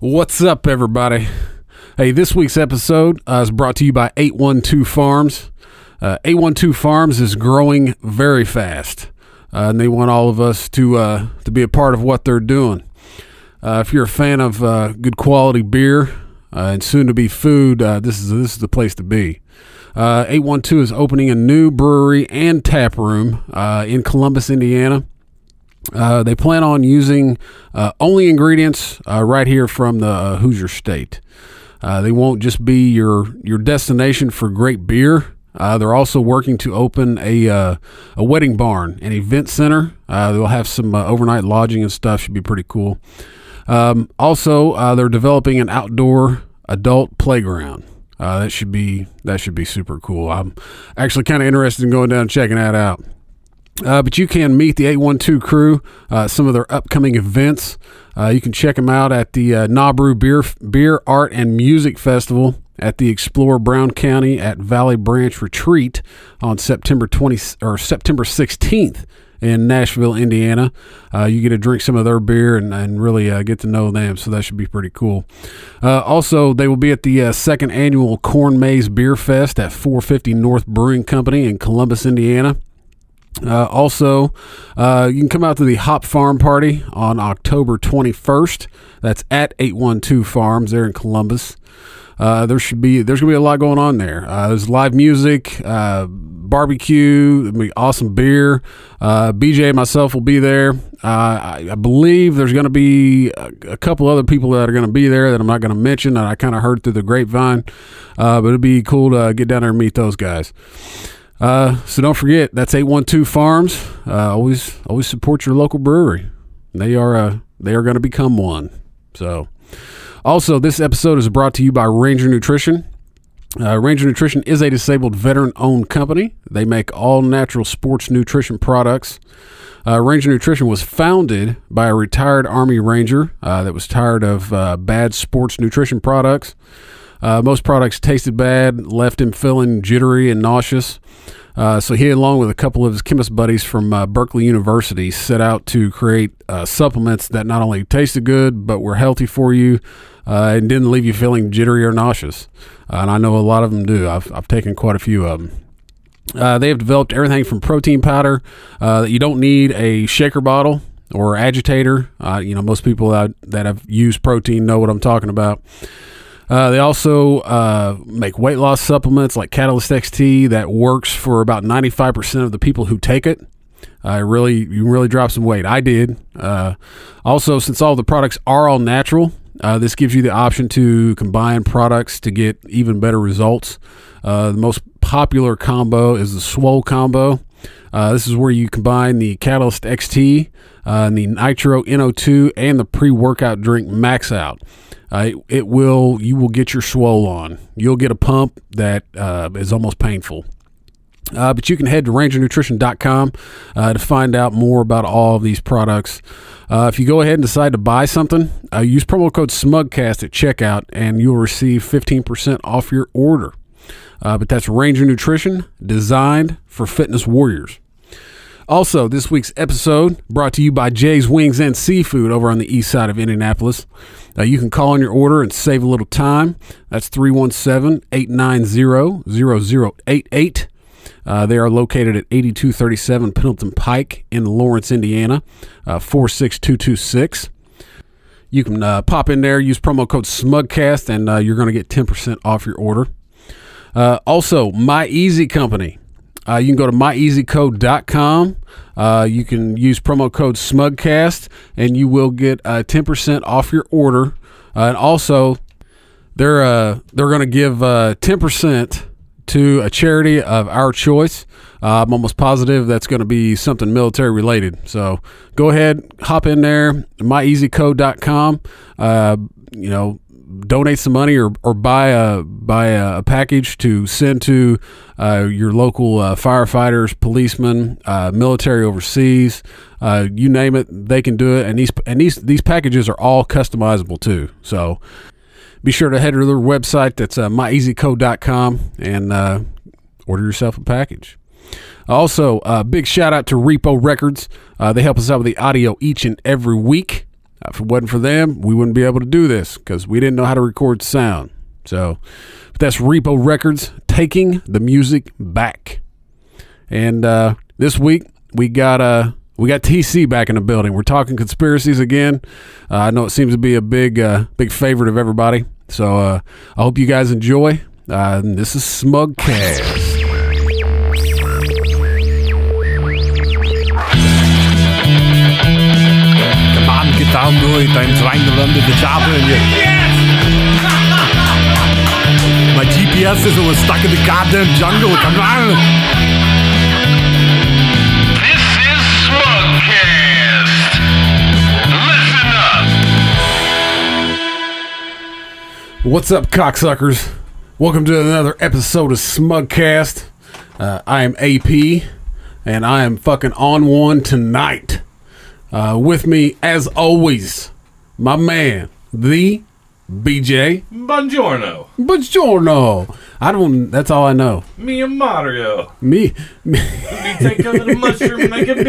What's up, everybody? Hey, this week's episode uh, is brought to you by 812 Farms. Uh, 812 Farms is growing very fast, uh, and they want all of us to, uh, to be a part of what they're doing. Uh, if you're a fan of uh, good quality beer uh, and soon to be food, uh, this, is, this is the place to be. Uh, 812 is opening a new brewery and tap room uh, in Columbus, Indiana. Uh, they plan on using uh, only ingredients uh, right here from the uh, Hoosier State. Uh, they won't just be your your destination for great beer. Uh, they're also working to open a uh, a wedding barn, an event center. Uh, they'll have some uh, overnight lodging and stuff. Should be pretty cool. Um, also, uh, they're developing an outdoor adult playground. Uh, that should be that should be super cool. I'm actually kind of interested in going down and checking that out. Uh, but you can meet the 812 crew, uh, some of their upcoming events. Uh, you can check them out at the uh, Nabru Beer, Beer, Art, and Music Festival at the Explore Brown County at Valley Branch Retreat on September 20 or September 16th in Nashville, Indiana. Uh, you get to drink some of their beer and, and really uh, get to know them, so that should be pretty cool. Uh, also, they will be at the uh, second annual Corn Maze Beer Fest at 450 North Brewing Company in Columbus, Indiana. Uh, also, uh, you can come out to the Hop Farm Party on October 21st. That's at 812 Farms there in Columbus. Uh, there should be there's gonna be a lot going on there. Uh, there's live music, uh, barbecue, there'll be awesome beer. Uh, BJ and myself will be there. Uh, I, I believe there's gonna be a, a couple other people that are gonna be there that I'm not gonna mention that I kind of heard through the grapevine. Uh, but it'd be cool to uh, get down there and meet those guys. Uh, so don't forget that's eight one two Farms. Uh, always always support your local brewery. They are uh, they are going to become one. So also this episode is brought to you by Ranger Nutrition. Uh, Ranger Nutrition is a disabled veteran owned company. They make all natural sports nutrition products. Uh, Ranger Nutrition was founded by a retired Army Ranger uh, that was tired of uh, bad sports nutrition products. Uh, most products tasted bad, left him feeling jittery and nauseous. Uh, so he, along with a couple of his chemist buddies from uh, Berkeley University, set out to create uh, supplements that not only tasted good but were healthy for you uh, and didn't leave you feeling jittery or nauseous. Uh, and I know a lot of them do. I've, I've taken quite a few of them. Uh, they have developed everything from protein powder uh, that you don't need a shaker bottle or agitator. Uh, you know, most people that, that have used protein know what I'm talking about. Uh, they also uh, make weight loss supplements like Catalyst XT that works for about 95% of the people who take it. I really, you really drop some weight. I did. Uh, also, since all the products are all natural, uh, this gives you the option to combine products to get even better results. Uh, the most popular combo is the Swole combo. Uh, this is where you combine the Catalyst XT uh, and the Nitro NO2 and the pre-workout drink Max Out. Uh, it, it will you will get your swole on. You'll get a pump that uh, is almost painful. Uh, but you can head to rangernutrition.com uh, to find out more about all of these products. Uh, if you go ahead and decide to buy something, uh, use promo code SMUGCAST at checkout and you'll receive 15% off your order. Uh, but that's Ranger Nutrition, designed for fitness warriors. Also, this week's episode brought to you by Jay's Wings and Seafood over on the east side of Indianapolis. Uh, you can call in your order and save a little time. That's 317 890 0088. Uh, they are located at 8237 Pendleton Pike in Lawrence, Indiana, uh, 46226. You can uh, pop in there, use promo code SMUGCAST, and uh, you're going to get 10% off your order. Uh, also, My Easy Company. Uh, you can go to myeasycode.com. Uh, you can use promo code SMUGCAST, and you will get uh, 10% off your order. Uh, and also, they're uh, they're going to give uh, ten percent to a charity of our choice. Uh, I'm almost positive that's going to be something military related. So go ahead, hop in there, myeasycode.com. Uh, you know, donate some money or, or buy a buy a, package to send to uh, your local uh, firefighters, policemen, uh, military overseas. Uh, you name it, they can do it. And these and these these packages are all customizable too. So be sure to head to their website that's uh, myeasyco.com and uh, order yourself a package also uh, big shout out to repo records uh, they help us out with the audio each and every week If it wasn't for them, we wouldn't be able to do this because we didn't know how to record sound. So but that's Repo Records taking the music back. And uh, this week we got uh, we got TC back in the building. We're talking conspiracies again. Uh, I know it seems to be a big uh, big favorite of everybody. So uh, I hope you guys enjoy. Uh, and this is Smugcast. Come on, get down to it. I'm trying to run to the job and you. My GPS is always stuck in the goddamn jungle. Come on. This is Smugcast. Listen up. What's up, cocksuckers? Welcome to another episode of Smugcast. Uh, I am AP, and I am fucking on one tonight. Uh, with me, as always, my man, the BJ Buongiorno, Buongiorno. I don't. That's all I know. me and Mario. Me, You take over the mushroom and make it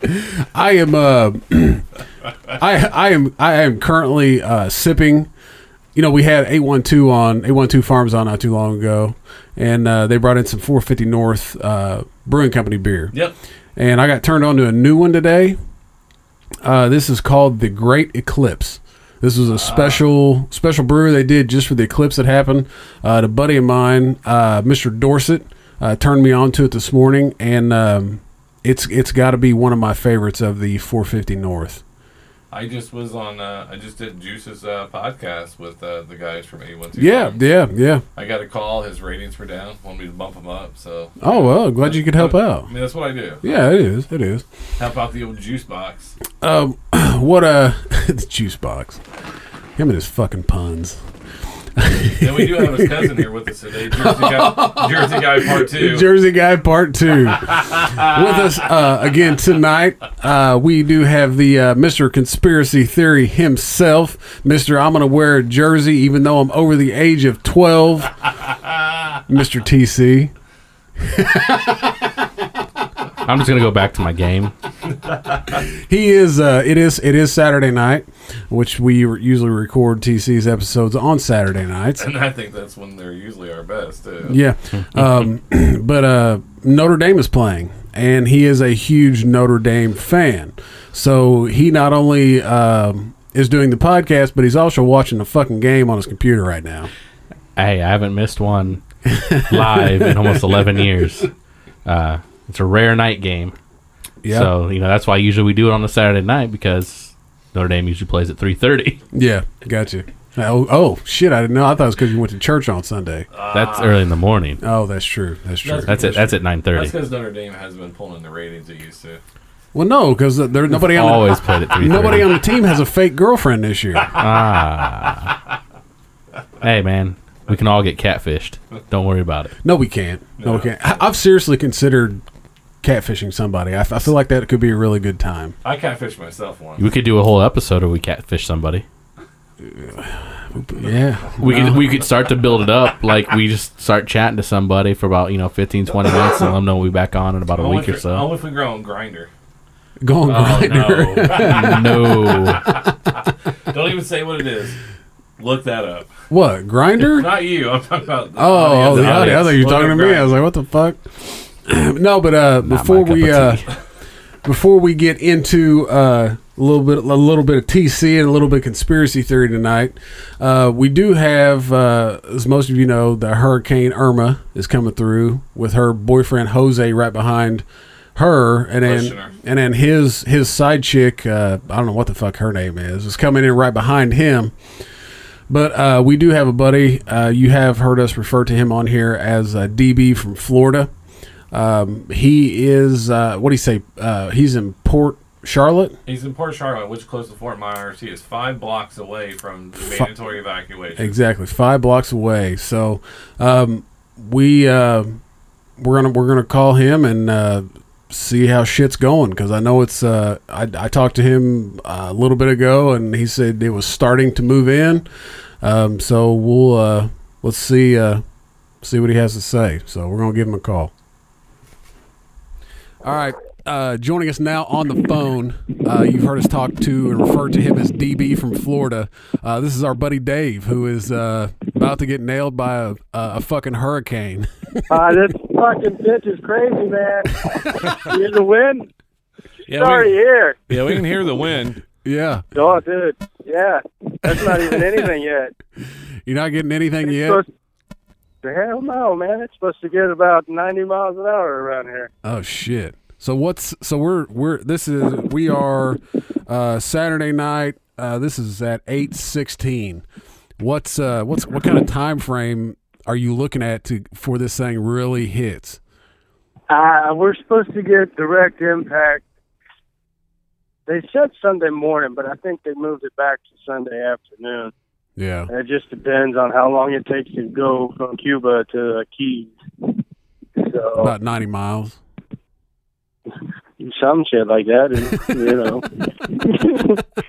bigger. I am. Uh, I I am I am currently uh, sipping. You know, we had eight one two on eight one two farms on not too long ago, and uh, they brought in some four fifty North uh, Brewing Company beer. Yep. and I got turned on to a new one today. Uh, this is called the Great Eclipse. This was a special special brewer they did just for the eclipse that happened. Uh, and a buddy of mine, uh, Mr. Dorset, uh, turned me on to it this morning, and um, it's it's got to be one of my favorites of the 450 North. I just was on. Uh, I just did Juice's uh, podcast with uh, the guys from A12. Yeah, yeah, yeah. I got a call. His ratings were down. Wanted me to bump him up. So. Oh well, glad you could help I out. mean, that's what I do. Yeah, it is. It is. Help out the old juice box. Um, what a the juice box. Him and his fucking puns. And we do have his cousin here with us today, Jersey guy, Jersey guy part two. Jersey Guy Part Two with us uh, again tonight. Uh, we do have the uh, Mister Conspiracy Theory himself, Mister. I'm gonna wear a jersey even though I'm over the age of twelve, Mister TC. I'm just gonna go back to my game. He is. Uh, it is. It is Saturday night, which we re- usually record TC's episodes on Saturday nights. and I think that's when they're usually our best. Too. Yeah, um, but uh, Notre Dame is playing, and he is a huge Notre Dame fan. So he not only um, is doing the podcast, but he's also watching the fucking game on his computer right now. Hey, I haven't missed one live in almost 11 years. Uh, it's a rare night game, Yeah, so you know that's why usually we do it on a Saturday night because Notre Dame usually plays at 3:30. yeah, got you. Oh, oh shit! I didn't know. I thought it was because you went to church on Sunday. That's early in the morning. Oh, that's true. That's true. That's it. That's at That's 9:30. because Notre Dame has been pulling the ratings it used to. well, no, because there's nobody on Always played at the, 3:30. nobody on the team has a fake girlfriend this year. Hey, man, we can all get catfished. Don't worry about it. No, we can't. No, we can't. I- I've seriously considered catfishing somebody. I, f- I feel like that could be a really good time. I catfished myself once. We could do a whole episode where we catfish somebody. Yeah. We could we could start to build it up like we just start chatting to somebody for about you know 15 20 minutes and let them know we back on in about a Only week if or we- so. Only if we grow on Grinder. Go on, Oh Grindr. no! no. Don't even say what it is. Look that up. What? Grinder? Not you. I'm talking about. The Oh, oh, the audio. I thought you were Look talking to up me. I Grindr. was like, what the fuck? no, but uh, before my cup we uh, of tea. before we get into uh, a little bit a little bit of TC and a little bit of conspiracy theory tonight, uh, we do have uh, as most of you know, the Hurricane Irma is coming through with her boyfriend Jose right behind her, and Pushing then her. and then his his side chick, uh, I don't know what the fuck her name is, is coming in right behind him. But uh, we do have a buddy. Uh, you have heard us refer to him on here as uh, DB from Florida. Um, he is uh, what do you say? Uh, he's in Port Charlotte. He's in Port Charlotte, which close to Fort Myers. He is five blocks away from the mandatory evacuation. Exactly, five blocks away. So um, we uh, we're gonna we're gonna call him and uh, see how shit's going because I know it's. Uh, I, I talked to him uh, a little bit ago and he said it was starting to move in. Um, so we'll uh, let's see uh, see what he has to say. So we're gonna give him a call. All right, uh, joining us now on the phone, uh, you've heard us talk to and refer to him as DB from Florida. Uh, this is our buddy Dave, who is uh, about to get nailed by a, a fucking hurricane. Uh, this fucking bitch is crazy, man. you in the wind? Yeah, Sorry, we, here. yeah, we can hear the wind. yeah, Oh, dude. Yeah. That's not even anything yet. you're not getting anything It's yet. supposed- Hell no, man. It's supposed to get about 90 miles an hour around here. Oh shit! So what's so we're we're this is we are uh, Saturday night. Uh, this is at eight sixteen. What's uh what's what kind of time frame are you looking at to for this thing really hits? Uh, we're supposed to get direct impact. They said Sunday morning, but I think they moved it back to Sunday afternoon. Yeah, And it just depends on how long it takes to go from Cuba to uh, Keys. So about ninety miles. some shit like that, and, you know,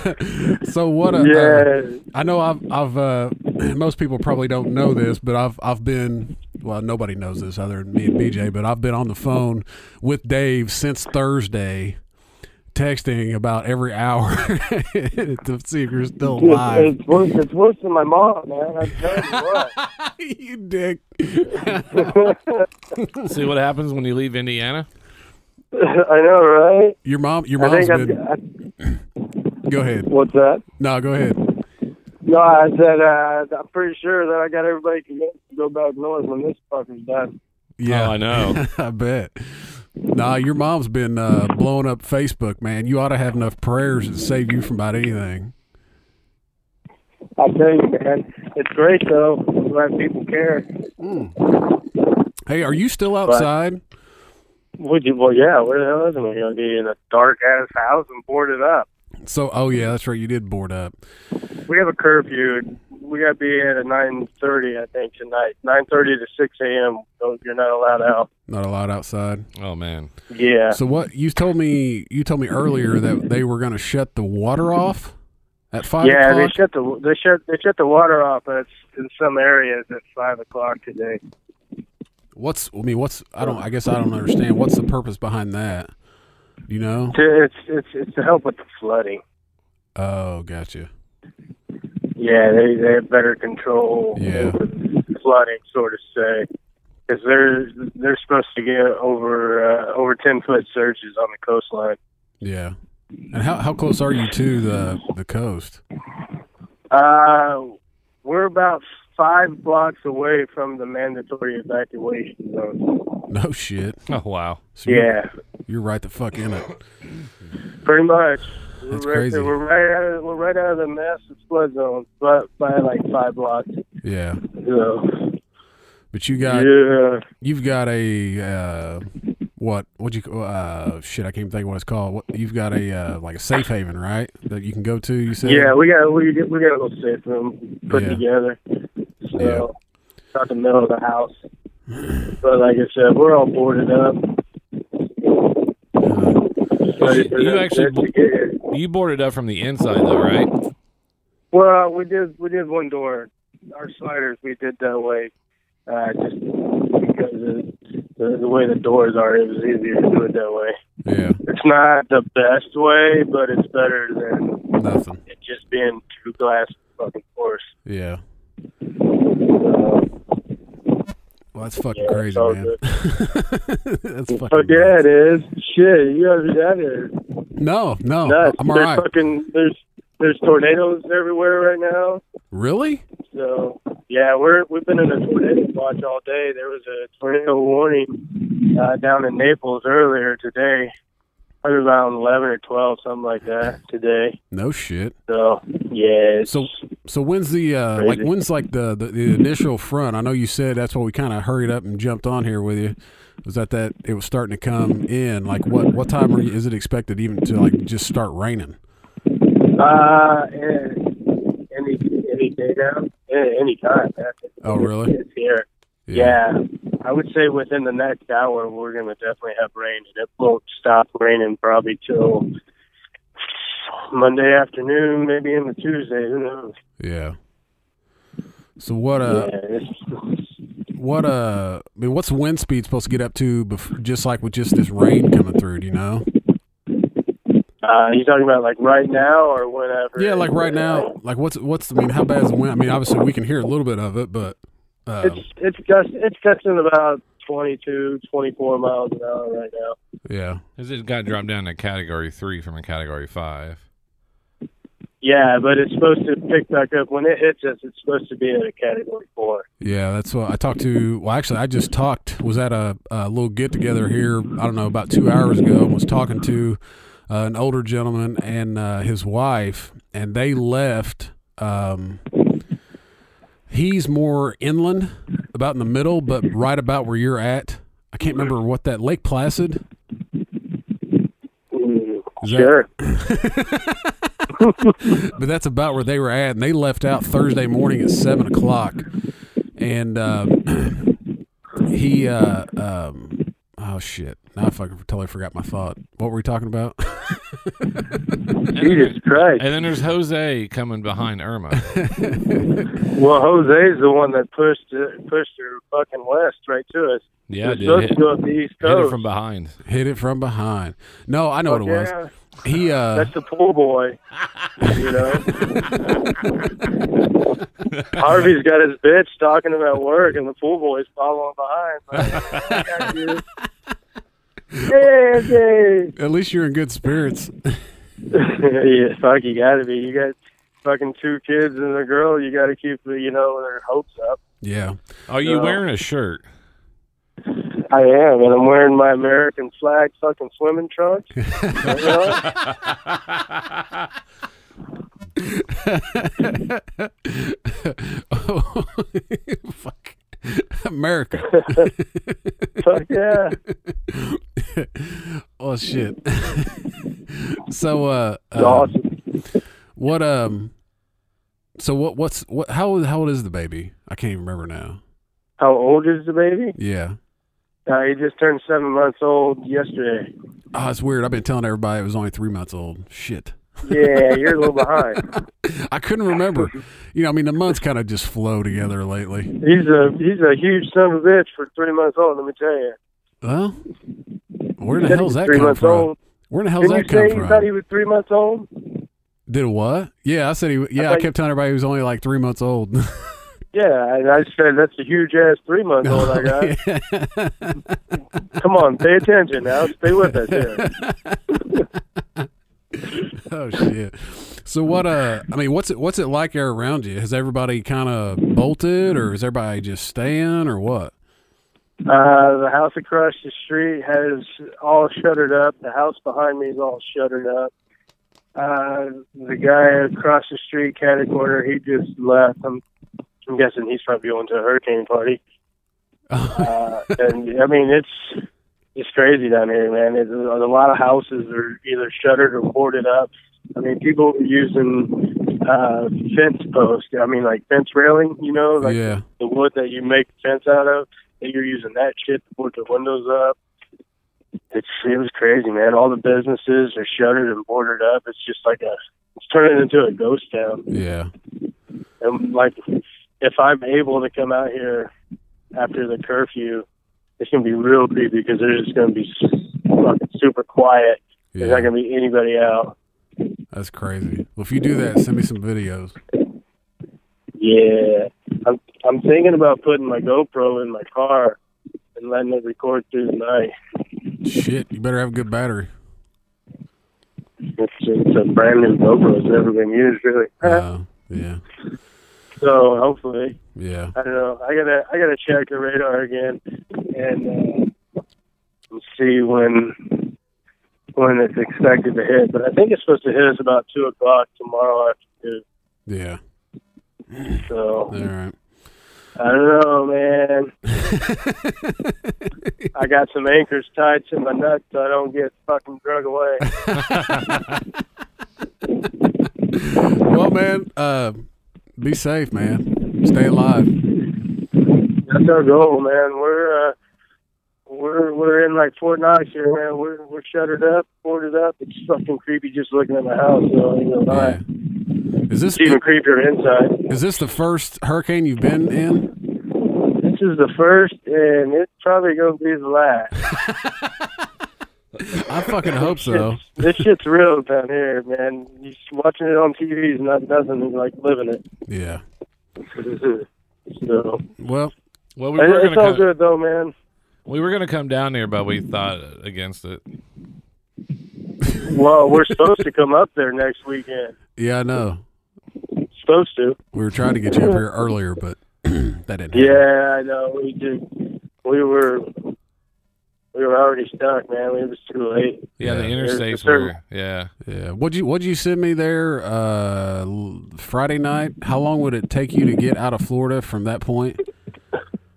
smart ass. So what? A, uh, Yeah, I know I've I've uh, most people probably don't know this, but I've I've been well nobody knows this other than me and BJ, but I've been on the phone with Dave since Thursday, texting about every hour to see if you're still alive. it's, it's worse. It's worse than my mom, man. I'm telling you what. you dick. See what happens when you leave Indiana. I know, right? Your mom your I mom's think been I, I, go ahead. what's that? No, go ahead. No, I said uh, I'm pretty sure that I got everybody convinced to go back north when this fucker's done. Yeah. Oh, I know. I bet. Nah, your mom's been uh, blowing up Facebook, man. You ought to have enough prayers to save you from about anything. I tell you, man, it's great though. I'm glad people care. Hey, are you still outside? Would you? Well, yeah. Where the hell is it? We're gonna be in a dark ass house and boarded up. So, oh yeah, that's right. You did board up. We have a curfew. and We gotta be in at nine thirty, I think, tonight. Nine thirty to six a.m. So you're not allowed out. Not a lot outside. Oh man. Yeah. So what you told me? You told me earlier that they were going to shut the water off at five yeah, they o'clock. shut the they shut they shut the water off. But it's in some areas at five o'clock today. what's I mean? What's I don't. I guess I don't understand. What's the purpose behind that? You know? It's it's it's to help with the flooding. Oh, gotcha. Yeah, they they have better control Yeah. over flooding, sort of say, because they're they're supposed to get over uh, over ten foot surges on the coastline. Yeah. And how how close are you to the the coast? Uh, we're about five blocks away from the mandatory evacuation zone. No shit. Oh wow. So you're- Yeah, You're right the fuck in it. pretty much. We're That's right, crazy. We're right out of, we're right out of the massive flood zone, but by like five blocks. Yeah. So But you got yeah, you've got a uh, what what you uh shit I can't even think of what it's called. What, you've got a uh, like a safe haven, right? That you can go to. You said yeah. We got we we got a little safe room put Yeah. together. So Yeah. not the middle of the house. But like I said, we're all boarded up. Uh, Ready for You them actually- to get here. You boarded up from the inside though, right? Well, we did we did one door. Our sliders we did that way, uh, just because of the, the way the doors are, it was easier to do it that way. yeah It's not the best way, but it's better than nothing it just being two glass fucking doors. yeah. So, Well, that's fucking Yeah, crazy, it's all man. good. that's fucking. but yeah, it is. Shit, you guys that is No, no, nuts. Oh, I'm all there's right. fucking there's there's tornadoes everywhere right now. Really? So yeah, we're we've been in a tornado watch all day. There was a tornado warning uh, down in Naples earlier today, probably around eleven or twelve, something like that today. No shit. So yeah, it's- So, so when's the uh, like Crazy. when's like the, the the initial front? I know you said that's why we kind of hurried up and jumped on here with you. Was that that it was starting to come in? Like what what time are you, is it expected even to like just start raining? uh, and any any day now, a- any time. man. Oh, really? It's here. Yeah. I would say within the next hour we're gonna definitely have rain, and it won't stop raining probably till Monday afternoon, maybe into Tuesday. Who knows? Yeah. So what? Uh, Yeah, it's- what uh, I mean, what's the wind speed supposed to get up to? Bef- just like with just this rain coming through, do you know? Uh, you talking about like right now or whenever? Yeah, like right now, like what's what's? I mean, how bad is the wind? I mean, obviously we can hear a little bit of it, but uh, It's it's gust, it's gusting about 22, 24 miles an hour right now. yeah, Because it got dropped down to category three from a category five. Yeah, but it's supposed to pick back up when it hits us. It's supposed to be in a category four. yeah. That's what I talked to. Well, actually, I just talked. Was at a, a little get together here. I don't know about two hours ago. and Was talking to uh, an older gentleman and uh, his wife, and they left. Um, he's more inland, about in the middle, but right about where you're at. I can't remember what that Lake Placid. Mm. Is that- Sure. but that's about where they were at, and they left out Thursday morning at seven o'clock. And uh, he, uh, um, oh shit! Now I fucking totally forgot my thought. What were we talking about? Jesus Christ. And then there's Jose coming behind Irma. Well, Jose's the one that pushed uh, pushed her fucking west right to us. Yeah, it dude. Hit, was supposed to go up the east hit it coast. from behind. Hit it from behind. No, I know what it was. Yeah, He, uh, that's the pool boy. You know, Harvey's got his bitch talking about work, and the pool boy's following behind. Like, yeah, yeah. at least you're in good spirits. yeah, fuck, you gotta be. You got fucking two kids and a girl. You gotta keep, you know, their hopes up. yeah, Are you No. wearing a shirt? I am, and I'm wearing my American flag fucking swimming trunks. You know? Oh, fuck, America. Fuck yeah. Oh shit. so, uh, It's uh awesome. What um so what what's what how old how old is the baby? I can't even remember now. How old is the baby? Yeah. Uh, he just turned seven months old yesterday. Oh, it's weird. I've been telling everybody it was only three months old. Shit. Yeah, you're a little behind. I couldn't remember. You know, I mean the months kind of just flow together lately. He's a he's a huge son of a bitch for three months old. Let me tell you. Well where in You the said hell's he was that three come months from? old. Where in the hell's Didn't you that come say you thought he from? was three months old? Did what? Yeah, I said he yeah, I, thought- kept telling everybody he was only like three months old. Yeah, and I said that's a huge ass three month old I got. Come on, pay attention now. Stay with us here. oh shit. So what uh I mean what's it what's it like there around you? Has everybody kinda bolted or is everybody just staying or what? Uh, the house across the street has all shuttered up. The house behind me is all shuttered up. Uh, the guy across the street, catty corner, he just left. I'm, I'm guessing he's probably going to a hurricane party. uh, and I mean, it's it's crazy down here, man. It's, a lot of houses are either shuttered or boarded up. I mean, people are using uh, fence posts. I mean, like fence railing, you know, like yeah. the wood that you make the fence out of, and you're using that shit to board the windows up. It's it was crazy, man. All the businesses are shuttered and boarded up. It's just like a it's turning into a ghost town. Yeah. And like if I'm able to come out here after the curfew, it's gonna be real creepy because there's just gonna be fucking super quiet. There's not Yeah. gonna be anybody out. That's crazy. Well if you do that, send me some videos. Yeah, I'm I'm thinking about putting my GoPro in my car and letting it record through the night. Shit, you better have a good battery. It's, it's a brand new GoPro. It's never been used really. Uh, yeah. So hopefully, Yeah. I don't know. I gotta I gotta check the radar again and uh, see when when it's expected to hit. But I think it's supposed to hit us about two o'clock tomorrow afternoon. Yeah. So All right. I don't know, man. I got some anchors tied to my nuts so I don't get fucking drug away. Well man, uh be safe, man. Stay alive. That's our goal, man. We're uh, we're we're in like Fort Knox here, man. We're we're shuttered up, boarded up. It's fucking creepy just looking at my house. So I ain't gonna lie. Yeah. Is this It's even creepier inside. is this the first hurricane you've been in? It's this is the first, and it's probably gonna be the last. I fucking hope so. this shit's real down here, man. You s- watching it on TV is not nothing like living it. Yeah. So Well, Well, we were it's all gonna come, good though, man. we were gonna come down there, but we thought against it. Well, we're supposed to come up there next weekend. yeah, I know. Supposed to. We were trying to get you up here earlier, but that didn't. happen. Yeah, I know. We did. We were. We were already stuck, man. It was too late. Yeah, the Yeah. interstates Sure. were. Yeah, Yeah. What'd you What'd you send me there uh, l- Friday night? How long would it take you to get out of Florida from that point?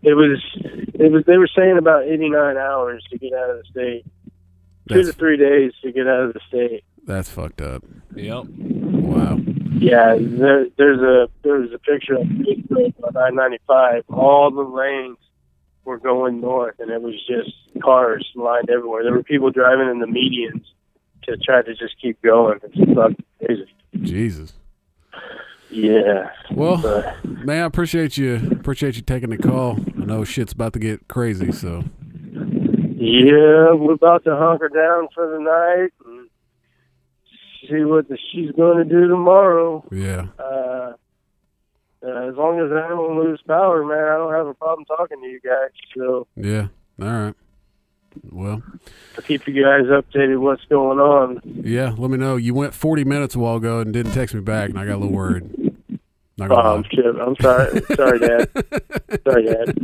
It was. It was. They were saying about eighty nine hours to get out of the state. Two to That's three days to get out of the state. that's fucked up. yep. Wow. Yeah, there, there's a there's a picture of nine ninety five. All the lanes were going north, and it was just cars lined everywhere. There were people driving in the medians to try to just keep going. It's fucking crazy. Jesus. Yeah. Well, But- man, I appreciate you appreciate you taking the call. I know shit's about to get crazy, so Yeah, we're about to hunker down for the night and see what the, she's going to do tomorrow. yeah. Uh, uh, as long as I don't lose power, man, I don't have a problem talking to you guys. So Yeah. All right. Well, I'll keep you guys updated what's going on. yeah, let me know. You went 40 minutes a while ago and didn't text me back, and I got a little worried. Not gonna Um, lie. shit, I'm sorry. sorry, Dad. Sorry, Dad.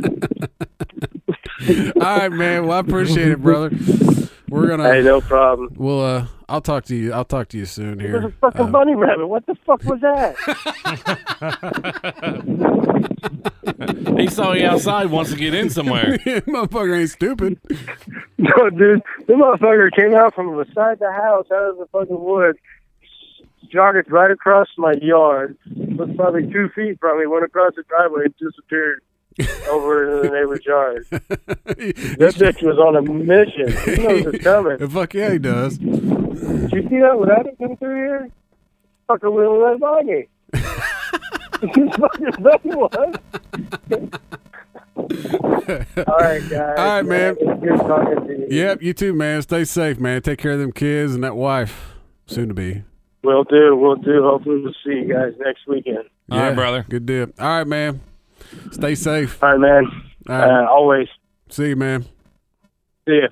All right, man. Well, I appreciate it, brother. We're going Hey, to no problem. Well, uh, I'll talk to you. I'll talk to you soon There's a here. fucking Uh, bunny rabbit. What the fuck was that? He saw you outside. Wants to get in somewhere. motherfucker ain't stupid. No, dude, the motherfucker came out from beside the house, out of the fucking woods, jogged right across my yard, was probably two feet from me, went across the driveway and disappeared over into the neighbor's yard. That bitch was on a mission. He knows it's coming. Fuck yeah, he does. Did you see that without it coming through here? Fucking wheel that buggy. You fucking buggy was. All right, guys. All right, man. Good talking to you. Yep, you too, man. Stay safe, man. Take care of them kids and that wife, soon to be. Will do. Will do. Hopefully, we'll see you guys next weekend. All right, brother. Good deal. All right, man. Stay safe. All right, man. All right. Uh, always. See you, man. See ya.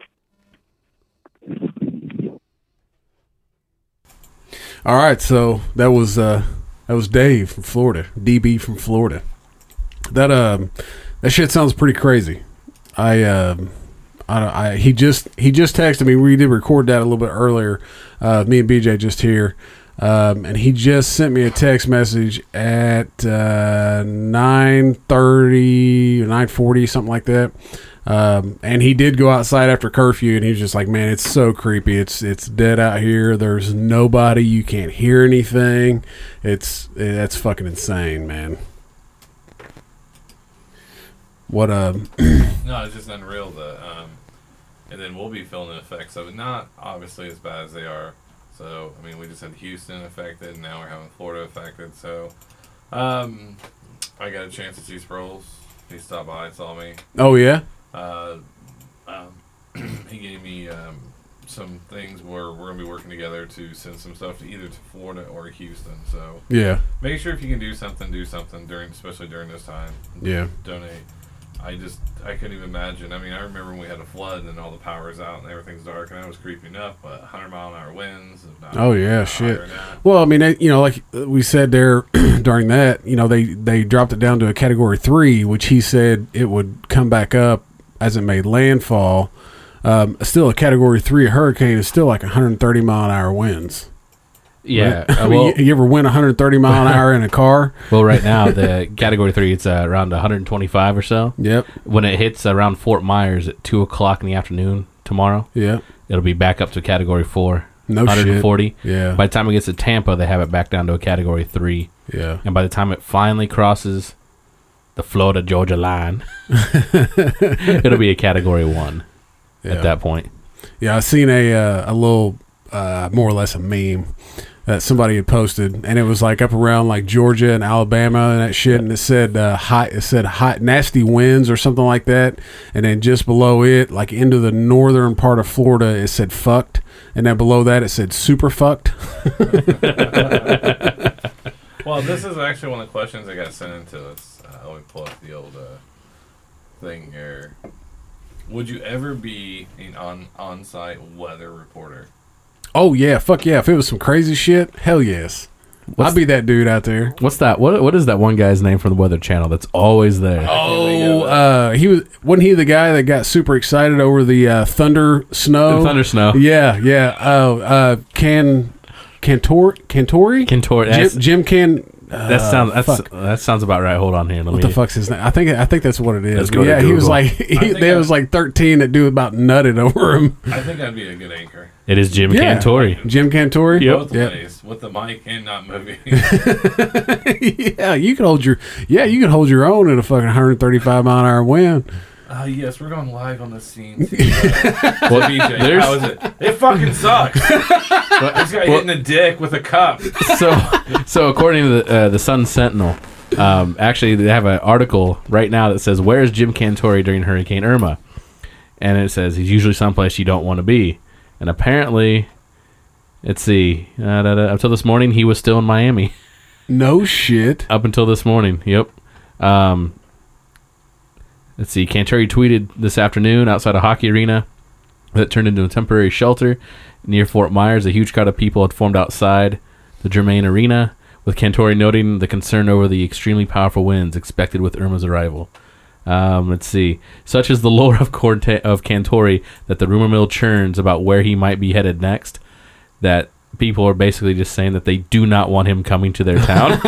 All right, so that was uh that was Dave from Florida, DB from Florida. That um that shit sounds pretty crazy. I um I don't I he just he just texted me. We did record that a little bit earlier. Uh, me and BJ just here. Um, and he just sent me a text message at uh, 9.30 9.40 something like that um, and he did go outside after curfew and he was just like man it's so creepy it's it's dead out here there's nobody you can't hear anything it's that's fucking insane man what um, a No, it's just unreal. The um, and then we'll be feeling the effects of it. Not obviously as bad as they are. So I mean, we just had Houston affected, and now we're having Florida affected. So, um, I got a chance to see Sproles. He stopped by, and saw me. oh yeah Uh, um, he gave me um, some things where we're gonna be working together to send some stuff to either to Florida or Houston. So yeah make sure if you can do something, do something during, especially during this time yeah donate. I just I couldn't even imagine. I mean, I remember when we had a flood and all the power's out and everything's dark and I was creeping up, but 100 mile an hour winds. if not- Oh, yeah, uh, shit. higher than that. Well, I mean, they- you know, like we said there during that, you know, they they dropped it down to a category three, which he said it would come back up as it made landfall. Um, still, a category three hurricane is still like 130 mile an hour winds. Yeah. I uh, mean, well, you, you ever win 130 mile an hour in a car? well, right now the category three, it's uh, around 125 or so. Yep, When it hits around Fort Myers at two o'clock in the afternoon tomorrow, yep, it'll be back up to category four. No shit. 140. Yeah. By the time it gets to Tampa, they have it back down to a category three, yeah. and by the time it finally crosses the Florida Georgia line, it'll be a category one yeah. at that point. Yeah, I seen a uh, a little uh, more or less a meme that somebody had posted, and it was like up around like Georgia and Alabama and that shit, and it said uh, hot, it said hot, nasty winds or something like that, and then just below it, like into the northern part of Florida, it said fucked, and then below that it said super fucked. Well, this is actually one of the questions that got sent in to us. Uh, let me pull up the old uh, thing here. Would you ever be an on on site weather reporter? Oh yeah, fuck yeah! If it was some crazy shit, hell yes, What's- I'd be that dude out there. What's that? What What is that one guy's name from the Weather Channel that's always there? Oh, uh, he was wasn't he the guy that got super excited over the uh, thunder snow? The thunder snow. Yeah, yeah. Oh, uh, can Cantor Cantori? Cantor- Jim, that's- Jim Can. That sounds that's, fuck. that sounds about right. Hold on here. Let What me. the fuck's his name? I think I think that's what it is. Let's go to yeah, he was Google. like he, think there I- was like thirteen that dude about nutted over him. I think I'd be a good anchor. It is Jim Yeah. Cantori. Jim Cantori. Yep. Both Yep. ways, with the mic and not moving. yeah, you could hold your yeah you could hold your own in a fucking 135 mile an hour wind. uh, yes, we're going live on the scene. To, uh, well, BJ, there's- how is it? It fucking sucks. this guy hitting the dick with a cup. so, so according to the uh, the Sun Sentinel, um, actually they have an article right now that says where is Jim Cantori during Hurricane Irma, and it says he's usually someplace you don't want to be, and apparently, let's see, uh, da, da, up till this morning he was still in Miami. No shit. Up until this morning, yep. Um, let's see, Cantori tweeted this afternoon outside a hockey arena that turned into a temporary shelter near Fort Myers. A huge crowd of people had formed outside the Germain Arena, with Cantori noting the concern over the extremely powerful winds expected with Irma's arrival. Um, let's see. Such is the lore of, Corte- of Cantori that the rumor mill churns about where he might be headed next. That people are basically just saying that they do not want him coming to their town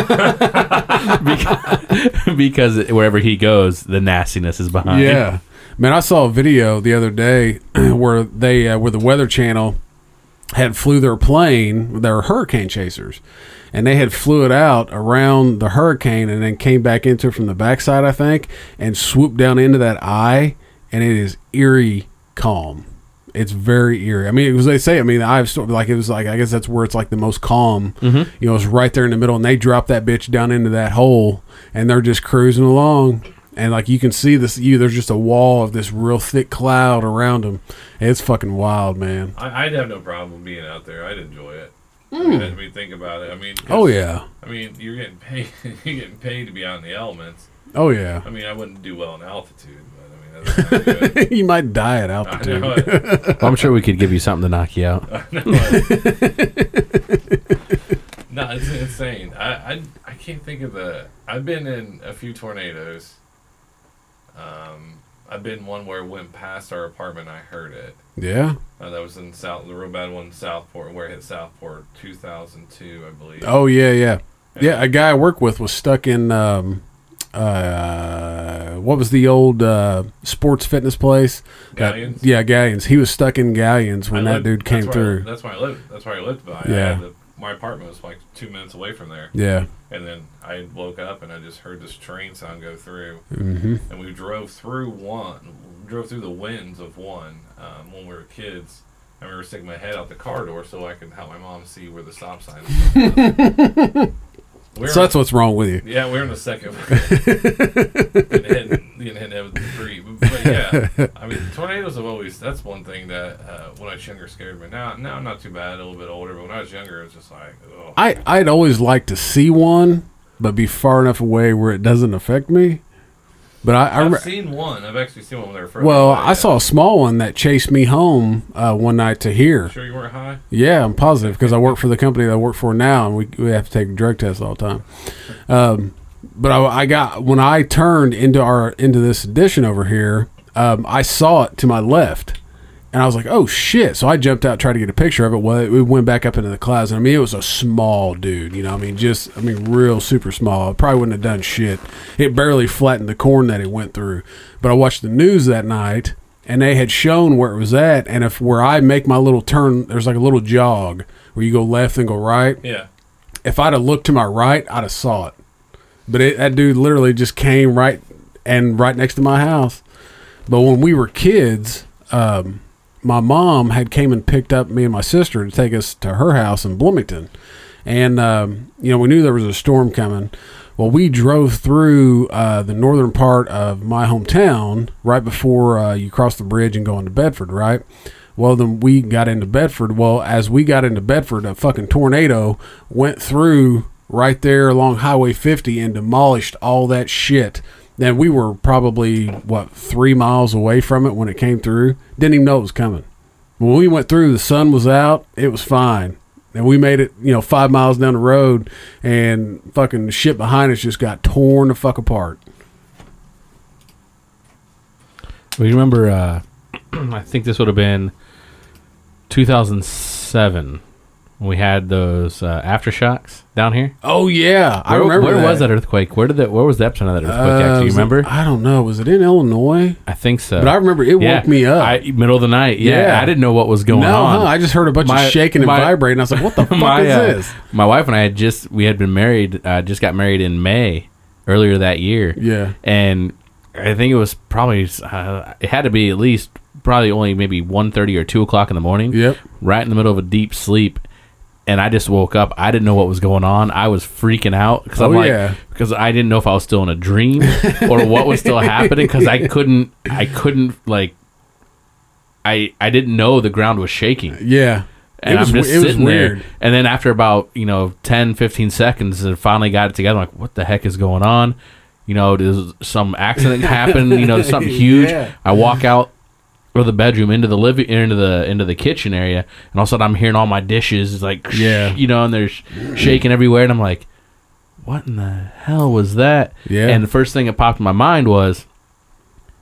because, because wherever he goes, the nastiness is behind. Yeah, man, I saw a video the other day where they uh, where the Weather Channel had flew their plane, their hurricane chasers, and they had flew it out around the hurricane and then came back into it from the backside, I think, and swooped down into that eye, and it is eerie calm. It's very eerie. I mean, it was they say. I mean, the eye of storm, like it was like I guess that's where it's like the most calm. You know, it's right there in the middle, and they drop that bitch down into that hole, and they're just cruising along, and like you can see this. You there's just a wall of this real thick cloud around them. It's fucking wild, man. I, I'd have no problem being out there. I'd enjoy it. I, mean, I mean, think about it. I mean, 'cause- Oh yeah, I mean, you're getting paid. you're getting paid to be out in the elements. oh yeah. I mean, I wouldn't do well in altitude, but I mean, that's not good. you might die at I altitude. know it. I'm sure we could give you something to knock you out. No, it's insane. I, I I can't think of the. I've been in a few tornadoes. Um, I've been in one where it went past our apartment. I heard it. Yeah. Uh, that was in South, the real bad one in Southport, where it hit Southport, 2002, I believe. Oh yeah, yeah, yeah. A guy I work with was stuck in um, uh, what was the old uh, sports fitness place? That- Galleons? yeah, Galleons. He was stuck in Galleons when I that dude lived- came that's where I- through. that's where I lived. That's where I lived by. Yeah. Yeah. my apartment was like two minutes away from there. yeah, And then I woke up and I just heard this train sound go through. Mm-hmm. And we drove through one, drove through the winds of one um, when we were kids. I remember sticking my head out the car door so I could help my mom see where the stop sign is. we were so that's what's wrong with you. yeah, we were in the second. and hit, you know, hit that with the three. But, but yeah, I mean, tornadoes have always, that's one thing that uh, when I was younger scared me. Now, now I'm not too bad, a little bit older, but when I was younger, it was just like, oh. I I'd always like to see one, but be far enough away where it doesn't affect me. But I, I I've re- seen one. I've actually seen one when they were first. well, away, I yeah. saw a small one that chased me home uh, one night to here. Sure, you weren't high. Yeah, I'm positive because I work for the company that I work for now, and we, we have to take drug tests all the time. Um, but I, I got when I turned into our into this addition over here, um, I saw it to my left, and I was like, "Oh shit!" So I jumped out, tried to get a picture of it. Well, it went back up into the clouds, and I mean, it was a small dude. You know, I mean, just I mean, real super small. It probably wouldn't have done shit. It barely flattened the corn that it went through. But I watched the news that night and they had shown where it was at and if where i make my little turn there's like a little jog where you go left and go right Yeah. if i'd have looked to my right i'd have saw it but it, that dude literally just came right and right next to my house but when we were kids um, my mom had came and picked up me and my sister to take us to her house in bloomington and um, you know we knew there was a storm coming. Well, we drove through uh, the northern part of my hometown right before uh, you cross the bridge and go into Bedford, right? Well, then we got into Bedford. Well, as we got into Bedford, a fucking tornado went through right there along Highway 50 and demolished all that shit. Then we were probably, what, three miles away from it when it came through. Didn't even know it was coming. When we went through, the sun was out. It was fine. And we made it, you know, five miles down the road, and fucking the shit behind us just got torn the fuck apart. We remember. Uh, I think this would have been 2007 when we had those uh, aftershocks down here. Oh yeah, I Where- remember. Where was that earthquake? Where did that? Where was the epicenter of that earthquake? at? Uh, Do you was it- remember? I don't know. Was it in Illinois? I think so. But I remember it Yeah. woke me up. I, middle of the night. Yeah, Yeah. I didn't know what was going no, on. huh, I just heard a bunch My- of shaking and my- vibrating. I was like, "What the fuck my, is uh, this?" my wife and I had just we had been married. Uh, just got married in May earlier that year. Yeah. and I think it was probably uh, it had to be at least probably only maybe 1.30 or two o'clock in the morning. Yep. right in the middle of a deep sleep. And I just woke up. I didn't know what was going on. I was freaking out because I'm Oh, like, yeah. because I didn't know if I was still in a dream or what was still happening. Because I couldn't, I couldn't like, I I didn't know the ground was shaking Yeah, and it was I'm just w- it was sitting weird. there. And then after about you know 10, 15 seconds, and finally got it together. I'm like, what the heck is going on? You know, does some accident happen? You know, there's something huge. Yeah. I walk out of the bedroom into the living into the into the kitchen area, and all of a sudden I'm hearing all my dishes like Yeah. you know, and they're sh- shaking everywhere, and I'm like, what in the hell was that? Yeah. And the first thing that popped in my mind was.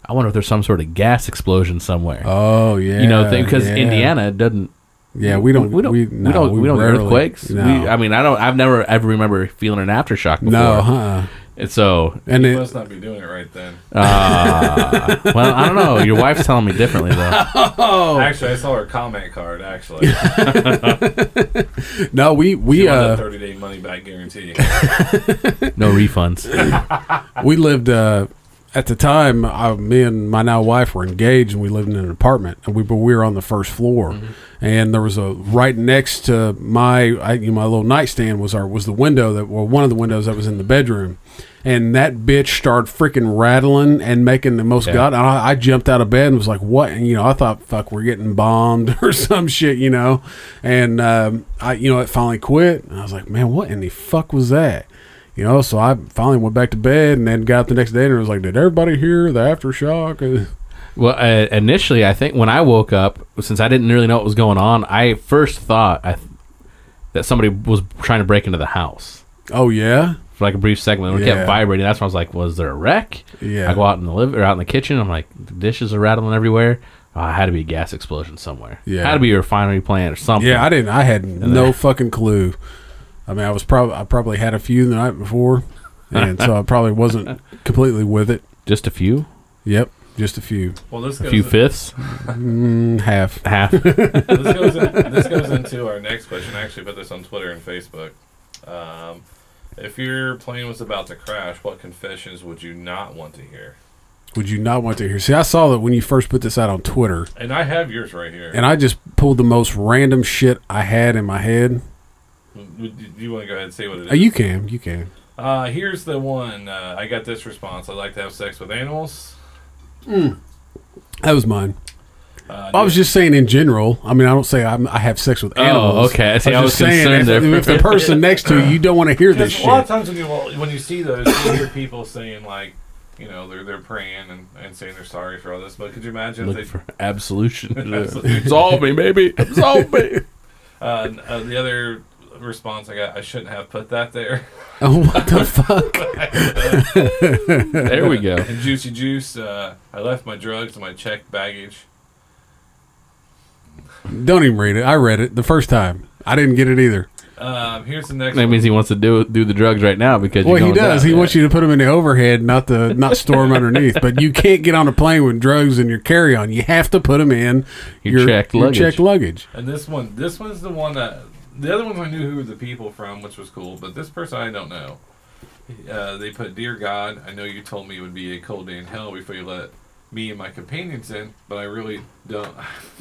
I wonder if there's some sort of gas explosion somewhere. Oh yeah, you know, because yeah. Indiana doesn't Yeah, we don't. we don't we, no, don't we, don't get rarely- earthquakes. No, We, I mean, I don't. I've never ever remember feeling an aftershock before. no, huh? And so, And You it, must not be doing it right then. well, I don't know. Your wife's telling me differently though. Oh. Actually, I saw her comment card. Actually, no, we we yeah, that uh, thirty day money back guarantee. No refunds. we lived uh, at the time. I, me and my now wife were engaged, and we lived in an apartment, and we but we were on the first floor, and there was a right next to my I, you know, my little nightstand was our was the window that well one of the windows that was in the bedroom. And that bitch started freaking rattling and making the most god. And I, I jumped out of bed and was like, "What?" And you know, I thought, "Fuck, we're getting bombed or some shit," you know. And um, I, you know, it finally quit. And I was like, "Man, what in the fuck was that?" You know, so I finally went back to bed and then got up the next day and it was like, did everybody hear the aftershock? well, uh, initially, I think when I woke up, since I didn't really know what was going on, I first thought I th- that somebody was trying to break into the house. Oh yeah, For like a brief segment, when it Yeah. kept vibrating. That's when I was like, "Was there a wreck?" Yeah. I go out in the live or out in the kitchen. I'm like, the dishes are rattling everywhere. Oh, it had to be a gas explosion somewhere. Yeah. had to be a refinery plant or something. yeah. I didn't. I had no fucking clue. I mean, I was probably I probably had a few the night before, and so I probably wasn't completely with it. Just a few, Yep, just a few, Well, this a goes few fifths, Mm, half. half. this goes, in, this goes into our next question. I actually put this on Twitter and Facebook. Um, if your plane was about to crash, what confessions would you not want to hear? Would you not want to hear? See, I saw that when you first put this out on Twitter, And I have yours right here. and I just pulled the most random shit I had in my head. Would- do you want to go ahead and see what it Uh, is? You can, you can. Uh, here's the one. Uh, I got this response. I like to have sex with animals. That was mine. Uh, I was just saying in general. I mean, I don't say I'm, I have sex with animals. Oh, okay. I see, I just was concerned if, there for if a the minute. person next to you, you don't want to hear this Because a lot of shit. times when you when you see those, you hear people saying like, you know, they're they're praying and, and saying they're sorry for all this. But could you imagine Look if they for absolution. Absolve me, baby. Absolve me. Uh, n- uh, the other response I got, I shouldn't have put that there. Oh, what the fuck? There we go. And Juicy Juice, uh, I left my drugs and my checked baggage. Don't even read it. I read it the first time. I didn't get it either. Um, here's the next That one. means he wants to do do the drugs right now because Well, you're he going does. down. He Yeah. wants you to put him in the overhead, not the not store him underneath. But you can't get on a plane with drugs in your carry on. You have to put him in Your checked luggage. checked luggage. And this one, this one's the one that the other ones I knew who were the people from, which was cool. But this person I don't know. Uh, they put, "Dear God, I know you told me it would be a cold day in hell before you let me and my companions in, but I really don't.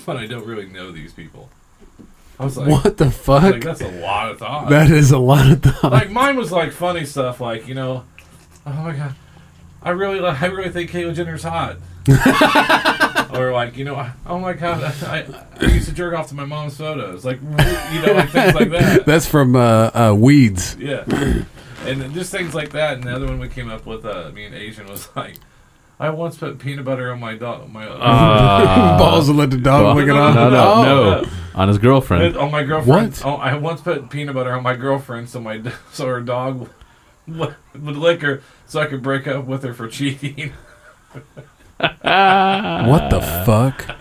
But I don't really know these people." I was like, What the I was like, fuck? that's a lot of thought. That is a lot of thought. like mine was like funny stuff, like you know, oh my god, I really like, I really think Caitlyn Jenner's hot. or like you know, I- oh my god, I, I used to jerk off to my mom's photos, like you know, like things like that. That's from uh, uh, Weeds. Yeah, and then just things like that. And the other one we came up with, uh, me and Asian was like, I once put peanut butter on my dog, my Uh, Balls and let the dog well, lick it no, off. no, Oh. no, no. On his girlfriend. uh, on my girlfriend. What? Oh, I once put peanut butter on my girlfriend, so my so her dog would would lick her, so I could break up with her for cheating. What the fuck?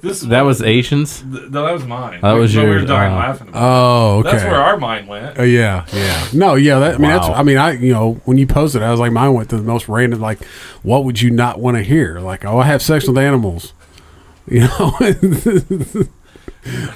This That was Asians. th- no, that was mine. That was But We yours, were dying uh, laughing. About Oh, it. okay. That's where our mind went. Uh, yeah, yeah. No, yeah. That, I mean, that's. Wow. I mean, I. You know, when you posted, it, I was like, mine went to the most random. Like, what would you not want to hear? Like, oh, I have sex with animals. You know,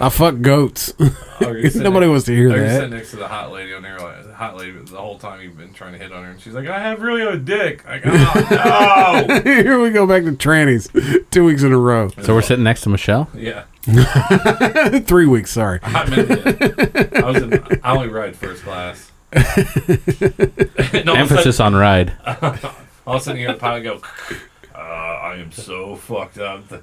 I fuck goats. Oh, you're sitting- Nobody wants to hear oh, You're that. sitting next to the hot lady on there, like, the hot lady the whole time you've been trying to hit on her, and she's like, "I have really a dick." Like, oh no. Here we go back to trannies. Two weeks in a row. So we're sitting next to Michelle. Yeah, Three weeks. Sorry. I meant it. I was. In, I only ride first class. And all of a sudden- Emphasis on ride. All of a sudden, you hear the pilot go, uh, I am so fucked up. The,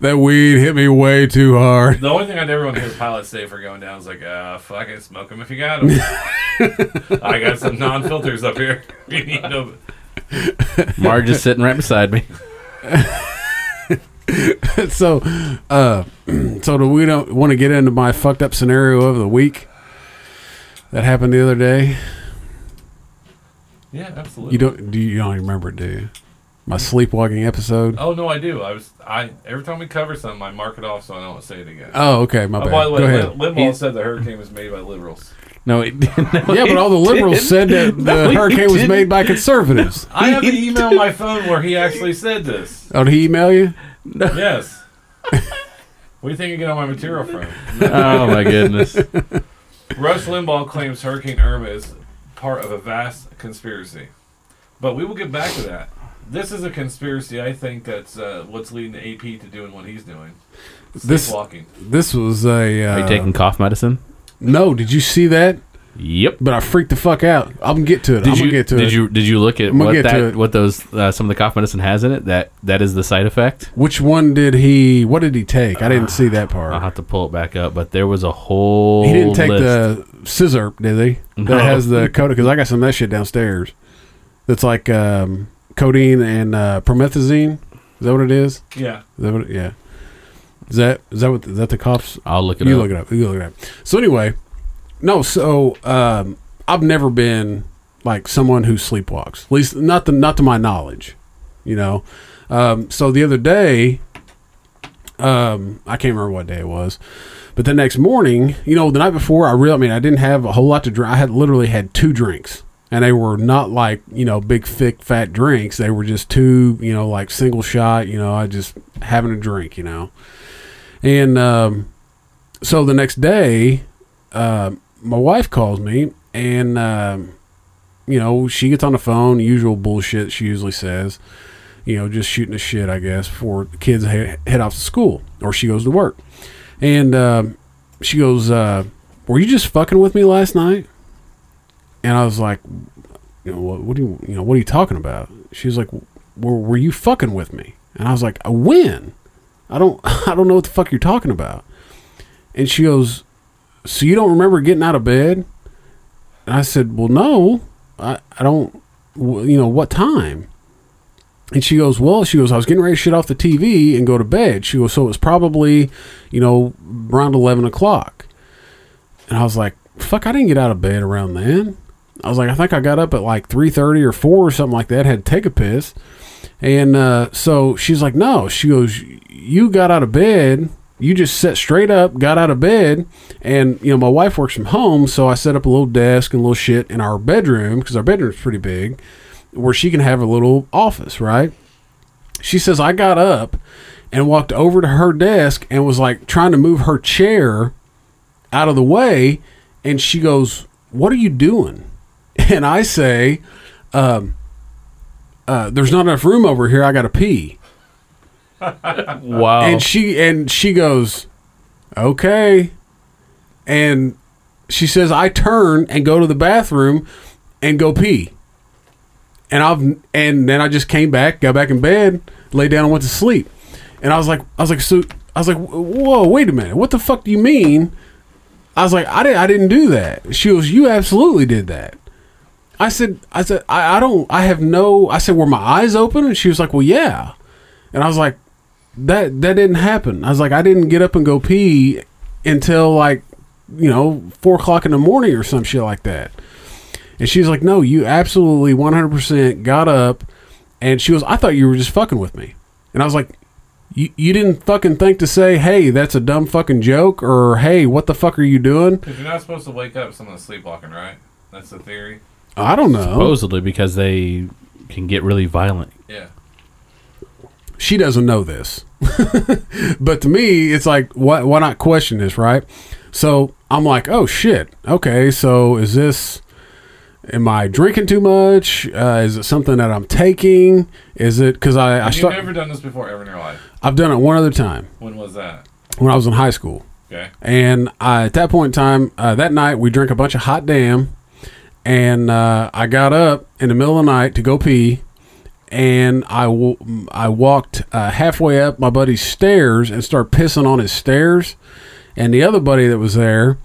That weed hit me way too hard. the only thing I'd ever want to hear pilots say for going down is like, uh, fuck it, smoke them if you got them. I got some non filters up here. You need to- Marge is sitting right beside me. so, uh, so do we don't want to get into my fucked up scenario of the week that happened the other day? yeah, absolutely. You don't do you, you don't even remember it, do you? My sleepwalking episode. Oh, no, I do. I was, I, every time we cover something, I mark it off so I don't say it again. Oh, okay, my Oh, bad. by the way, Go Lin- ahead. Limbaugh said the hurricane was made by liberals. No, it didn't. No, yeah, but it all the liberals said didn't. that the No, he hurricane was didn't. made by conservatives. I have an email on my phone where he actually said this. Oh, did he email you? Yes. What do you think I get all my material from? Oh my goodness. Rush Limbaugh claims Hurricane Irma is part of a vast conspiracy. But we will get back to that. This is a conspiracy, I think, that's uh, what's leading the AP to doing what he's doing. This Sleepwalking. this was a. Uh, Are you taking cough medicine? no, did you see that? Yep. But I freaked the fuck out. I'm gonna get to it. I'm Did you gonna get to did it. you did you look at I'm gonna what get to that it. what those uh, some of the cough medicine has in it? That that is the side effect. Which one did he? What did he take? I Ah, didn't see that part. I'll have to pull it back up, but there was a whole. He didn't take list. the scissor, did he? No. That has the codeine because I got some of that shit downstairs. That's like um, codeine and uh, promethazine. Is that what it is? Is Yeah. that what? It, yeah. Is that is that what is that the cops? I'll look it you up. look it up. You look it up. So anyway, no. So um, I've never been like someone who sleepwalks. At least not the not to my knowledge. You know. Um, so the other day, um, I can't remember what day it was, but the next morning, you know, the night before, I really, I mean, I didn't have a whole lot to drink. I had literally had two drinks, and they were not like you know big, thick, fat drinks. They were just two, you know, like single shot. You know, I just having a drink, you know, and um, so the next day, uh, my wife calls me, and um, you know, she gets on the phone, usual bullshit she usually says you know, just shooting the shit, I guess, before the kids he- head off to school or she goes to work. And um, she goes, uh, "Were you just fucking with me last night?" And I was like, "You know what? What do you, you know? What are you talking about?" She was like, "Were were you fucking with me?" And I was like, "I win. I don't I don't know what the fuck you're talking about." And she goes, "So you don't remember getting out of bed?" And I said, "Well, no, I I don't. w- You know what time?" And she goes, Well, she goes, I was getting ready to shut off the TV and go to bed. She goes, So it was probably, you know, around 11 o'clock. And I was like, Fuck, I didn't get out of bed around then. I was like, I think I got up at like 3.30 or 4 or something like that, had to take a piss. And uh, so she's like, No. She goes, You got out of bed. You just sat straight up, got out of bed. And, you know, my wife works from home. So I set up a little desk and a little shit in our bedroom because our bedroom's pretty big where she can have a little office, right? She says, I got up and walked over to her desk and was like trying to move her chair out of the way. And she goes, What are you doing? And I say, um, uh, There's not enough room over here. I got to pee. Wow. And she and she goes, okay. And she says, I turn and go to the bathroom and go pee. And I've and then I just came back, got back in bed, lay down and went to sleep. And I was like, I was like, so I was like, whoa, wait a minute, what the fuck do you mean? I was like, I didn't, I didn't do that. She was, you absolutely did that. I said, I said, I, I don't, I have no. I said, were my eyes open? And she was like, well, yeah. And I was like, that that didn't happen. I was like, I didn't get up and go pee until like, you know, four o'clock in the morning or some shit like that. And she's like, no, you absolutely one hundred percent got up. And she was, I thought you were just fucking with me. And I was like, you you didn't fucking think to say, hey, that's a dumb fucking joke, or hey, what the fuck are you doing? Because you're not supposed to wake up someone sleepwalking, right? That's the theory. I don't know. Supposedly because they can get really violent. Yeah. she doesn't know this. but to me, it's like, why, why not question this, right? So I'm like, oh shit. Okay, so is this, am I drinking too much? Uh, is it something that I'm taking? Is it, because I, I You've start, never done this before ever in your life. I've done it one other time When was that? when I was in high school. Okay. And I, at that point in time, uh, that night, we drank a bunch of hot damn. And uh, I got up in the middle of the night to go pee. And I wa- I walked uh, halfway up my buddy's stairs and started pissing on his stairs. And the other buddy that was there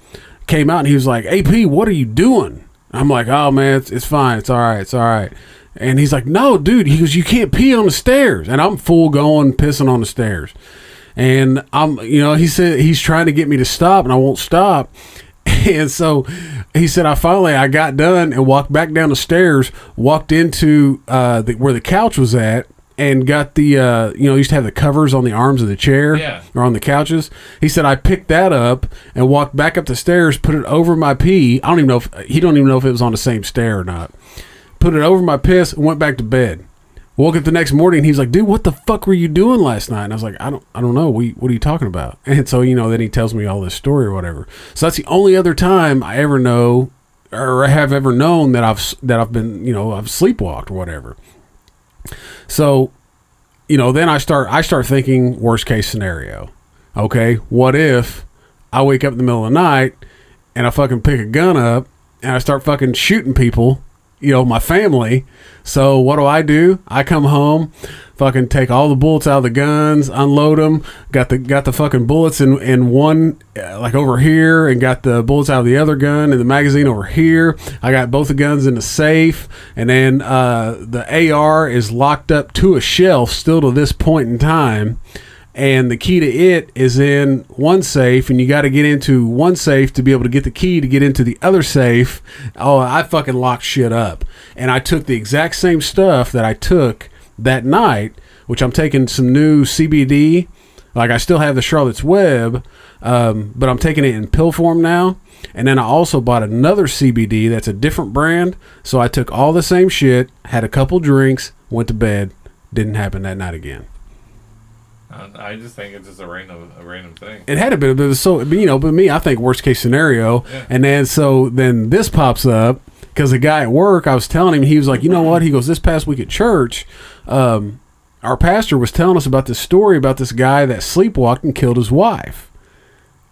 came out and he was like, AP, what are you doing? I'm like, oh, man, it's, it's fine. It's all right. It's all right. And he's like, no, dude. He goes, you can't pee on the stairs. And I'm full going, pissing on the stairs and I'm, you know, he said he's trying to get me to stop, and I won't stop. And so he said, I finally I got done and walked back down the stairs, walked into uh, the, where the couch was at, and got the uh, you know used to have the covers on the arms of the chair Yeah. or on the couches. He said I picked that up and walked back up the stairs, put it over my pee. I don't even know if he don't even know if it was on the same stair or not. Put it over my piss and went back to bed. Woke up the next morning and he's like, "Dude, what the fuck were you doing last night?" And I was like, "I don't, I don't know. We, what are you talking about?" And so you know, then he tells me all this story or whatever. So that's the only other time I ever know or have ever known that I've s- that I've been you know I've sleepwalked or whatever. So, you know, then I start I start thinking worst case scenario. Okay, what if I wake up in the middle of the night and I fucking pick a gun up and I start fucking shooting people, you know, my family. So what do I do? I come home, fucking take all the bullets out of the guns, unload them, got the got the fucking bullets in in one uh, like over here and got the bullets out of the other gun and the magazine over here. I got both the guns in the safe and then uh the AR is locked up to a shelf still to this point in time and the key to it is in one safe, and you got to get into one safe to be able to get the key to get into the other safe. Oh, I fucking locked shit up, and I took the exact same stuff that I took that night, which I'm taking some new CBD. Like I still have the Charlotte's Web, um, but I'm taking it in pill form now. And then I also bought another CBD that's a different brand. So I took all the same shit, had a couple drinks, went to bed. Didn't happen that night again. I, I just think it's just a random, a random thing. it had a bit of it was so but, you know but me i think worst case scenario and then so then this pops up because the guy at work i was telling him he was like you know what he goes this past week at church um, our pastor was telling us about this story about this guy that sleepwalked and killed his wife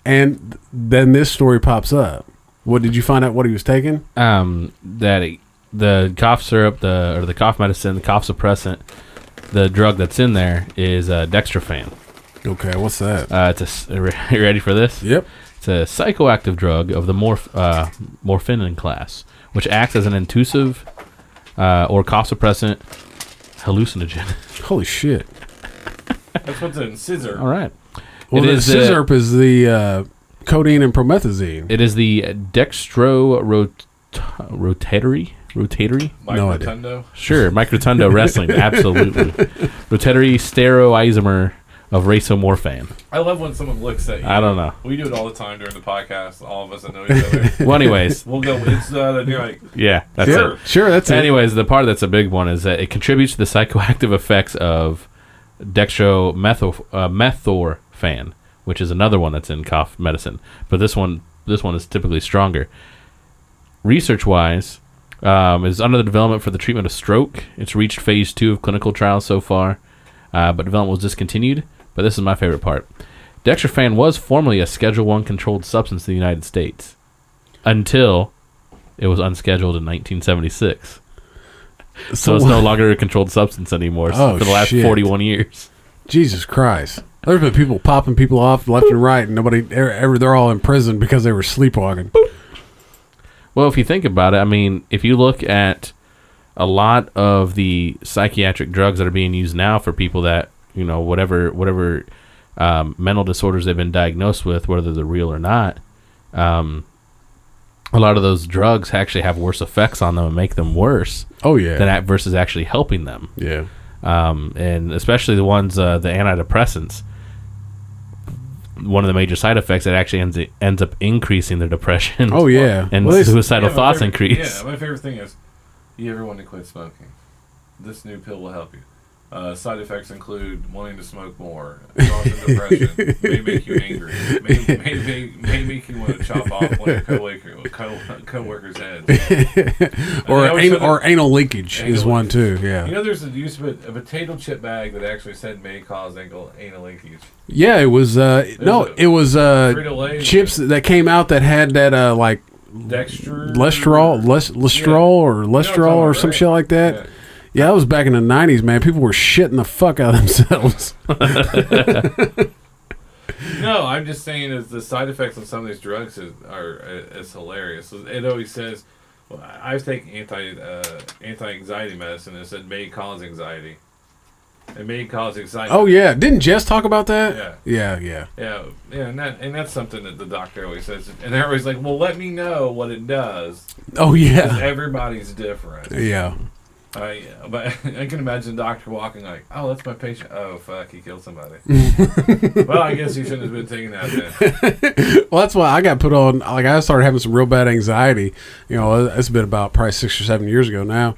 and then this story pops up what did you find out what he was taking Um, that it, the cough syrup, the or the cough medicine, the cough suppressant, the drug that's in there is uh, dextrofan. okay what's that Uh, it's a s- are you ready for this? yep It's a psychoactive drug of the morph, uh, morphinin class, which acts as an intusive uh, or cough suppressant hallucinogen. holy shit That's what's in scissor. All right. well It the is, uh, scissor is the uh, codeine and promethazine It is the dextro rot- rotatory rotatory. Like No idea. Rotundo. Sure, Mike Rotundo wrestling, absolutely. Rotatory stereoisomer of racemorphan. I love when someone looks at you. I don't know. We do it all the time during the podcast. All of us that know each other. Well, anyways, we'll go. It's uh, and you're like, yeah, that's sure, it. sure that's it Anyways, the part that's a big one is that it contributes to the psychoactive effects of dextromethorphan, uh, methorphan, which is another one that's in cough medicine. But this one, this one is typically stronger. Research-wise, um, is under the development for the treatment of stroke. It's reached phase two of clinical trials so far, uh, but development was discontinued. But this is my favorite part. Dextrofan was formerly a Schedule One controlled substance in the United States until it was unscheduled in 1976. So, it's no longer a controlled substance anymore s- Oh, for the last shit. 41 years. Jesus Christ. There's been people popping people off left and right, and nobody ever- ever. They're all in prison because they were sleepwalking. Well, if you think about it, I mean, if you look at a lot of the psychiatric drugs that are being used now for people that you know whatever whatever um, mental disorders they've been diagnosed with, whether they're real or not, um, a lot of those drugs actually have worse effects on them and make them worse Oh yeah, than at versus actually helping them yeah. um, and especially the ones uh, the antidepressants. One of the major side effects that actually ends ends up increasing their depression. Oh, yeah. and Well, they- Yeah, suicidal my thoughts favorite- increase. Yeah, my favorite thing is you ever want to quit smoking. This new pill will help you. Uh, side effects include wanting to smoke more, causing depression, may make you angry, may, may, may, may make you want to chop off one of your coworker, co- coworkers' heads. Or I always anal, said that- or anal leakage is Anal one too. Yeah, You know, there's a use of a, a potato chip bag that actually said may cause anal, anal leakage. yeah. It was uh, no, a it was uh, Frito-Lay- chips that came out that had that uh, like Dextro. lestrol, les, lestrol Mm-hmm. Yeah. or You know what I'm talking lestrol or about, some right? shit like that. Yeah. Yeah. that was back in the '90s, man. People were shitting the fuck out of themselves. No, I'm just saying is the side effects of some of these drugs is, are uh, is hilarious. It always says, well, I was taking anti uh, anti anxiety medicine. It said may cause anxiety. It may cause anxiety. oh yeah, didn't Jess talk about that? Yeah, yeah, yeah, yeah, and that and that's something that the doctor always says. And they're always like, well, let me know what it does. Oh yeah, Everybody's different. yeah. I but I can imagine a doctor walking like, oh, that's my patient. Oh fuck, he killed somebody. well, I guess he shouldn't have been taking that. Then. Well, that's why I got put on. Like, I started having some real bad anxiety. You know, it's been about probably six or seven years ago now.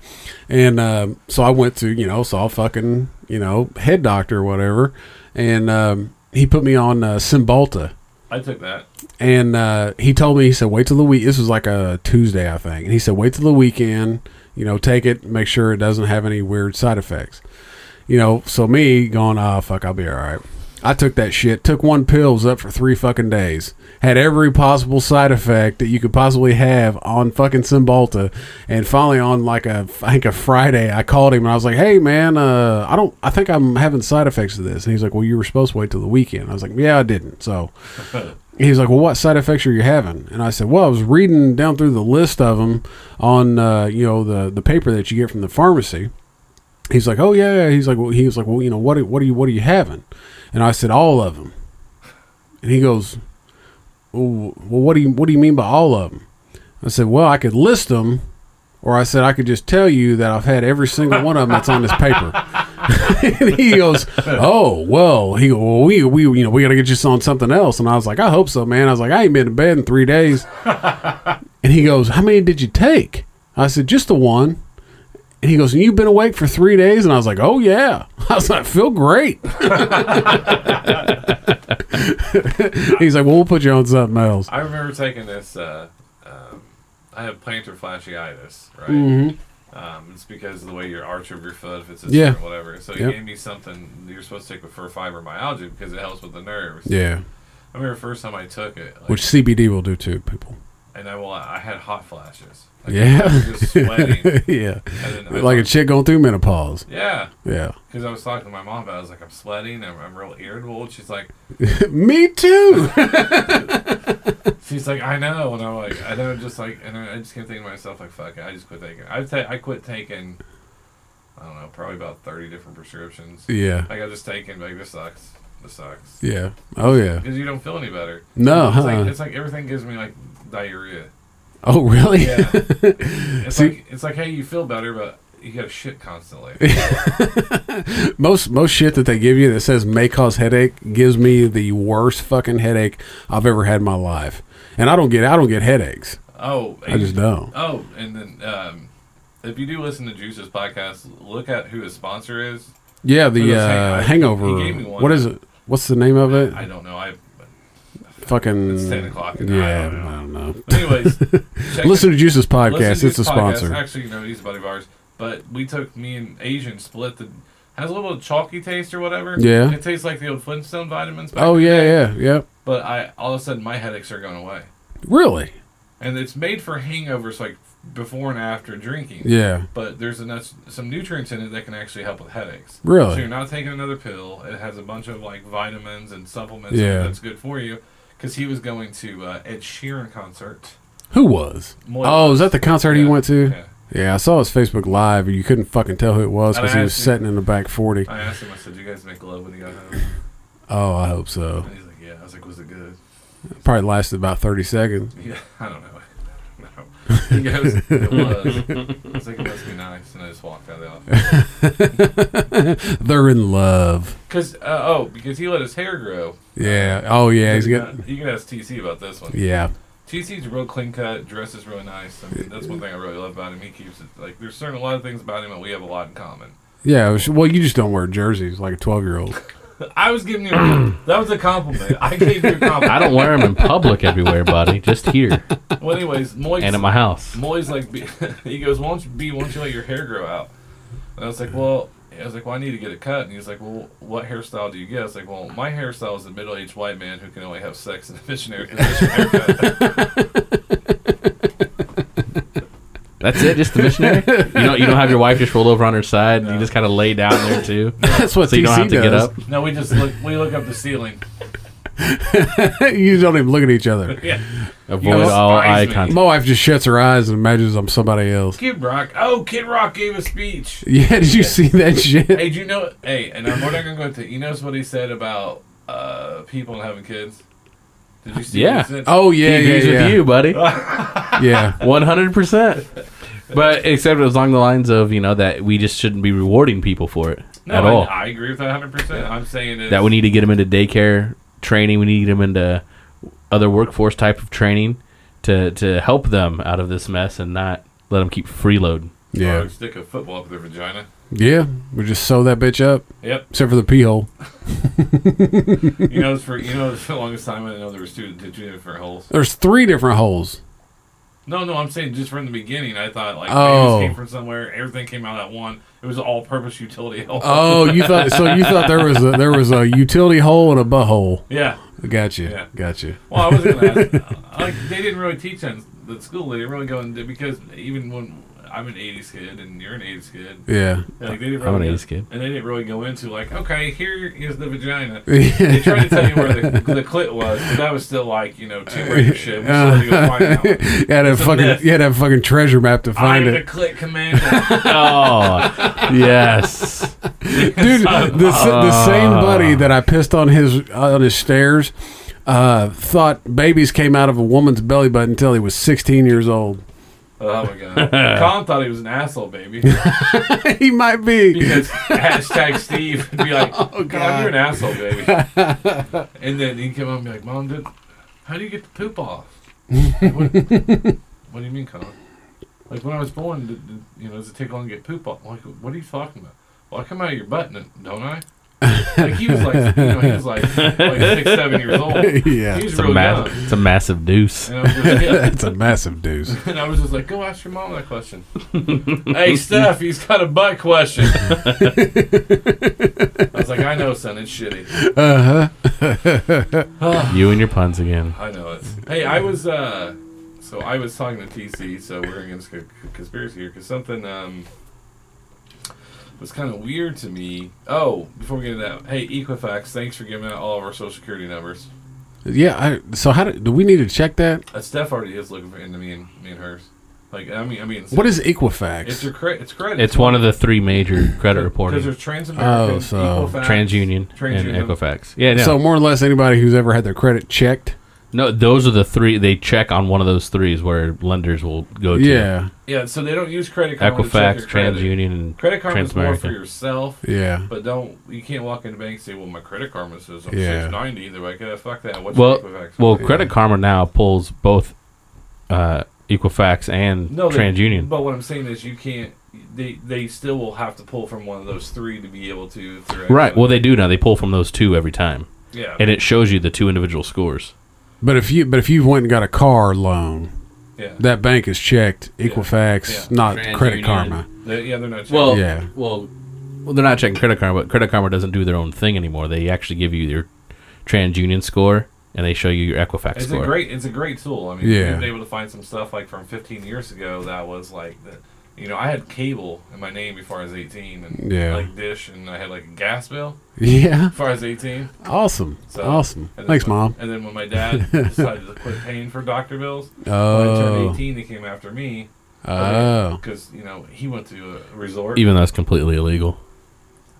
And um, so I went to, you know, saw a fucking, you know, head doctor or whatever. And um, he put me on uh, Cymbalta. I took that. And uh, he told me, he said, wait till the week. This was like a Tuesday, I think. And he said, wait till the weekend. You know, take it, make sure it doesn't have any weird side effects. You know, so me going, oh, fuck, I'll be all right. I took that shit, took one pill, was up for three fucking days, had every possible side effect that you could possibly have on fucking Cymbalta. And finally, on like a, I think a Friday, I called him and I was like, hey, man, uh, I don't, I think I'm having side effects of this. And he's like, well, you were supposed to wait till the weekend. I was like, yeah, I didn't. So, he was like, "Well, what side effects are you having?" And I said, "Well, I was reading down through the list of them on uh, you know the the paper that you get from the pharmacy." He's like, "Oh yeah." yeah." He's like, well, "He was like, well, you know what? What are you what are you having?" And I said, "All of them." And he goes, "Well, what do you what do you mean by all of them?" I said, "Well, I could list them." Or I said I could just tell you that I've had every single one of them that's on this paper. and he goes, "Oh well." He go, well, we we you know we got to get you on something else. And I was like, "I hope so, man." I was like, "I ain't been to bed in three days." and he goes, "How many did you take?" I said, "Just the one." And he goes, "And you've been awake for three days?" And I was like, "Oh yeah." I was like, "I "Feel great." He's like, "Well, we'll put you on something else." I remember taking this. Uh, um, I have plantar fasciitis, right? Um, it's because of the way your arch of your foot, if it's a Mm-hmm. Yeah. or whatever. So Yep. he gave me something that you're supposed to take with for fibromyalgia because it helps with the nerves. Yeah, I remember the first time I took it, like, which CBD will do too, people. and I well, I had hot flashes. Like, I Yeah, was just sweating. yeah, and then I like a thought- chick going through menopause. Yeah, Yeah, because I was talking to my mom about. it. I was like, I'm sweating. I'm, I'm real irritable. And she's like, me too. she's like, I know. And I'm like, I know. Just like, and I, I just kept thinking to myself, like, fuck it. I just quit taking. I ta- I quit taking. I don't know, probably about thirty different prescriptions. yeah, Like I just take it and be like this sucks. This sucks. yeah. Oh yeah. Because you don't feel any better. No, It's, like, uh-uh. it's like everything gives me like diarrhea. Oh really? Yeah. it's See- like it's like hey, you feel better, but you got to shit constantly. most most shit that they give you that says may cause headache gives me the worst fucking headache I've ever had in my life. And I don't get I don't get headaches. oh, I just don't. Oh, and then um, if you do listen to Juice's podcast, look at who his sponsor is. Yeah, the Those uh, hang- hangover. he gave me one. What is it? What's the name of it? I don't know. I fucking. it's ten o'clock. and Yeah, I don't know. know. But anyways, check Listen to Juice's Listen podcast. to It's a his podcast. sponsor. Actually, you know, he's a buddy of ours. But we took me and Asian split the Has a little chalky taste or whatever. Yeah. It tastes like the old Flintstone vitamins. back Oh in the yeah, day. yeah, yeah. But I all of a sudden my headaches are going away, Really? and it's made for hangovers like before and after drinking. Yeah. But there's enough some nutrients in it that can actually help with headaches. Really? So you're not taking another pill. It has a bunch of like vitamins and supplements Yeah. that's good for you. Because he was going to uh, Ed Sheeran concert. Who was? Moy oh, was. is that the concert he Yeah, went to? yeah. Yeah, I saw his Facebook Live. and You couldn't fucking tell who it was And I because he was asked him- sitting in the back forty. I asked him. I said, "You guys make love when you got home?" Oh, I hope so. And he's like, "Yeah." I was like, "Was it good?" Probably lasted about thirty seconds. Yeah, I don't know. No. He goes, "It was." I was like, "It must be nice," and I just walked out of the office. They're in love. Because uh, oh, because he let his hair grow. Yeah. Oh yeah, he's got. You can ask TC about this one. Yeah. TC's real clean cut, dresses really nice. I mean, that's one thing I really love about him. He keeps it like there's certain a lot of things about him that we have a lot in common. Yeah. it was- Well, you just don't wear jerseys like a twelve-year-old. I was giving you that was a compliment. I gave you a compliment. I don't wear them in public everywhere, buddy. Just here Well, anyways, Moy's and at my house. Moy's like "B- he goes, "Why don't you be? Why don't you let your hair grow out?" And I was like, "Well." I was like, well, I need to get a cut. And he was like, well, what hairstyle do you get? I was like, well, my hairstyle is a middle-aged white man who can only have sex in a missionary position haircut. That's it. Just the missionary. You don't. You don't have your wife just roll over on her side. You just kind of lay down there too. That's what So you don't TC have to does. get up. no, we just look, we look up the ceiling. you don't even look at each other. Yeah. Avoid all despise eye me. contact. My wife just shuts her eyes and imagines I'm somebody else. Kid Rock. Oh, Kid Rock gave a speech. Yeah, did you see that shit? Hey, do you know? Hey, and I'm, we're not gonna go into. You notice what he said about uh, people having kids? Did you see? Yeah. What he said? Oh yeah, He yeah, agrees yeah. with you, buddy. Yeah, One hundred percent. But except it was along the lines of you know that we just shouldn't be rewarding people for it no, at I, all. I agree with that 100. percent I'm saying it's, that we need to get them into daycare training. We need them into other workforce type of training to to help them out of this mess and not let them keep freeloading. Yeah. yeah, stick a football up their vagina. yeah. We just sew that bitch up, Yep. except for the pee hole. You know, it's for you know, it's the longest time I didn't know there was two, two different holes. There's three different holes. No, no, I'm saying just from the beginning. I thought like Oh. oh. came from somewhere. Everything came out at one. It was an all-purpose utility hole. Oh, you thought so? You thought there was a there was a utility hole and a butthole. yeah. Gotcha, Yeah. gotcha. Well, I was gonna ask. uh, like, they didn't really teach that in the school. They didn't really go into because even when I'm an '80s kid and you're an '80s kid, Yeah, like they didn't I'm an really 80s kid. and they didn't really go into like, okay, here is the vagina. They yeah. tried to tell you where the, the clit was, but that was still like you know two rated shit. We still had to go find out. you had a It's a fucking myth. you had a fucking treasure map to I'm find the it, clit commander. Oh yes, dude. Oh, The, s the same buddy that I pissed on his on his stairs uh, thought babies came out of a woman's belly button until he was 16 years old. Oh my god! Colin thought he was an asshole, baby. he might be. because hashtag Steve would be like, oh, God, you're an asshole, baby. and then he'd come home and be like, Mom, did, how do you get the poop off? Like, what, what do you mean, Colin? Like, when I was born, did, did, you know, does it take long to get poop off? I'm like, what are you talking about? Well, I come out of your butt, and- don't I? Like, he was like, you know, he was like, like six, seven years old. yeah, He was it's a, real ma- young. it's a massive deuce. And I, was just, yeah. that's a massive deuce. and I was just like, go ask your mom that question. hey, Steph, he's got a butt question. I was like, I know, son, it's shitty. You and your puns again. I know it. Hey, I was uh, so I was talking to TC, so we're gonna get into conspiracy here because something um was kind of weird to me. Oh, before we get into that, hey Equifax, thanks for giving out all of our social security numbers. Yeah. I, so how do, do we need to check that? Uh, Steph already is looking for into me and me and hers. Like I mean, I mean, What is it's Equifax? your credit? It's credit. It's one of the three major credit because reporting: there's Transamerica, Oh, so Equifax, TransUnion, TransUnion. and Equifax. Yeah, no, So more or less anybody who's ever had their credit checked. no, those are the three. They check on one of those threes where lenders will go to. Yeah. Yeah, so Oh, they don't use credit card. to check Equifax, your credit. TransUnion, and Credit card is more for Transamerica. yourself. Yeah. But don't you can't walk into the bank and say, "Well, my credit card says I'm Yeah. 690." They're like, "Yeah, fuck that." What's your Well, Equifax? well, Credit Karma now pulls both uh, Equifax and no, they- TransUnion. But what I'm saying is, you can't. They they still will have to pull from one of those three to be able to. if they're right. actually- Well, they do now. They pull from those two every time, yeah, and it shows you the two individual scores. But if you but if you went and got a car loan, yeah, that bank is checked. Equifax, Yeah. not Credit TransUnion. Karma. They- yeah, they're not. Yeah. well, well, they're not checking Credit Karma, but Credit Karma doesn't do their own thing anymore. They actually give you your TransUnion score and they show you your Equifax It's score. a great it's a great tool. I mean, Yeah. you've been able to find some stuff like from 15 years ago that was like the, you know, I had cable in my name before I was 18 and Yeah. like dish and I had like a gas bill Yeah. before I was 18. Awesome. So, awesome. and then Thanks, when- Mom. And then when my dad decided to quit paying for doctor bills, when I Oh. turned 18, they came after me Oh. because, you know, he went to a resort, Even though it's completely illegal.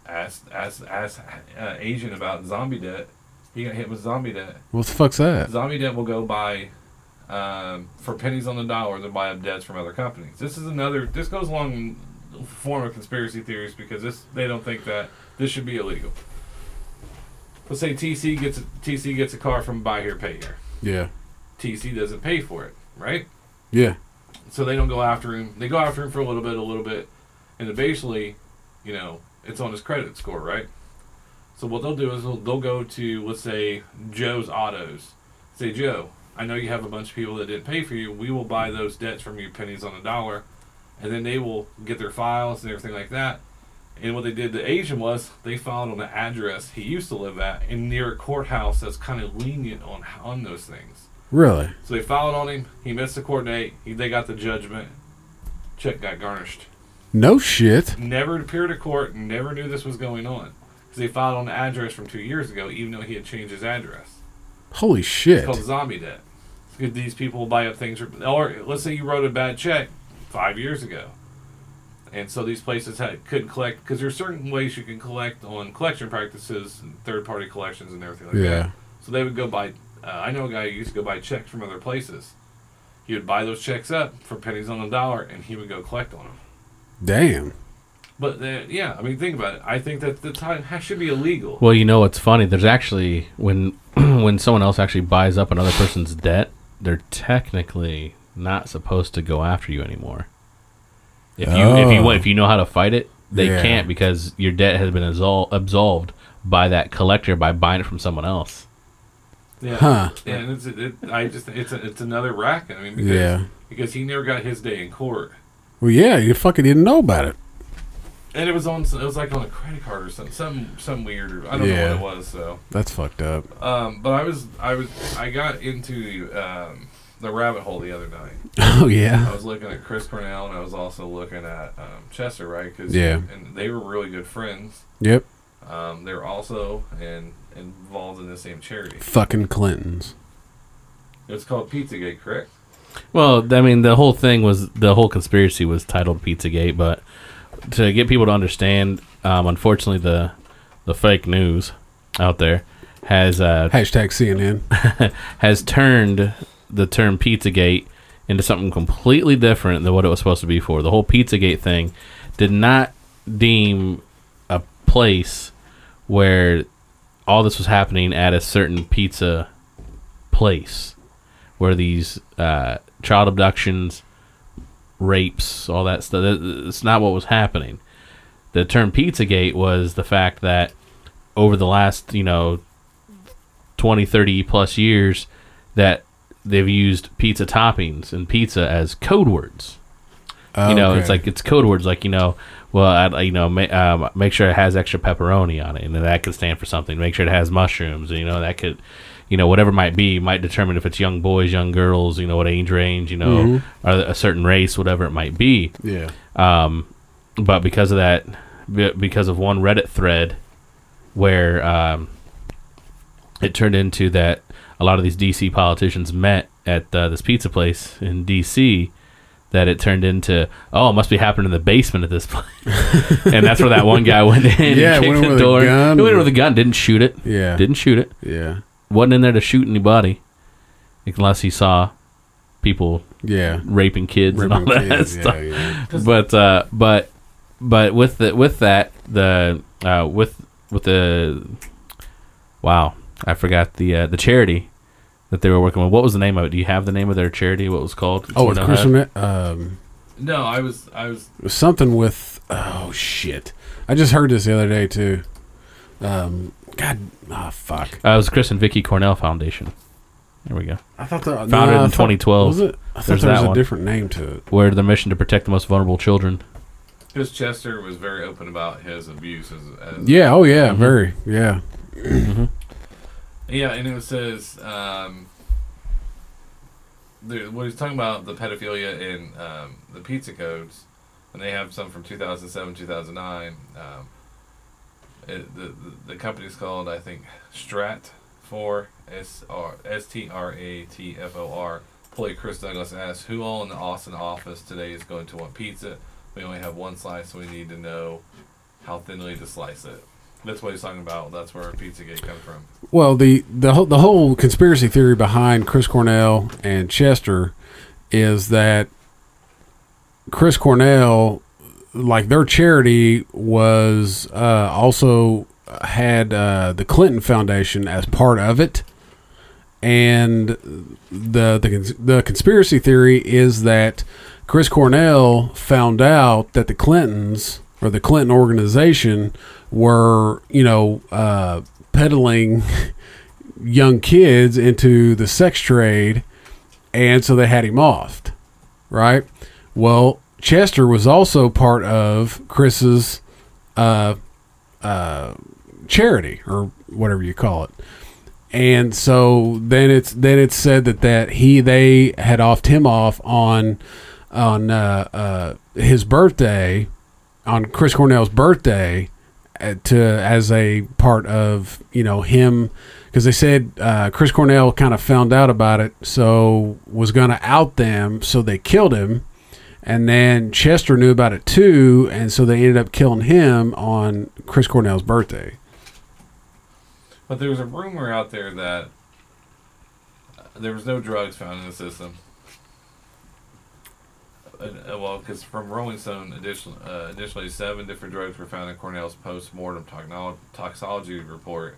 asked, asked, asked uh, Asian about zombie debt. He got hit with zombie debt. What the fuck's that? Zombie debt will go buy um, for pennies on the dollar. They'll buy up debts from other companies. This is another. This goes along the form of conspiracy theories because this they don't think that this should be illegal. Let's say TC gets a, TC gets a car from buy here pay here. Yeah. TC doesn't pay for it, right? Yeah. So they don't go after him. They go after him for a little bit, a little bit, and then basically, you know, it's on his credit score, right? So what they'll do is they'll, they'll go to let's say Joe's Autos. Say Joe, I know you have a bunch of people that didn't pay for you. We will buy those debts from you pennies on a dollar, and then they will get their files and everything like that. And what they did to Asian was they filed on the address he used to live at and near a courthouse that's kind of lenient on on those things. Really? So they filed on him. He missed the coordinate. He, they got the judgment. Check got garnished. No shit. Never appeared to court. Never knew this was going on. Because they filed on the address from two years ago, even though he had changed his address. Holy shit. It's called zombie debt. It's good These people will buy up things. Or or let's say you wrote a bad check five years ago. And so these places had, could collect. Because there's certain ways you can collect on collection practices, and third party collections, and everything like that. Yeah. So they would go buy. Uh, I know a guy who used to go buy checks from other places. He would buy those checks up for pennies on the dollar, and he would go collect on them. Damn. But then, yeah, I mean, think about it. I think that the time ha- should be illegal. Well, you know what's funny? There's actually when when someone else actually buys up another person's debt, they're technically not supposed to go after you anymore. If you if you Oh. if you know how to fight it, they Yeah. can't because your debt has been absol- absolved by that collector by buying it from someone else. Yeah, Huh. yeah and it's it, I just it's a, it's another racket. I mean, because, Yeah. because he never got his day in court, Well, yeah, you fucking didn't know about it. and it was on it was like on a credit card or something, some some weird. Or, I don't Yeah. know what it was. So, That's fucked up. um, but I was I was I got into um, the rabbit hole the other night. Oh, yeah. I was looking at Chris Cornell, and I was also looking at um, Chester, right? 'Cause- Yeah. and they were really good friends. Yep. Um, they were also and involved in the same charity. Fucking Clintons. It's called PizzaGate, correct? Well, I mean, the whole thing was the whole conspiracy was titled Pizzagate, but to get people to understand, um, unfortunately, the the fake news out there has uh, Hashtag CNN. has turned the term Pizzagate into something completely different than what it was supposed to be for. The whole Pizzagate thing did not deem a place where all this was happening at a certain pizza place where these uh, child abductions, rapes, all that stuff. It's not what was happening. The term Pizzagate was the fact that over the last, you know, 20, 30 plus years that they've used pizza toppings and pizza as code words. Oh, You know, it's like it's code words like you know, well, I, you know, ma- um, make sure it has extra pepperoni on it, and then that could stand for something. Make sure it has mushrooms, and you know, that could, you know, whatever it might be, might determine if it's young boys, young girls, you know, what age range, you know, or a certain race, whatever it might be yeah. but because of that, be- because of one Reddit thread where um, it turned into that a lot of these DC politicians met at uh, this pizza place in DC, that it turned into oh, it must be happening in the basement at this place, and that's where that one guy went in. Yeah, and went in kicked the with a door. gun. He went in with a gun, didn't shoot it. Yeah. didn't shoot it. Yeah. wasn't in there to shoot anybody, unless he saw people Yeah. raping kids and all Ripping that kids. stuff Yeah, yeah. but uh, but but with the with that the uh, with with the wow I forgot the uh, the charity that they were working with. What was the name of it? Do you have the name of their charity? What it was called? Oh, with Someone Chris, had- Ma- um, No, I was I was it was something with oh shit. I just heard this the other day too. Um, God, ah, fuck. Uh, it was Chris and Vicky Cornell Foundation. There we go. I thought the founded in 2012. Was it? I thought There's there was that a one. different name to it. Where their mission to protect the most vulnerable children. Because Chester was very open about his abuse as, as Yeah. Oh, yeah. Mm-hmm. Very. Yeah. Yeah, and it says um, the, what he's talking about the pedophilia in um, the pizza codes, and they have some from 2007, 2009. Um, it, the, the the company's called I think Strat Four S R S T R A T F O R. Play Chris Douglas asks, "Who all in the Austin office today is going to want pizza? We only have one slice, so we need to know how thinly to slice it." That's what he's talking about. That's where Pizzagate comes from. Well, the the whole, the whole conspiracy theory behind Chris Cornell and Chester is that Chris Cornell, like their charity, was uh, also had uh, the Clinton Foundation as part of it, and the the cons- the conspiracy theory is that Chris Cornell found out that the Clintons or the Clinton organization were you know uh, peddling young kids into the sex trade, and so they had him offed, right? Well, Chester was also part of Chris's uh, uh, charity or whatever you call it, and so then it's then it's said that that he they had offed him off on on uh, uh, his birthday on Chris Cornell's birthday uh, to as a part of you know him because they said uh, Chris Cornell kind of found out about it, so was going to out them, so they killed him, and then Chester knew about it too, and so they ended up killing him on Chris Cornell's birthday. But there was a rumor out there that uh, there was no drugs found in the system. Uh, uh, well, because from Rolling Stone, addition, uh, additionally, seven different drugs were found in Cornell's post-mortem toxino- toxology report,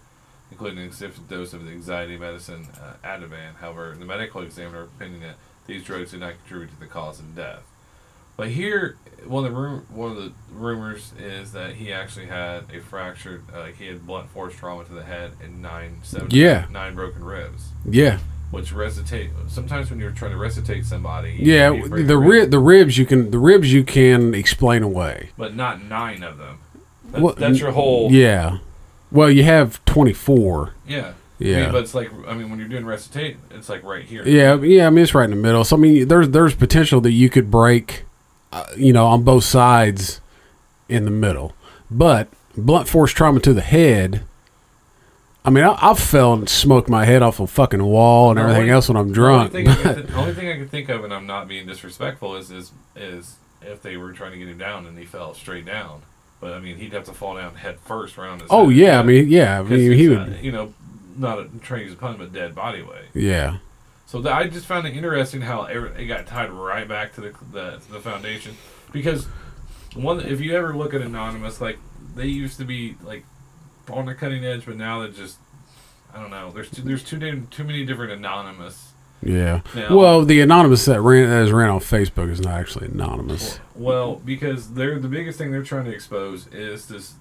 including an excessive dose of the anxiety medicine uh, Ativan. However, the medical examiner opinion that these drugs did not contribute to the cause of death. But here, one of the rum- one of the rumors is that he actually had a fractured, uh, he had blunt force trauma to the head and nine seven Yeah. nine broken ribs. Yeah, Which recitate sometimes when you're trying to recitate somebody, you- yeah. you break The a rib, the ribs you can the ribs you can explain away. but not nine of them. That's, What- that's your whole Yeah. Well, you have twenty four. yeah. I Yeah. mean, but it's like I mean, when you're doing recitate, it's like right here. Yeah, yeah. I mean, it's right in the middle. So I mean, there's there's potential that you could break, uh, you know, on both sides, in the middle. But blunt force trauma to the head. I mean, I, I've fell and smoked my head off a fucking wall and No, everything only- else when I'm The only drunk. thing I could th- the only thing I can think of, and I'm not being disrespectful, is is is if they were trying to get him down and he fell straight down. But I mean, he'd have to fall down head first right on his. oh head. yeah, I mean, yeah, I 'Cause mean, he's he not, would. you know, not a trained as a pun, but dead body weight. Yeah, So th- I just found it interesting how it it got tied right back to the the, to the foundation because one if you ever look at anonymous like they used to be like on the cutting edge, but now they're just I don't know. There's too, there's too damn too many different anonymous. yeah. Now- well, the anonymous that ran that is ran on Facebook is not actually anonymous. Well, because they're the biggest thing they're trying to expose is this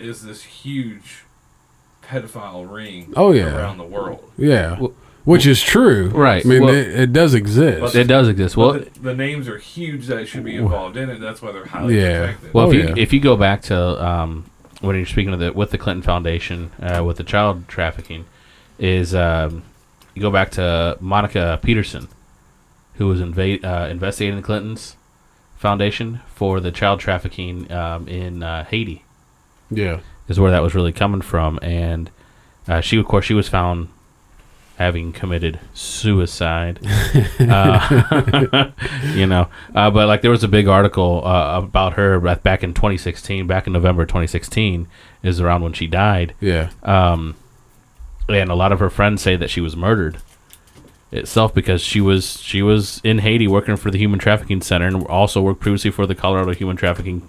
is this huge pedophile ring. Oh, yeah. around the world. Yeah, Well- which is true. Right. I mean, Well- it, it does exist. It does exist. Well, But the, the names are huge that should be involved in it. That's why they're highly Yeah. protected. Well, Oh, if you yeah. if you go back to um, when you're speaking of the with the Clinton Foundation uh, with the child trafficking, is um, you go back to Monica Peterson, who was inva- uh, investigating the Clintons Foundation for the child trafficking um, in uh, Haiti yeah, is where that was really coming from, and uh, she, of course, she was found having committed suicide. uh, you know, uh, but like there was a big article uh, about her back- back in 2016, back in November 2016, is around when she died, yeah, and a lot of her friends say that she was murdered itself because she was she was in Haiti working for the Human Trafficking Center and also worked previously for the Colorado Human Trafficking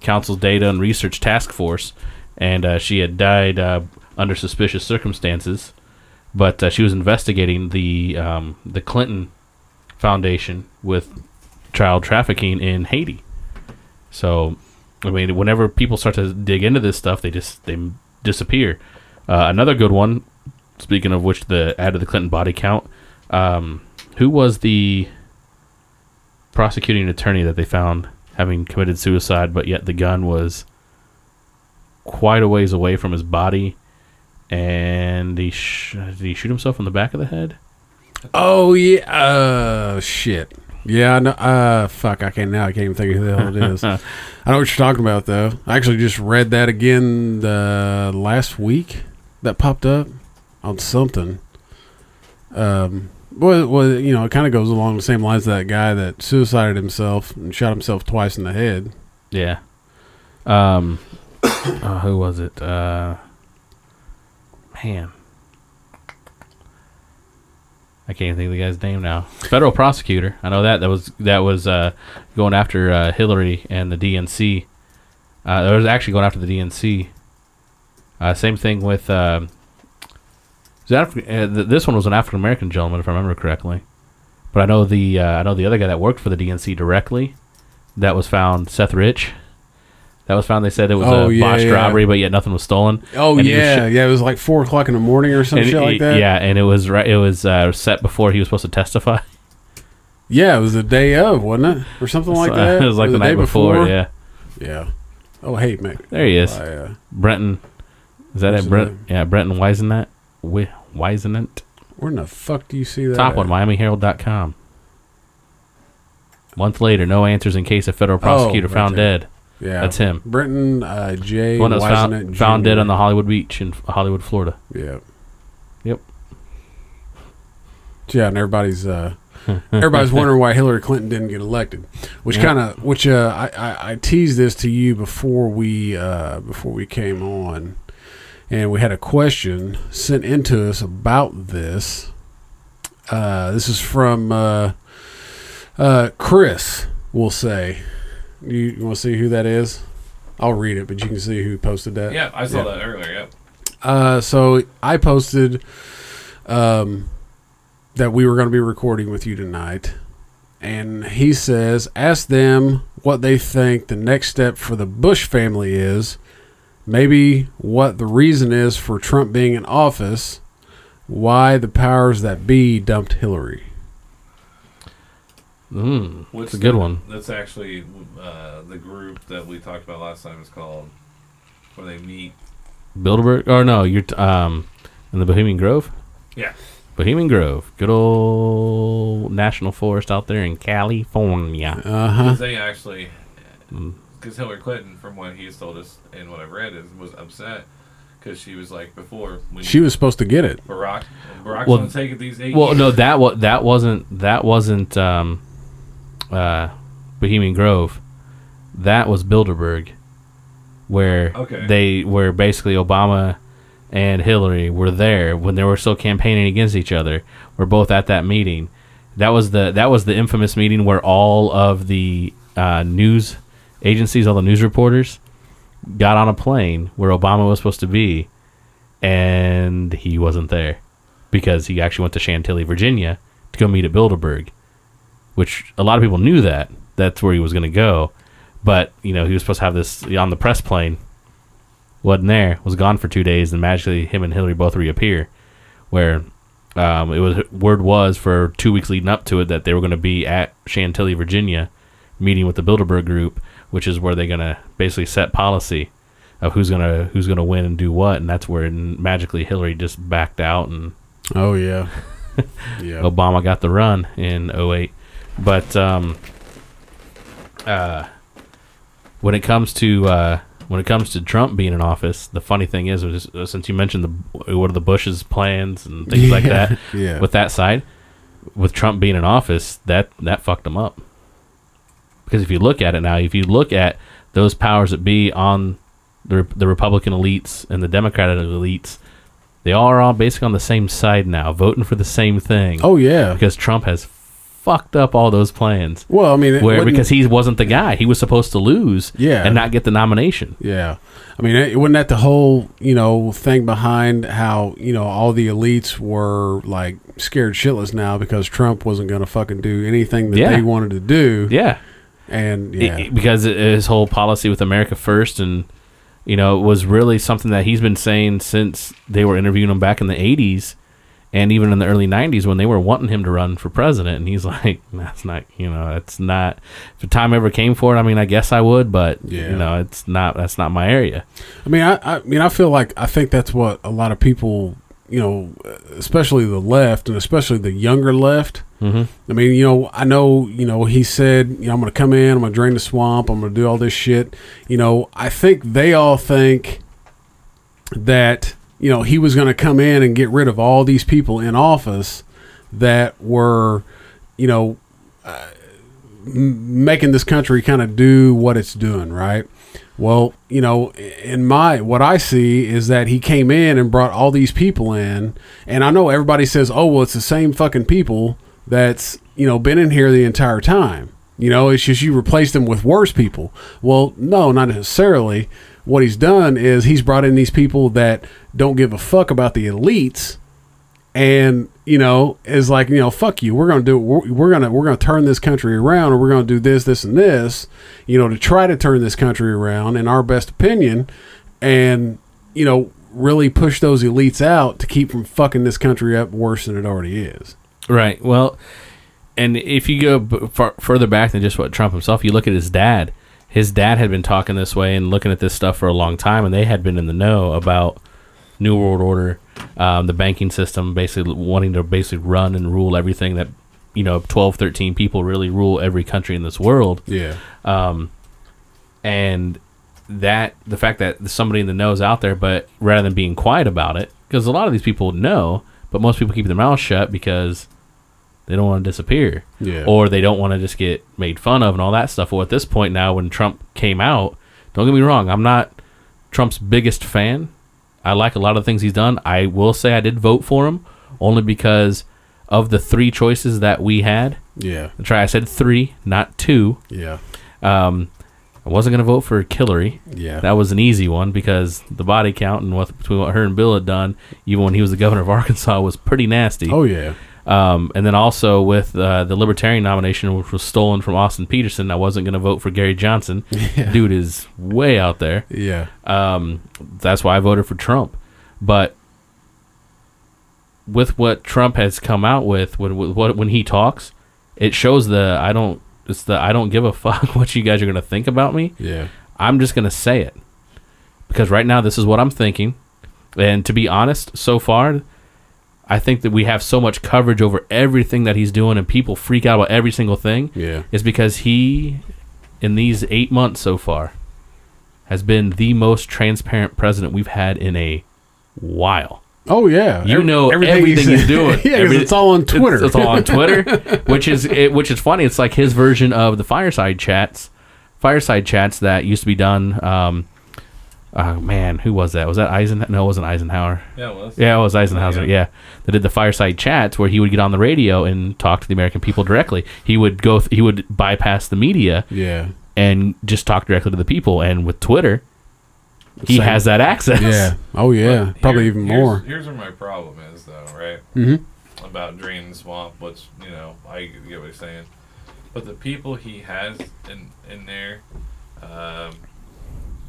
Council's Data and Research Task Force, and uh, she had died uh, under suspicious circumstances. But uh, she was investigating the um, the Clinton Foundation with child trafficking in Haiti. So, I mean, whenever people start to dig into this stuff, they just they disappear. Uh, another good one. Speaking of which, the add to the Clinton body count. Um, who was the prosecuting attorney that they found having committed suicide, but yet the gun was quite a ways away from his body, and he sh- did he shoot himself in the back of the head? Oh yeah. Uh, shit. Yeah. I know. Uh, fuck. I can't now. I can't even think of who the hell it is. I know what you're talking about though. I actually just read that again the last week. That popped up on something. Um. Well, well, you know, it kind of goes along the same lines of that guy that suicided himself and shot himself twice in the head. Yeah. Um, uh, who was it? Uh, man, I can't even think of the guy's name now. Federal prosecutor. I know that that was that was uh, going after uh, Hillary and the DNC. Uh, that was actually going after the DNC. Uh, same thing with. Um, it was Afri- uh, th- this one was an African American gentleman, if I remember correctly. But I know the uh, I know the other guy that worked for the DNC directly. That was found Seth Rich. That was found. They said it was Oh, a yeah, botched yeah. robbery, but yet nothing was stolen. Oh And he was yeah, yeah. It was like four o'clock in the morning or some and shit it- like that. Yeah, and it was right. It was uh, set before he was supposed to testify. yeah. It was the day of, wasn't it, or something like So, that? it was like Or the, day night before. Yeah, Yeah. Oh hey, man. there he is. I, uh, Brenton. Is that What's it? his Brent? name? Yeah, Brenton Wisenant. Wi- Wisenant. where in the fuck do you see that? Top at? one, MiamiHerald.com. Month later, no answers in case of federal prosecutor Oh, right found there. dead. Yeah, That's him. Brenton uh, J. The one that was Wisenant found, found dead Jr.. on the Hollywood Beach in Hollywood, Florida. Yeah. Yep. Yeah, and everybody's uh, everybody's wondering why Hillary Clinton didn't get elected, which kind of which uh, I, I I teased this to you before we uh, before we came on, and we had a question sent in to us about this. Uh, this is from uh, uh, Chris. We'll say you, you want to see who that is. I'll read it, but you can see who posted that. Yeah, I saw Yeah. that earlier. Yep. Uh, so I posted um, that we were going to be recording with you tonight. And he says, ask them what they think the next step for the Bush family is, maybe what the reason is for Trump being in office, why the powers that be dumped Hillary. Mm, What's that's a good the- one. That's actually uh, the group that we talked about last time is called where they meet. Bilderberg. Or no, you're t- um, in the Bohemian Grove? Yeah. Bohemian Grove. Good old national forest out there in California. Uh huh. 'Cause They actually, Hmm. because Hillary Clinton, from what he's told us and what I've read, is was upset because she was like before when She was supposed to get it. Barack Barack's Well- gonna take it these eight. Well, years. no, that was that wasn't that wasn't um, uh, Bohemian Grove. That was Bilderberg, where Okay. they where basically Obama and Hillary were there when they were still campaigning against each other. We're both at that meeting. That was the that was the infamous meeting where all of the uh, news agencies, all the news reporters, got on a plane where Obama was supposed to be, and he wasn't there because he actually went to Chantilly, Virginia, to go meet at Bilderberg, which a lot of people knew that that's where he was going to go, but you know he was supposed to have this on the press plane, wasn't there, was gone for two days, and magically him and Hillary both reappear, where um, it was word was for two weeks leading up to it that they were going to be at Chantilly, Virginia, meeting with the Bilderberg Group, which is where they're going to basically set policy of who's going to who's going to win and do what, and that's where magically Hillary just backed out and Oh, yeah. Yeah. Obama got the run in 08. But um, uh, when it comes to uh, when it comes to Trump being in office, the funny thing is, was, uh, since you mentioned the uh, what are the Bush's plans and things like Yeah, that, yeah. with that side, with Trump being in office, that that fucked him up. Because if you look at it now, if you look at those powers that be on the Re- the Republican elites and the Democratic elites, they all are all basically on the same side now, voting for the same thing Oh, yeah. because Trump has fucked up all those plans. Well, I mean, it Where wouldn't- because he wasn't the guy, he was supposed to lose, Yeah. and not get the nomination. Yeah, I mean, it, wasn't that the whole you know thing behind how you know all the elites were like scared shitless now because Trump wasn't going to fucking do anything that Yeah. they wanted to do, Yeah, and It- yeah, it- because it- his whole policy with America First, and you know, was really something that he's been saying since they were interviewing him back in the '80s, And even in the early '90s, when they were wanting him to run for president, and he's like, "That's not, you know, that's not." If the time ever came for it, I mean, I guess I would, but Yeah. you know, it's not. That's not my area. I mean, I, I mean, I feel like I think that's what a lot of people, you know, especially the left and especially the younger left. Mm-hmm. I mean, you know, I know, you know, he said, you know, I'm going to come in, I'm going to drain the swamp, I'm going to do all this shit. You know, I think they all think that you know he was going to come in and get rid of all these people in office that were, you know, uh, making this country kind of do what it's doing, right? Well, you know, in my what I see is that he came in and brought all these people in, and I know everybody says, "Oh, well, it's the same fucking people that's you know been in here the entire time." You know, it's just you replace them with worse people. Well, no, not necessarily. What he's done is he's brought in these people that don't give a fuck about the elites and you know is like you know fuck you we're gonna do we're, we're gonna we're gonna turn this country around and we're gonna do this this and this you know to try to turn this country around in our best opinion and you know really push those elites out to keep from fucking this country up worse than it already is Right. Well, and if you go b- far, further back than just what Trump himself, you look at his dad. His dad had been talking this way and looking at this stuff for a long time, and they had been in the know about New World Order, um, the banking system, basically wanting to basically run and rule everything that you know 12 13 people really rule every country in this world yeah and that the fact that somebody in the know is out there, but rather than being quiet about it, because a lot of these people know, but most people keep their mouths shut because they don't want to disappear, Yeah. or they don't want to just get made fun of and all that stuff. Well, at this point now, when Trump came out, don't get me wrong, I'm not Trump's biggest fan. I like a lot of the things he's done. I will say I did vote for him only because of the three choices that we had. yeah Try I said three, not two. yeah Um, I wasn't gonna vote for Hillary. Yeah. that was an easy one because the body count and what between what her and Bill had done, even when he was the governor of Arkansas, was pretty nasty. oh yeah Um, and then also with uh, the Libertarian nomination, which was stolen from Austin Peterson, I wasn't gonna vote for Gary Johnson. Dude is way out there. yeah Um, that's why I voted for Trump. But with what Trump has come out with, when with what when he talks, it shows the I don't. It's the I don't give a fuck what you guys are gonna think about me. yeah I'm just gonna say it because right now this is what I'm thinking. And to be honest, so far, I think that we have so much coverage over everything that he's doing, and people freak out about every single thing. Yeah. is because he, in these eight months so far, has been the most transparent president we've had in a while. oh yeah You Ev- know everything, said- he's doing. yeah 'cause Every- it's all on twitter It's, it's all on Twitter, which is it, which is funny. It's like his version of the fireside chats, fireside chats that used to be done. Um, oh man, who was that? Was that Eisenhower? No, it wasn't Eisenhower. Yeah, well, that's- Yeah, it was Eisenhower. Yeah. Yeah. that did the fireside chats where he would get on the radio and talk to the American people directly. He would go. Th- he would bypass the media yeah and just talk directly to the people. And with Twitter, he Same. has that access. yeah oh yeah probably Here- even here's- more Here's where my problem is, though, right? Mm-hmm. About drain the swamp, which you know I get what he's saying, but the people he has in in there, um,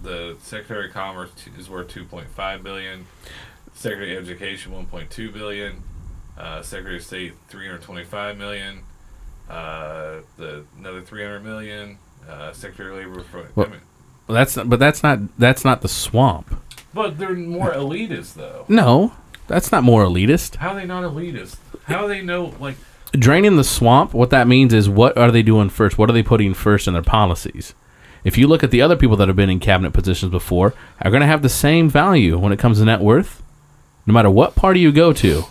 the Secretary of Commerce t- is worth two point five billion, Secretary of Education one point two billion, uh, Secretary of State three hundred twenty five million, uh, the another three hundred million, uh, Secretary of Labor. For, I Well- mean, Well, that's not, but that's not that's not the swamp. but they're more elitist, though. No, that's not more elitist. How are they not elitist? How they know like draining the swamp what that means is what are they doing first what are they putting first in their policies if you look at the other people that have been in cabinet positions before are going to have the same value when it comes to net worth no matter what party you go to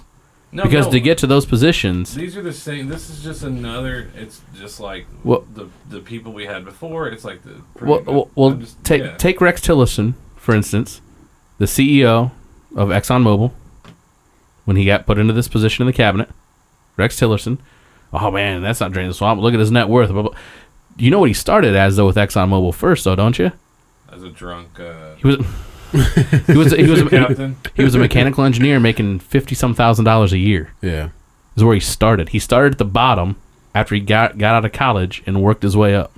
no, because no, to get to those positions these are the same. This is just another. It's just like Well- the the people we had before. It's like the well, well, well I'm just- take yeah. take Rex Tillerson for instance, the CEO of ExxonMobil. When he got put into this position in the cabinet, Rex Tillerson, oh man, that's not draining the swamp. Look at his net worth. Blah, blah. You know what he started as though with ExxonMobil first, though, don't you? as a drunk uh, He was he was he was a, captain. he was a mechanical engineer making fifty some thousand dollars a year yeah is where he started. He started at the bottom after he got got out of college and worked his way up.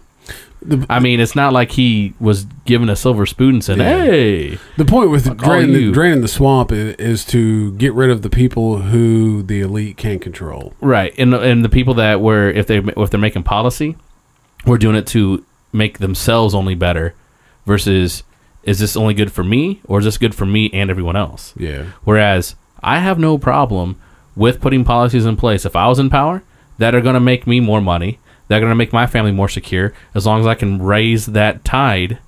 The- I mean, it's not like he was given a silver spoon and said, Yeah. "Hey, The point with all draining the, you. draining the swamp is, is to get rid of the people who the elite can't control. right." And and the people that were if they if they're making policy, we're doing it to make themselves only better. Versus, is this only good for me, or is this good for me and everyone else? Yeah. Whereas I have no problem with putting policies in place if I was in power that are going to make me more money, that are going to make my family more secure, as long as I can raise that tide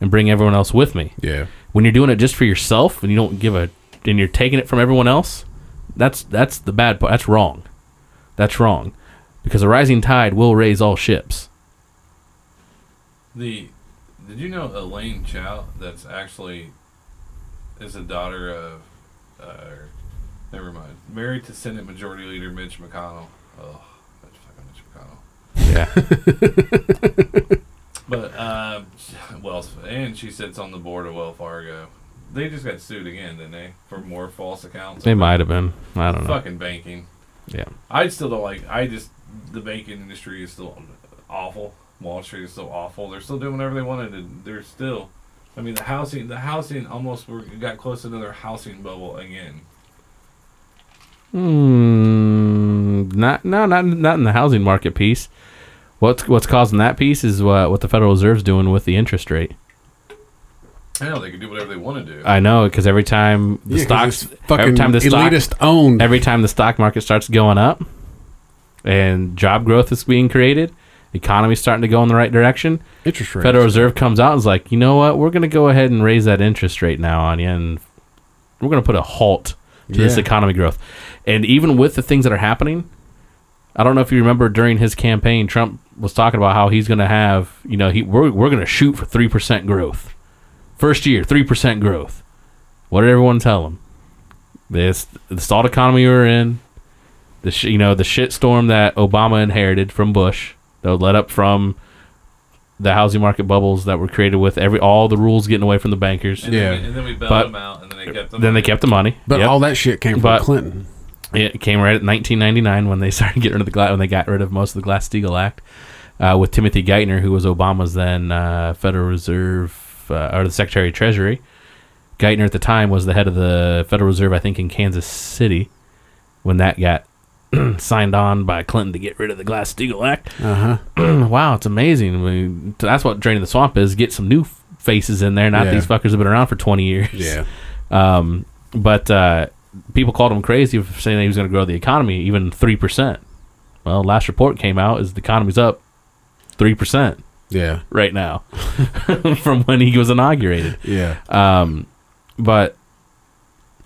and bring everyone else with me. Yeah. When you're doing it just for yourself and you don't give a and you're taking it from everyone else, that's that's the bad part. That's wrong. That's wrong. Because a rising tide will raise all ships. The did you know Elaine Chao? That's actually is a daughter of. Uh, never mind. Married to Senate Majority Leader Mitch McConnell. Oh, Mitch fucking Mitch McConnell. Yeah. But uh, Wells and she sits on the board of Wells Fargo. They just got sued again, didn't they, for more false accounts? they might have been. I don't know. fucking banking. Yeah. I still don't like. I just the banking industry is still awful. Wall Street is still awful. They're still doing whatever they wanted to. They're still. I mean, the housing, the housing almost were, got close to another housing bubble again. Mm, not no not not in the housing market piece. What's what's causing that piece is what what the Federal Reserve's doing with the interest rate. I know they could do whatever they want to do. I know because every time Yeah, the 'cause stocks it's fucking every time the stock, elitist owned. every time the stock market starts going up and job growth is being created, economy's starting to go in the right direction. interest rates. Federal Reserve comes out and is like, you know what? We're going to go ahead and raise that interest rate now on you, and we're going to put a halt to this Yeah. economy growth. And even with the things that are happening, I don't know if you remember during his campaign, Trump was talking about how he's going to have, you know, he we're, we're going to shoot for three percent growth, first year three percent growth. What did everyone tell him? This the stalled economy we were in, the sh- you know the shit storm that Obama inherited from Bush that led up from the housing market bubbles that were created with every all the rules getting away from the bankers. And Then, Yeah. we- and then we bailed But- them out, and then they kept them. Then they kept the money. but Yep. all that shit came from But- Clinton. it came right at 1999 when they started getting rid of the Gla- when they got rid of most of the Glass Steagall Act uh, with Timothy Geithner, who was Obama's then uh, Federal Reserve uh, or the Secretary of Treasury. Geithner at the time was the head of the Federal Reserve, I think, in Kansas City when that got signed on by Clinton to get rid of the Glass Steagall Act. Uh huh. wow, it's amazing. We, that's what draining the swamp is. Get some new f- faces in there, not Yeah. these fuckers that have been around for 20 years. Yeah. Um, but uh, people called him crazy for saying that he was going to grow the economy even 3%. Well, last report came out is the economy's up 3% Yeah. right now from when he was inaugurated. Yeah. Um, but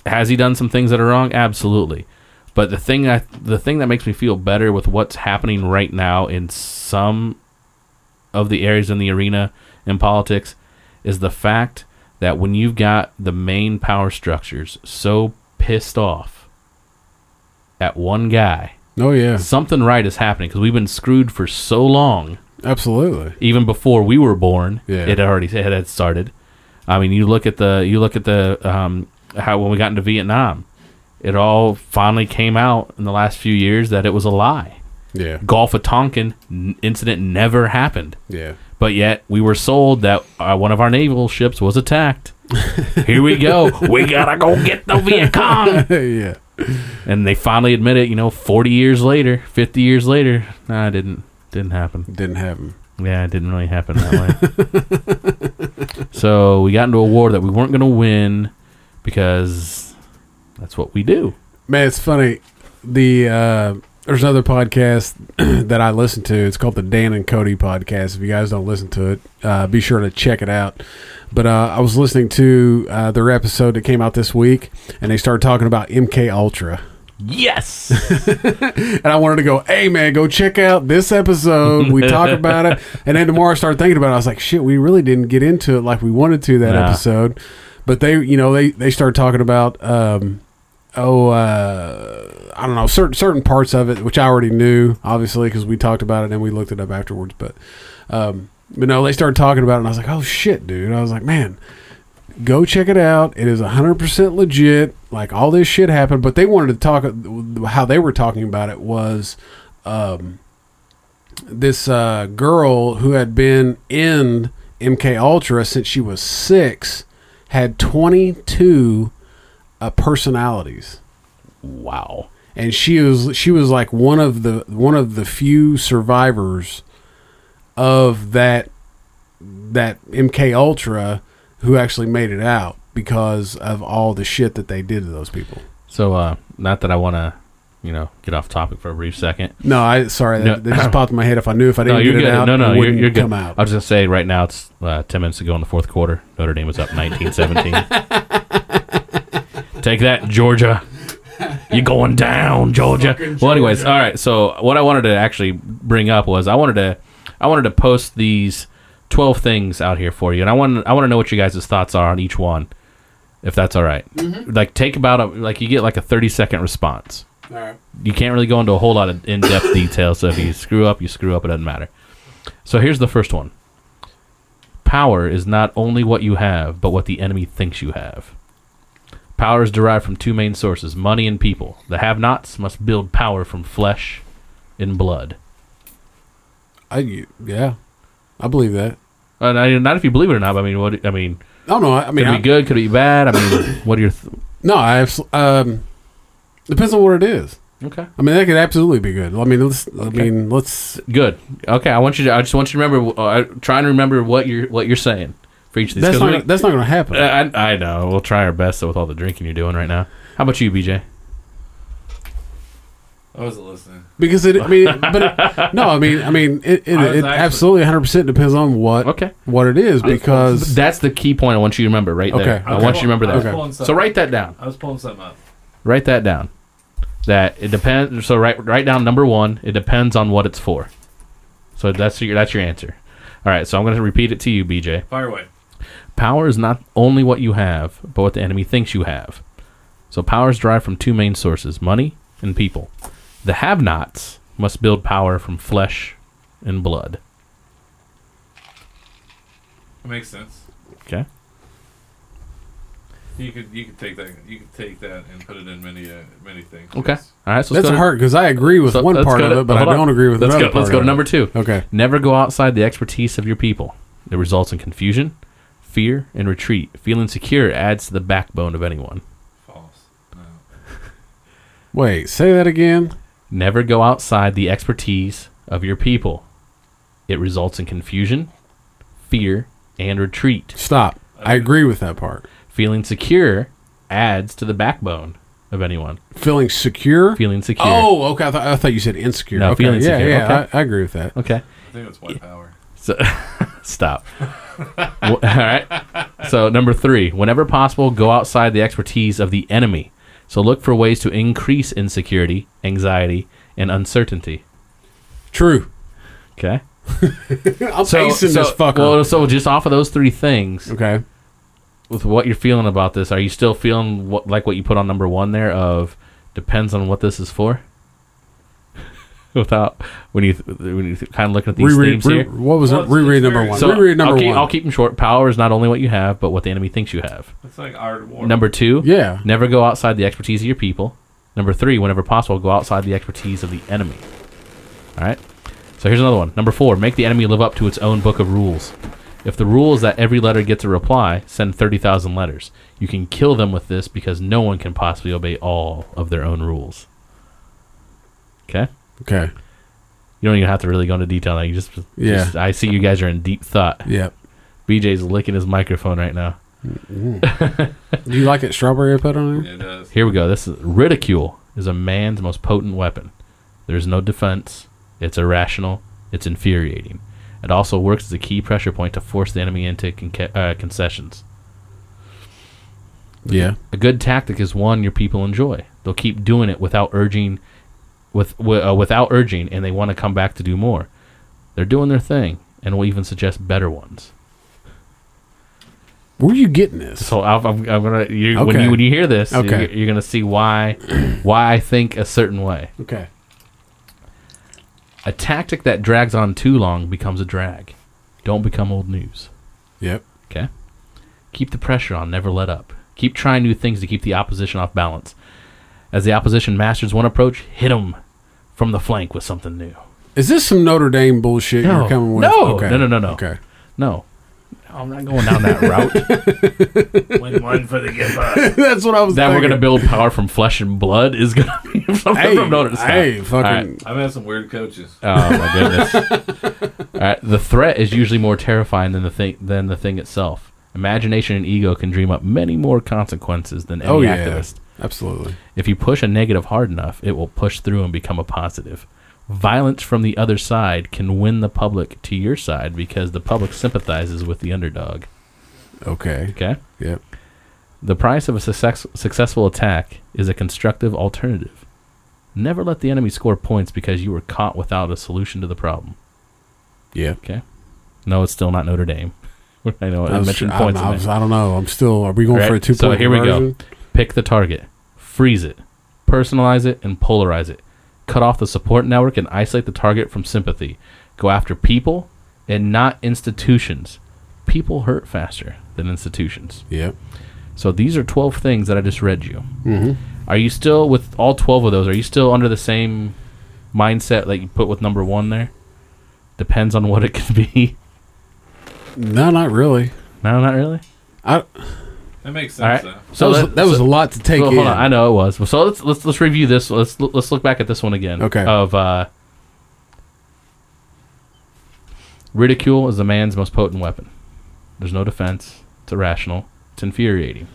has he done some things that are wrong? Absolutely. But the thing I, the thing that makes me feel better with what's happening right now in some of the areas in the arena in politics is the fact that when you've got the main power structures so pissed off at one guy, Oh yeah. something right is happening because we've been screwed for so long Absolutely. even before we were born, Yeah. it already it had started. I mean, you look at the you look at the um, how when we got into Vietnam, it all finally came out in the last few years that it was a lie. Yeah. Gulf of Tonkin n- incident never happened, Yeah. but yet we were sold that uh, one of our naval ships was attacked. Here we go. We gotta go get the Viet Cong. yeah. And they finally admit it. You know, forty years later, fifty years later, nah, it didn't didn't happen. Didn't have him. Yeah, it didn't really happen that way. so we got into a war that we weren't going to win because that's what we do. Man, it's funny. The uh, there's another podcast that I listen to. It's called the Dan and Cody podcast. If you guys don't listen to it, uh, be sure to check it out. But uh, I was listening to uh, their episode that came out this week, and they started talking about MK Ultra, Yes. and I wanted to go, "Hey man, go check out this episode. We talk about it." And then tomorrow, I started thinking about it. I was like, "Shit, we really didn't get into it like we wanted to that Nah. episode." But they, you know, they they started talking about. Um, oh uh i don't know certain certain parts of it which i already knew obviously because we talked about it and we looked it up afterwards but um but no they started talking about it and i was like oh shit dude i was like man go check it out it is 100% legit like all this shit happened but they wanted to talk how they were talking about it was um this uh, girl who had been in MK Ultra since she was six had 22 uh, personalities, Wow. and she was she was like one of the one of the few survivors of that that MK Ultra who actually made it out because of all the shit that they did to those people. So, uh, not that I want to, you know, get off topic for a brief second. No, I sorry that, No. that just popped in my head. If I knew if I didn't No, you're get it good. out, no, no, it you're, wouldn't you're good. come out. I was just say right now it's uh, ten minutes ago in the fourth quarter. Notre Dame was up 19-17. Take that, Georgia. You're going down, Georgia. Well, anyways, all right. So what I wanted to actually bring up was I wanted to I wanted to post these twelve things out here for you, and I want I want to know what you guys' thoughts are on each one, if that's all right. Mm-hmm. Like take about a like you get like a thirty second response you can't really go into a whole lot of in-depth detail. So if you screw up, you screw up. It doesn't matter. So here's the first one. Power is not only what you have, but what the enemy thinks you have. Power is derived from two main sources: money and people. The have-nots must build power from flesh and blood. I yeah, I believe that. And I, not if Uh, you believe it or not. But I mean, what I mean, Oh no, I, I could mean, it I, be good? Could it be bad? I mean, what are your th- no, I abs- um, depends on what it is. okay? I mean, that could absolutely be good. I mean, let's. I mean, let's. Good. Okay. I want you to. I just want you to remember. Uh, try and remember what you're what you're saying for each of these. That's 'cause not. we're- That's not going to happen. Uh, I, I know. We'll try our best with all the drinking you're doing right now. How about you, BJ? I wasn't listening. because it. I mean, but it, no. I mean, I mean, it. It, I was it actually- absolutely 100 percent depends on what. Okay. What it is because That's the key point I want you to remember right there. Okay. I want you to remember I was that. pulling something- So write that down. I was pulling something up. Write that down. That it depends. So write write down number one. It depends on what it's for. So that's your that's your answer. All right. So I'm going to repeat it to you, BJ. Fire away. Power is not only what you have, but what the enemy thinks you have. So power is derived from two main sources: money and people. The have-nots must build power from flesh and blood. It makes sense. Okay. You could you could take that you could take that and put it in many uh, many things. Okay. Yes. All right. So that's let's go a to- hurt because I agree with so one let's part go of to- it, but I hold on. don't agree with let's another Go, let's part go of to it. number two. Okay. Never go outside the expertise of your people. It results in confusion, fear, and retreat. Feeling secure adds to the backbone of anyone. False. No. Wait. Say that again. Never go outside the expertise of your people. It results in confusion, fear, and retreat. Stop. I agree with that part. Feeling secure adds to the backbone of anyone. Feeling secure. Feeling secure. Oh, okay. I, th- I thought you said insecure. No, okay. feeling yeah, secure. yeah. Okay. I, I agree with that. Okay. I think it's white power. So, stop. Well, all right. So number three, whenever possible, go outside the expertise of the enemy. So look for ways to increase insecurity, anxiety, and uncertainty. True. Okay. I'm So, pacing so- this fucker. well, so just off of those three things, okay. with what you're feeling about this, are you still feeling what, like what you put on number one there? Of depends on what this is for. Without when you when you kind of looking at these Reread, themes re- here, what was Well, it? it's Reread number one. experience. reread number I'll keep, one. I'll keep them short. Power is not only what you have, but what the enemy thinks you have. It's like art war. Number two, Yeah. never go outside the expertise of your people. Number three, whenever possible, go outside the expertise of the enemy. All right. So here's another one. Number four, make the enemy live up to its own book of rules. If the rule is that every letter gets a reply, send 30,000 letters. You can kill them with this because no one can possibly obey all of their own rules. Okay? Okay. You don't even have to really go into detail. Like you just, Yeah. just- I see you guys are in deep thought. Yeah. BJ's licking his microphone right now. Do you like it strawberry I put on there? It does. Here we go. This is ridicule is a man's most potent weapon. There's no defense. It's irrational. It's infuriating. It also works as a key pressure point to force the enemy into conca- uh, concessions. Yeah. A good tactic is one your people enjoy. They'll keep doing it without urging, with wi- uh, without urging, and they want to come back to do more. They're doing their thing, and will even suggest better ones. Where are you getting this? So I'll, I'm, I'm gonna you, when Okay. you when you hear this, you're- Okay. you're, gonna see why why I think a certain way. Okay. A tactic that drags on too long becomes a drag. Don't become old news. Yep. Okay? Keep the pressure on, never let up. Keep trying new things to keep the opposition off balance. As the opposition masters one approach, hit them from the flank with something new. Is this some Notre Dame bullshit No. you're coming with? No. No, no, no, no. Okay. No. No, I'm not going down that route. Win one for the give up. That's what I was. that we're thinking. gonna build power from flesh and blood is gonna be from, Hey, from Notre Dame. hey, All right. fucking. I've had some weird coaches. Oh my goodness! All right, the threat is usually more terrifying than the thing than the thing itself. Imagination and ego can dream up many more consequences than any Oh yeah, activist. absolutely. If you push a negative hard enough, it will push through and become a positive. Violence from the other side can win the public to your side because the public sympathizes with the underdog. Okay. Okay. Yep. The price of a success, successful attack is a constructive alternative. Never let the enemy score points because you were caught without a solution to the problem. Yeah. Okay. No, it's still not Notre Dame. I know I, I, was, mentioned I, points. I, in was- there. I don't know. I'm still. Are we going for a Right, two point? so here we go. conversion? Pick the target, freeze it, personalize it, and polarize it. Cut off the support network and isolate the target from sympathy. Go after people and not institutions. People hurt faster than institutions. Yep. So these are 12 things that I just read you. Mm-hmm. Are you still with all 12 of those? Are you still under the same mindset that you put with number one there? Depends on what it could be. No, not really. No, not really. I, That makes All right. sense. though. that was, let- that was a lot to take Well, in. hold on, I know it was. So let's let's let's review this. Let's let's look back at this one again. Okay. Of uh, ridicule is a man's most potent weapon. There's no defense. It's irrational. It's infuriating.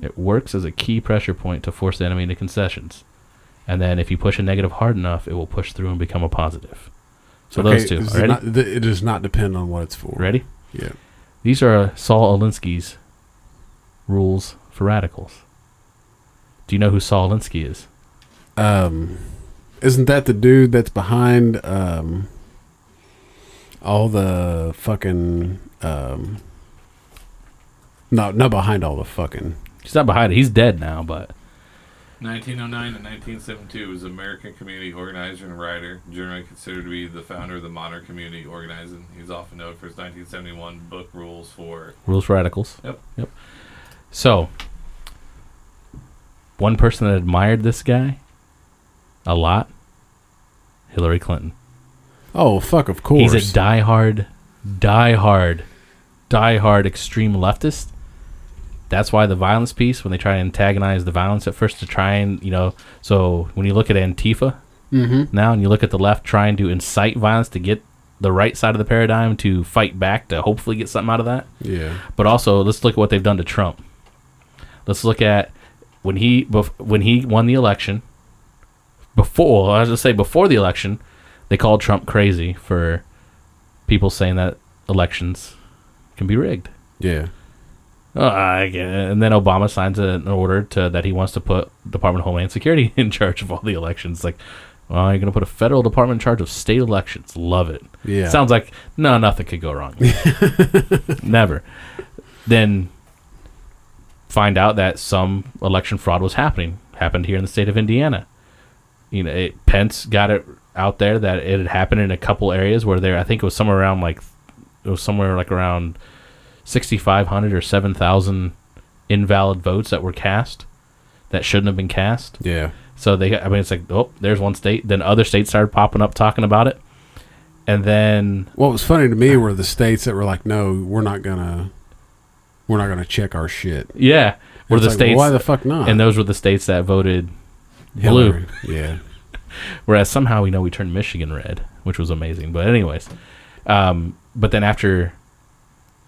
It works as a key pressure point to force the enemy into concessions, and then if you push a negative hard enough, it will push through and become a positive. So those two. this is Ready? not- th- it does not depend on what it's for. Ready? Yeah. These are Saul Alinsky's rules for radicals. Do you know who Saul Alinsky is? Um, isn't that the dude that's behind um all the fucking um? No, not behind all the fucking. He's not behind it. He's dead now, but 1909 to 1972 was an American community organizer and writer, generally considered to be the founder of the modern community organizing. He's often known for his 1971 book Rules for. rules for radicals. Yep. Yep. So, one person that admired this guy a lot, Hillary Clinton. Oh fuck! Of course. He's a diehard, diehard, diehard extreme leftist. That's why the violence piece, when they try to antagonize the violence at first, to try and, you know, so when you look at Antifa now and you look at the left trying to incite violence to get the right side of the paradigm to fight back to hopefully get something out of that. yeah. But also, let's look at what they've done to Trump. Let's look at when he bef- when he won the election. Before I was gonna say before the election, they called Trump crazy for people saying that elections can be rigged. Yeah. Uh, I get it. and then Obama signs an order to that he wants to put Department of Homeland Security in charge of all the elections. Like, well, you're gonna put a federal department in charge of state elections. Love it. Yeah. Sounds like no, nothing could go wrong. Never. Then find out that some election fraud was happening. Happened here in the state of Indiana. You know, it, Pence got it out there that it had happened in a couple areas where there. I think it was somewhere around like it was somewhere like around 6,500 or 7,000 invalid votes that were cast that shouldn't have been cast. Yeah. So they, I mean, it's like, oh, there's one state. Then other states started popping up talking about it. And then, What was funny to me were the states that were like, "No, we're not gonna, we're not gonna check our shit." yeah, were It's the like, states. Why the fuck not? and those were the states that voted blue. Hillary. Yeah. Whereas somehow we know we turned Michigan red, which was amazing. But anyways, um, but then after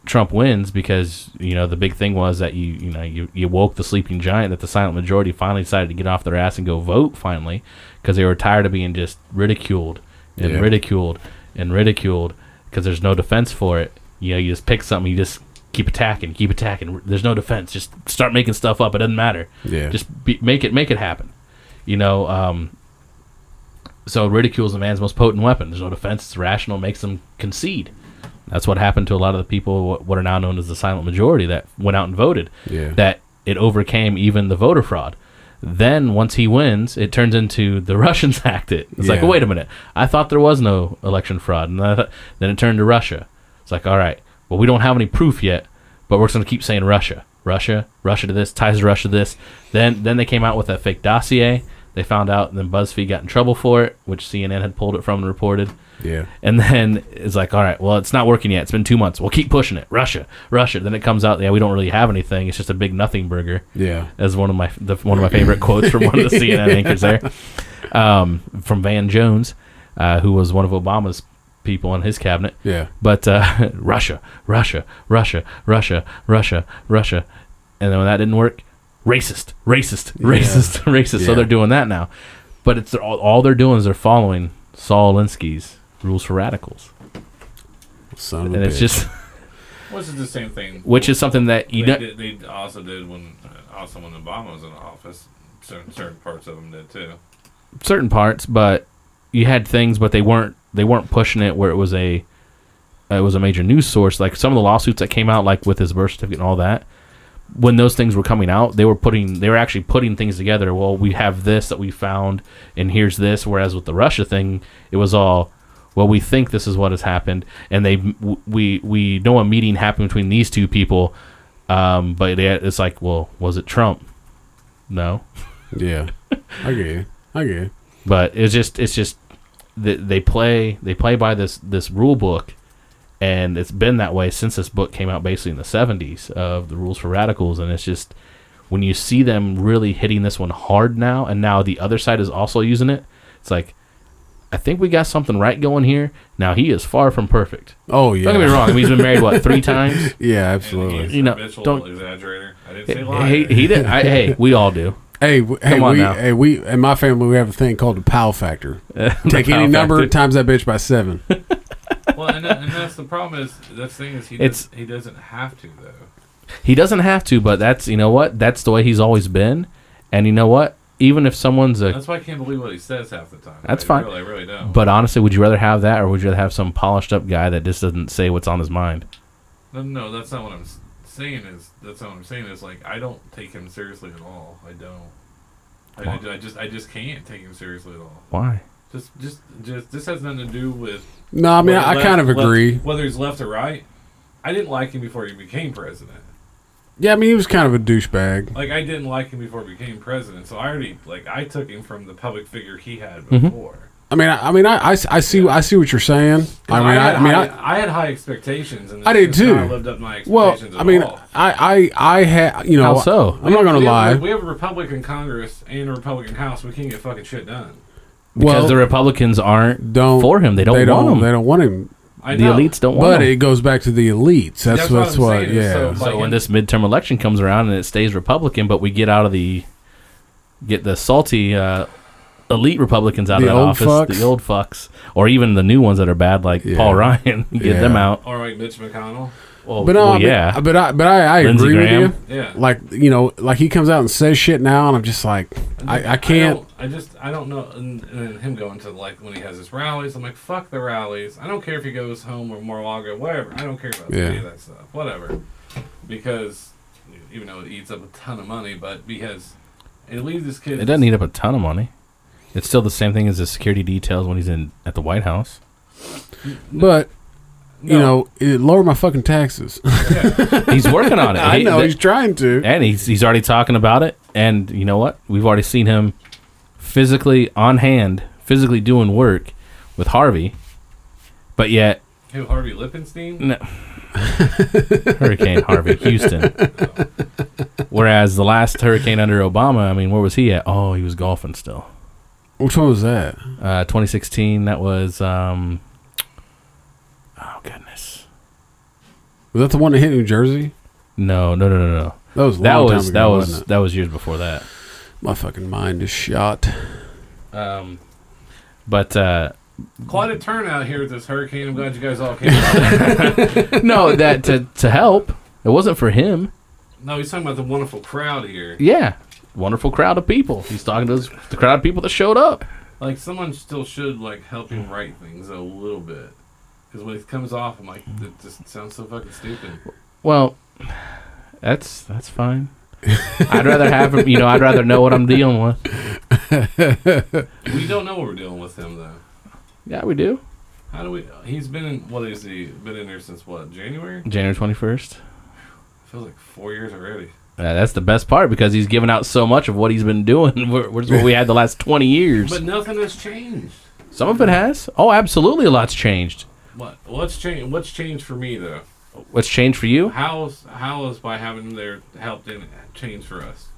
Trump wins, because you know the big thing was that you you know you, you woke the sleeping giant that the silent majority finally decided to get off their ass and go vote finally, because they were tired of being just ridiculed and Yeah. ridiculed and ridiculed because there's no defense for it. You know, you just pick something, you just keep attacking, keep attacking. There's no defense. Just start making stuff up. It doesn't matter. Yeah. Just be, make it make it happen. You know, um, so ridicule is a man's most potent weapon. There's no defense. It's rational. Makes them concede. That's what happened to a lot of the people, wh- what are now known as the silent majority, that went out and voted. Yeah. That it overcame even the voter fraud. Then once he wins, it turns into the Russians hacked it. It's like, Yeah. wait a minute, I thought there was no election fraud, and I thought- then it turned to Russia. It's like, all right, well, we don't have any proof yet, but we're just gonna keep saying Russia, Russia, Russia to this, ties to Russia to this. Then then they came out with that fake dossier. They found out, and then BuzzFeed got in trouble for it, which CNN had pulled it from and reported. Yeah. And then it's like, all right, well, it's not working yet. It's been two months. We'll keep pushing it. Russia, Russia. Then it comes out, yeah, we don't really have anything. It's just a big nothing burger. Yeah. As one of my the, one of my favorite quotes from one of the CNN anchors there, um, from Van Jones, uh, who was one of Obama's people in his cabinet. Yeah. But uh, Russia, Russia, Russia, Russia, Russia, Russia, and then when that didn't work, racist, racist, racist, racist. So Yeah. they're doing that now, but it's all, all they're doing is they're following Saul Alinsky's rules for radicals, Son of a and it's bitch. just Which is the same thing. which is something that you they, don't. did, they also did when uh, also when Obama was in office. Certain certain parts of them did too. certain parts, but you had things, but they weren't they weren't pushing it where it was a it was a major news source. Like some of the lawsuits that came out, like with his birth certificate and all that. When those things were coming out, they were putting they were actually putting things together. Well, we have this that we found, and here's this. Whereas with the Russia thing, it was all. Well, we think this is what has happened, and they w- we we know a meeting happened between these two people, um, but it, it's like, well, was it Trump? No, Yeah. I get you. I get you. but it's just it's just th- they play they play by this this rule book and it's been that way since this book came out basically in the 70s of the rules for radicals and it's just when you see them really hitting this one hard now and now the other side is also using it it's like i think we got something right going here now he is far from perfect Oh, yeah. don't get me wrong I mean, he's been married what three times Yeah, And absolutely. he's You know, a habitual don't- exaggerator. I didn't say liar. he, he did I, hey we all do Hey, w- hey, Come on we, now. hey, we, in my family, we have a thing called the POW factor. Take any pow number factor. times that bitch by seven. well, and, that, and that's the problem is the thing is he It's- does, he doesn't have to though. He doesn't have to, but that's you know what? That's the way he's always been. And you know what? Even if someone's a That's why I can't believe what he says half the time. That's I fine. Really, I really don't. but honestly, would you rather have that or would you rather have some polished up guy that just doesn't say what's on his mind? no, no, that's not what I'm s- saying. Is that's not what I'm saying is like I don't take him seriously at all. I don't. I, I, I just I just can't take him seriously at all. Why? Just just just this has nothing to do with No, I mean, I, I whether kind of left- agree. Whether he's left or right, I didn't like him before he became president. Yeah, I mean, he was kind of a douchebag. Like I didn't like him before he became president, so I already like I took him from the public figure he had Mm-hmm. before. I mean, I, I mean, I, I s- I see, I see what you're saying. I mean, I, had I mean, high, I, I had high expectations, and I it's did just not too. lived up to my well, expectations. I mean, at all. I, I, I had, you know, How so? I'm not gonna We have- lie. we have a Republican Congress and a Republican House. We can't get fucking shit done. Because Well, the Republicans aren't don't for him. They don't want him. They don't want him. I the know. elites don't want But him. it goes back to the elites. That's That's what that's I'm what. saying, Yeah, so- so when this midterm election comes around and it stays Republican, but we get out of the get the salty uh, elite Republicans out The of that old office, fucks. the old fucks, or even the new ones that are bad, like Yeah. Paul Ryan, get Yeah. them out. All right, Mitch McConnell. Well, but um, no, well, I mean, yeah, but I, but I, I Lindsey agree Graham. with you. Yeah, Like you know, like he comes out and says shit now, and I'm just like, I, I can't. don't- I, just I don't know. And, and then him going to like when he has his rallies, I'm like, fuck the rallies. I don't care if he goes home or Mar-a-Lago, whatever. I don't care about Yeah. any of that stuff, whatever. Because even though it eats up a ton of money, but because it leaves this kid. It doesn't eat up a ton of money. It's still the same thing as the security details when he's in at the White House. But you No. know, it lower my fucking taxes. He's working on it. I He- know that- he's trying to. and he's he's already talking about it. And you know what? We've already seen him physically on hand, physically doing work with Harvey. But yet, Who Harvey Mm. Lippenstein? no. Hurricane Harvey, Houston. Whereas the last hurricane under Obama, I mean, where was he at? Oh, he was golfing still. Which one was that? Uh, 2016. That was um. Oh goodness. Was that the one that hit New Jersey? No, no, no, no, no. That was a That long time was ago, that was wasn't it? that was years before that. my fucking mind is shot. Um, but uh, Quite a turnout here with this hurricane. I'm glad you guys all came. out. no, that to to help. It wasn't for him. no, he's talking about the wonderful crowd here. Yeah, wonderful crowd of people. He's talking to his, the crowd of people that showed up. Like someone still should like help him write things a little bit. Because when it comes off, I'm like, that just sounds so fucking stupid. Well, that's that's fine. I'd rather have him. You know, I'd rather know what I'm dealing with. We don't know what we're dealing with him though. Yeah, we do. How do we? He's been in. What is he? Been in there since what? January? January 21st. Feels like four years already. Uh, that's the best part because he's given out so much of what he's been doing, wh- which is what we had the last 20 years. But nothing has changed. Some of it has. Oh, absolutely, a lot's changed. What? What's changed? What's changed for me though? What's changed for you? How's how is by having their help didn't change for us?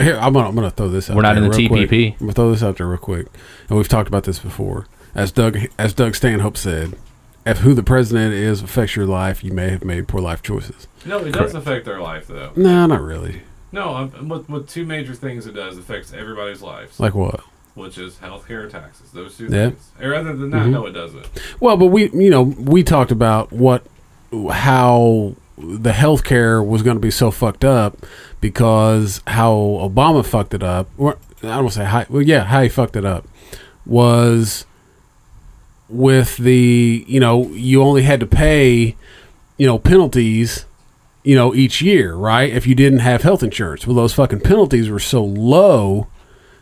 Here, I'm gonna, I'm gonna throw this. out We're not there in the real quick. TPP. I'm gonna throw this out there real quick, and we've talked about this before. As Doug, as Doug Stanhope said, if who the president is affects your life, you may have made poor life choices. No, it does affect our life though. No, not really. No, I'm, with with two major things it does affects everybody's lives, Like what? which is healthcare and taxes. Those two Yeah. things. Or other than that, no, it doesn't. Well, but we, you know, we talked about what, how the healthcare was going to be so fucked up because how Obama fucked it up. Or I don't want to say how. Well, yeah, how he fucked it up was with the you know you only had to pay you know penalties you know each year right if you didn't have health insurance well those fucking penalties were so low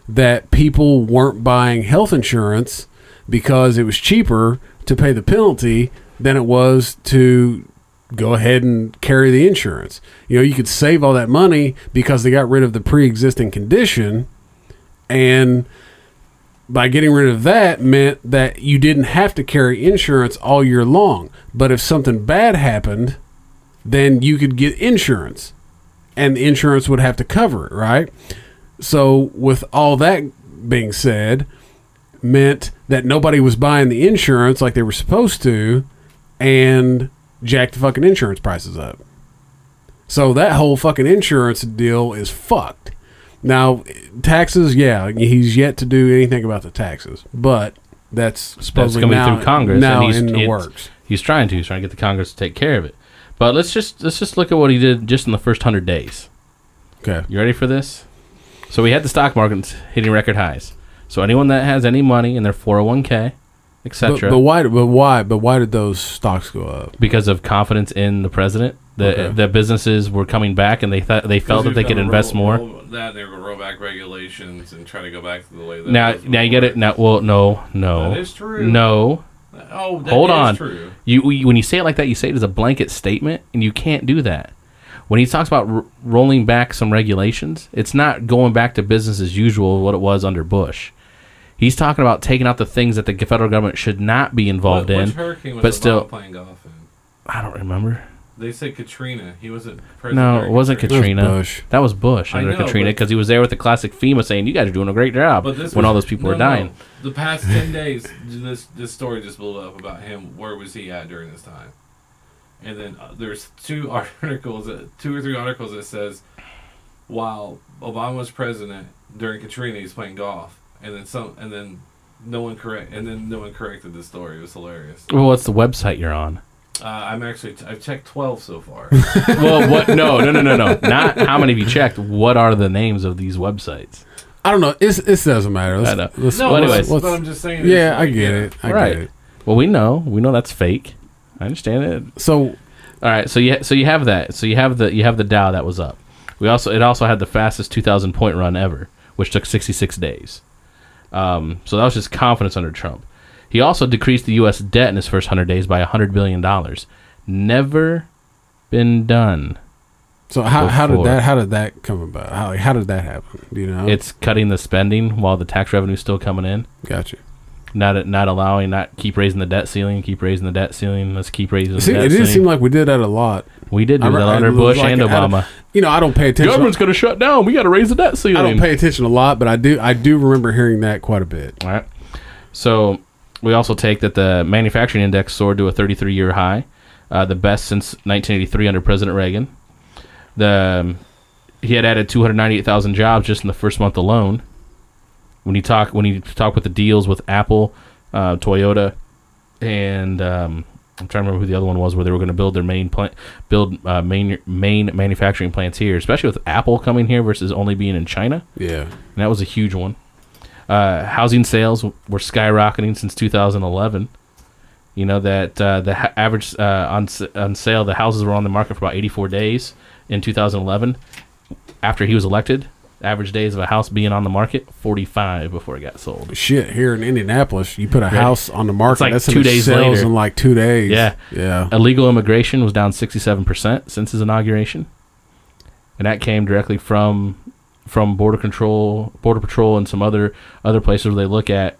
that people weren't buying health insurance because it was cheaper to pay the penalty than it was to go ahead and carry the insurance. You know, you could save all that money because they got rid of the pre-existing condition and by getting rid of that meant that you didn't have to carry insurance all year long. But if something bad happened, then you could get insurance and the insurance would have to cover it, right? So, with all that being said, meant that nobody was buying the insurance like they were supposed to and jacked the fucking insurance prices up. So that whole fucking insurance deal is fucked. Now, taxes, yeah, he's yet to do anything about the taxes, but that's That's supposedly coming now, through Congress. now and he's, in the it's- works. He's trying to. He's trying to get the Congress to take care of it. But let's just let's just look at what he did just in the first hundred days. Okay. You ready for this? So we had the stock markets hitting record highs. So anyone that has any money in their 401k, But, etc., but why? But why? But why did those stocks go up? because of confidence in the president, the Okay. the businesses were coming back and they thought they felt that they could invest more. that they would roll back regulations and try to go back to the way that now, was now you get it. before. Now, well, no, no, That is true. no. Oh, that Hold is on. True. You, you when you say it like that, you say it as a blanket statement, and you can't do that. When he talks about r- rolling back some regulations, it's not going back to business as usual, what it was under Bush. He's talking about taking out the things that the federal government should not be What, involved which in. hurricane was but Obama still- playing golf in? I don't remember. They said Katrina. He wasn't. president No, during it wasn't That was Katrina. Bush. That was Bush I under know, Katrina but- because he was there with the classic FEMA saying, "You guys are doing a great job." But this when was- all those people no, were dying, no. the past ten days, this this story just blew up about him. Where was he at during this time? And then uh, there's two articles, that, two or three articles that says while Obama was president during Katrina, he's playing golf, and then some, and then no one correct, and then no one corrected the story. It was hilarious. well, what's the website you're on? Uh, I'm actually i I've checked twelve so far. well, what? No, no, no, no, no. Not how many of you checked. What are the names of these websites? I don't know. It's, it doesn't matter. Let's, I know. let's- no, Well, but- anyways. let's- but I'm just saying. it's yeah, I like, get yeah. it. I Right. get it. Well, we know, we know that's fake. I understand it. So All right, so you so you have that. So you have the you have the Dow that was up. We also it also had the fastest 2,000 point run ever, which took 66 days. Um, so that was just confidence under Trump. He also decreased the U.S. debt in his first 100 days by 100 billion dollars. Never been done. So how, how did before. that how did that come about? How like, how did that happen? Do you know? It's cutting the spending while the tax revenue's still coming in. gotcha. not not allowing, not keep raising the debt ceiling, keep raising the debt ceiling. Let's keep raising the See, debt it ceiling. did seem like we did that a lot. we did do I re- that I under look Bush like and it. I don't- Obama. You know, I don't pay attention. Government's going to shut down. We got to raise the debt ceiling. I don't pay attention a lot, but I do I do remember hearing that quite a bit. All right. So we also take that the manufacturing index soared to a 33 year high, uh, the best since 1983 under President Reagan. The um, he had added 298,000 jobs just in the first month alone. When you talk when you talk with the deals with Apple, uh, Toyota, and um, I'm trying to remember who the other one was where they were going to build their main plant, build uh, main main manufacturing plants here, especially with Apple coming here versus only being in China Yeah. and that was a huge one. Uh, housing sales w- were skyrocketing since 2011. You know that uh, the ha- average uh, on s- on sale, the houses were on the market for about 84 days in 2011. After he was elected, average days of a house being on the market 45 before it got sold. Shit, here in Indianapolis, you put a house on the market. like that's how two much days sells later. in like two days. Yeah. yeah. Illegal immigration was down 67 percent since his inauguration. and that came directly from from border control, border patrol, and some other other places where they look at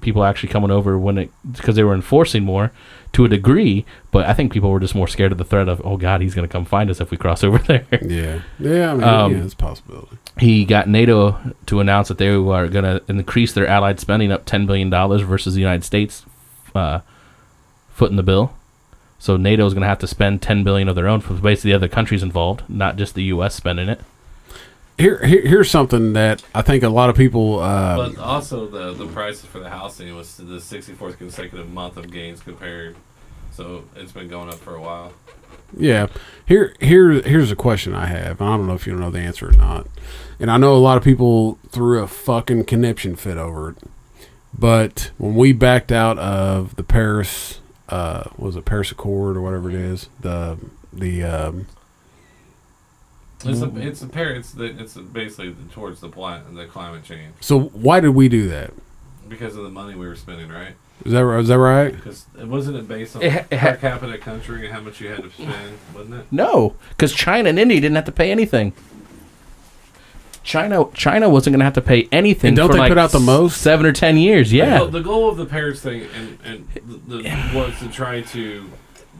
people actually coming over when it because they were enforcing more to a degree. But I think people were just more scared of the threat of oh god, he's going to come find us if we cross over there. Yeah. Yeah. I mean, Um, yeah, it's a possibility. He got NATO to announce that they are going to increase their allied spending up ten billion dollars versus the United States uh, foot in the bill. So NATO is going to have to spend ten billion of their own for basically the other countries involved, not just the U.S. spending it. Here, here, here's something that I think a lot of people. Uh, But also the the prices for the housing was to the 64th consecutive month of gains compared. So it's been going up for a while. yeah. Here, here, here's a question I have. I don't know if you know the answer or not. And I know a lot of people threw a fucking conniption fit over it. But when we backed out of the Paris, uh, what was it Paris Accord or whatever it is, the the um, It's Mm-hmm. a, it's a pair. It's the, it's basically the, towards the pla- the climate change so why did we do that? because of the money we were spending, right? Is that is that right? Because wasn't it based on It ha- it ha- per capita country and how much you had to spend, wasn't it? No, because China and India didn't have to pay anything. China, China wasn't going to have to pay anything. And don't for, they like, put out the most? seven or ten years? Well, Yeah, the goal of the Paris thing and, and the, the, was to try to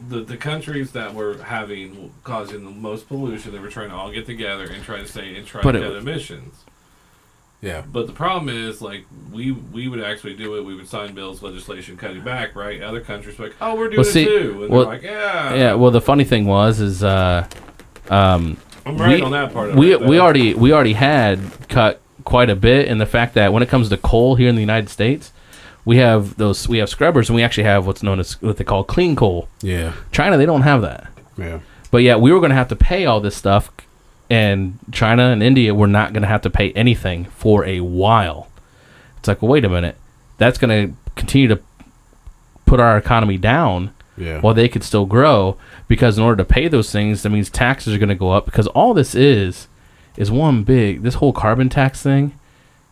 the, the countries that were having causing the most pollution. They were trying to all get together and try to say and try But to it cut was- emissions. Yeah. But the problem is, like we we would actually do it. We would sign bills, legislation, cutting back. Right? Other countries were like, oh, we're doing Well, see, it too, and well, they're like, yeah, yeah. Well, the funny thing was is uh, um, I'm right we- on that part. Of we it, we though. already we already had cut quite a bit in the fact that when it comes to coal here in the United States, we have those we have scrubbers and we actually have what's known as what they call clean coal. Yeah. China they don't have that. Yeah. But yeah, we were going to have to pay all this stuff, and China and India were not going to have to pay anything for a while. It's like, well, wait a minute, that's going to continue to put our economy down Yeah. while they could still grow because in order to pay those things, that means taxes are going to go up because all this is is one big this whole carbon tax thing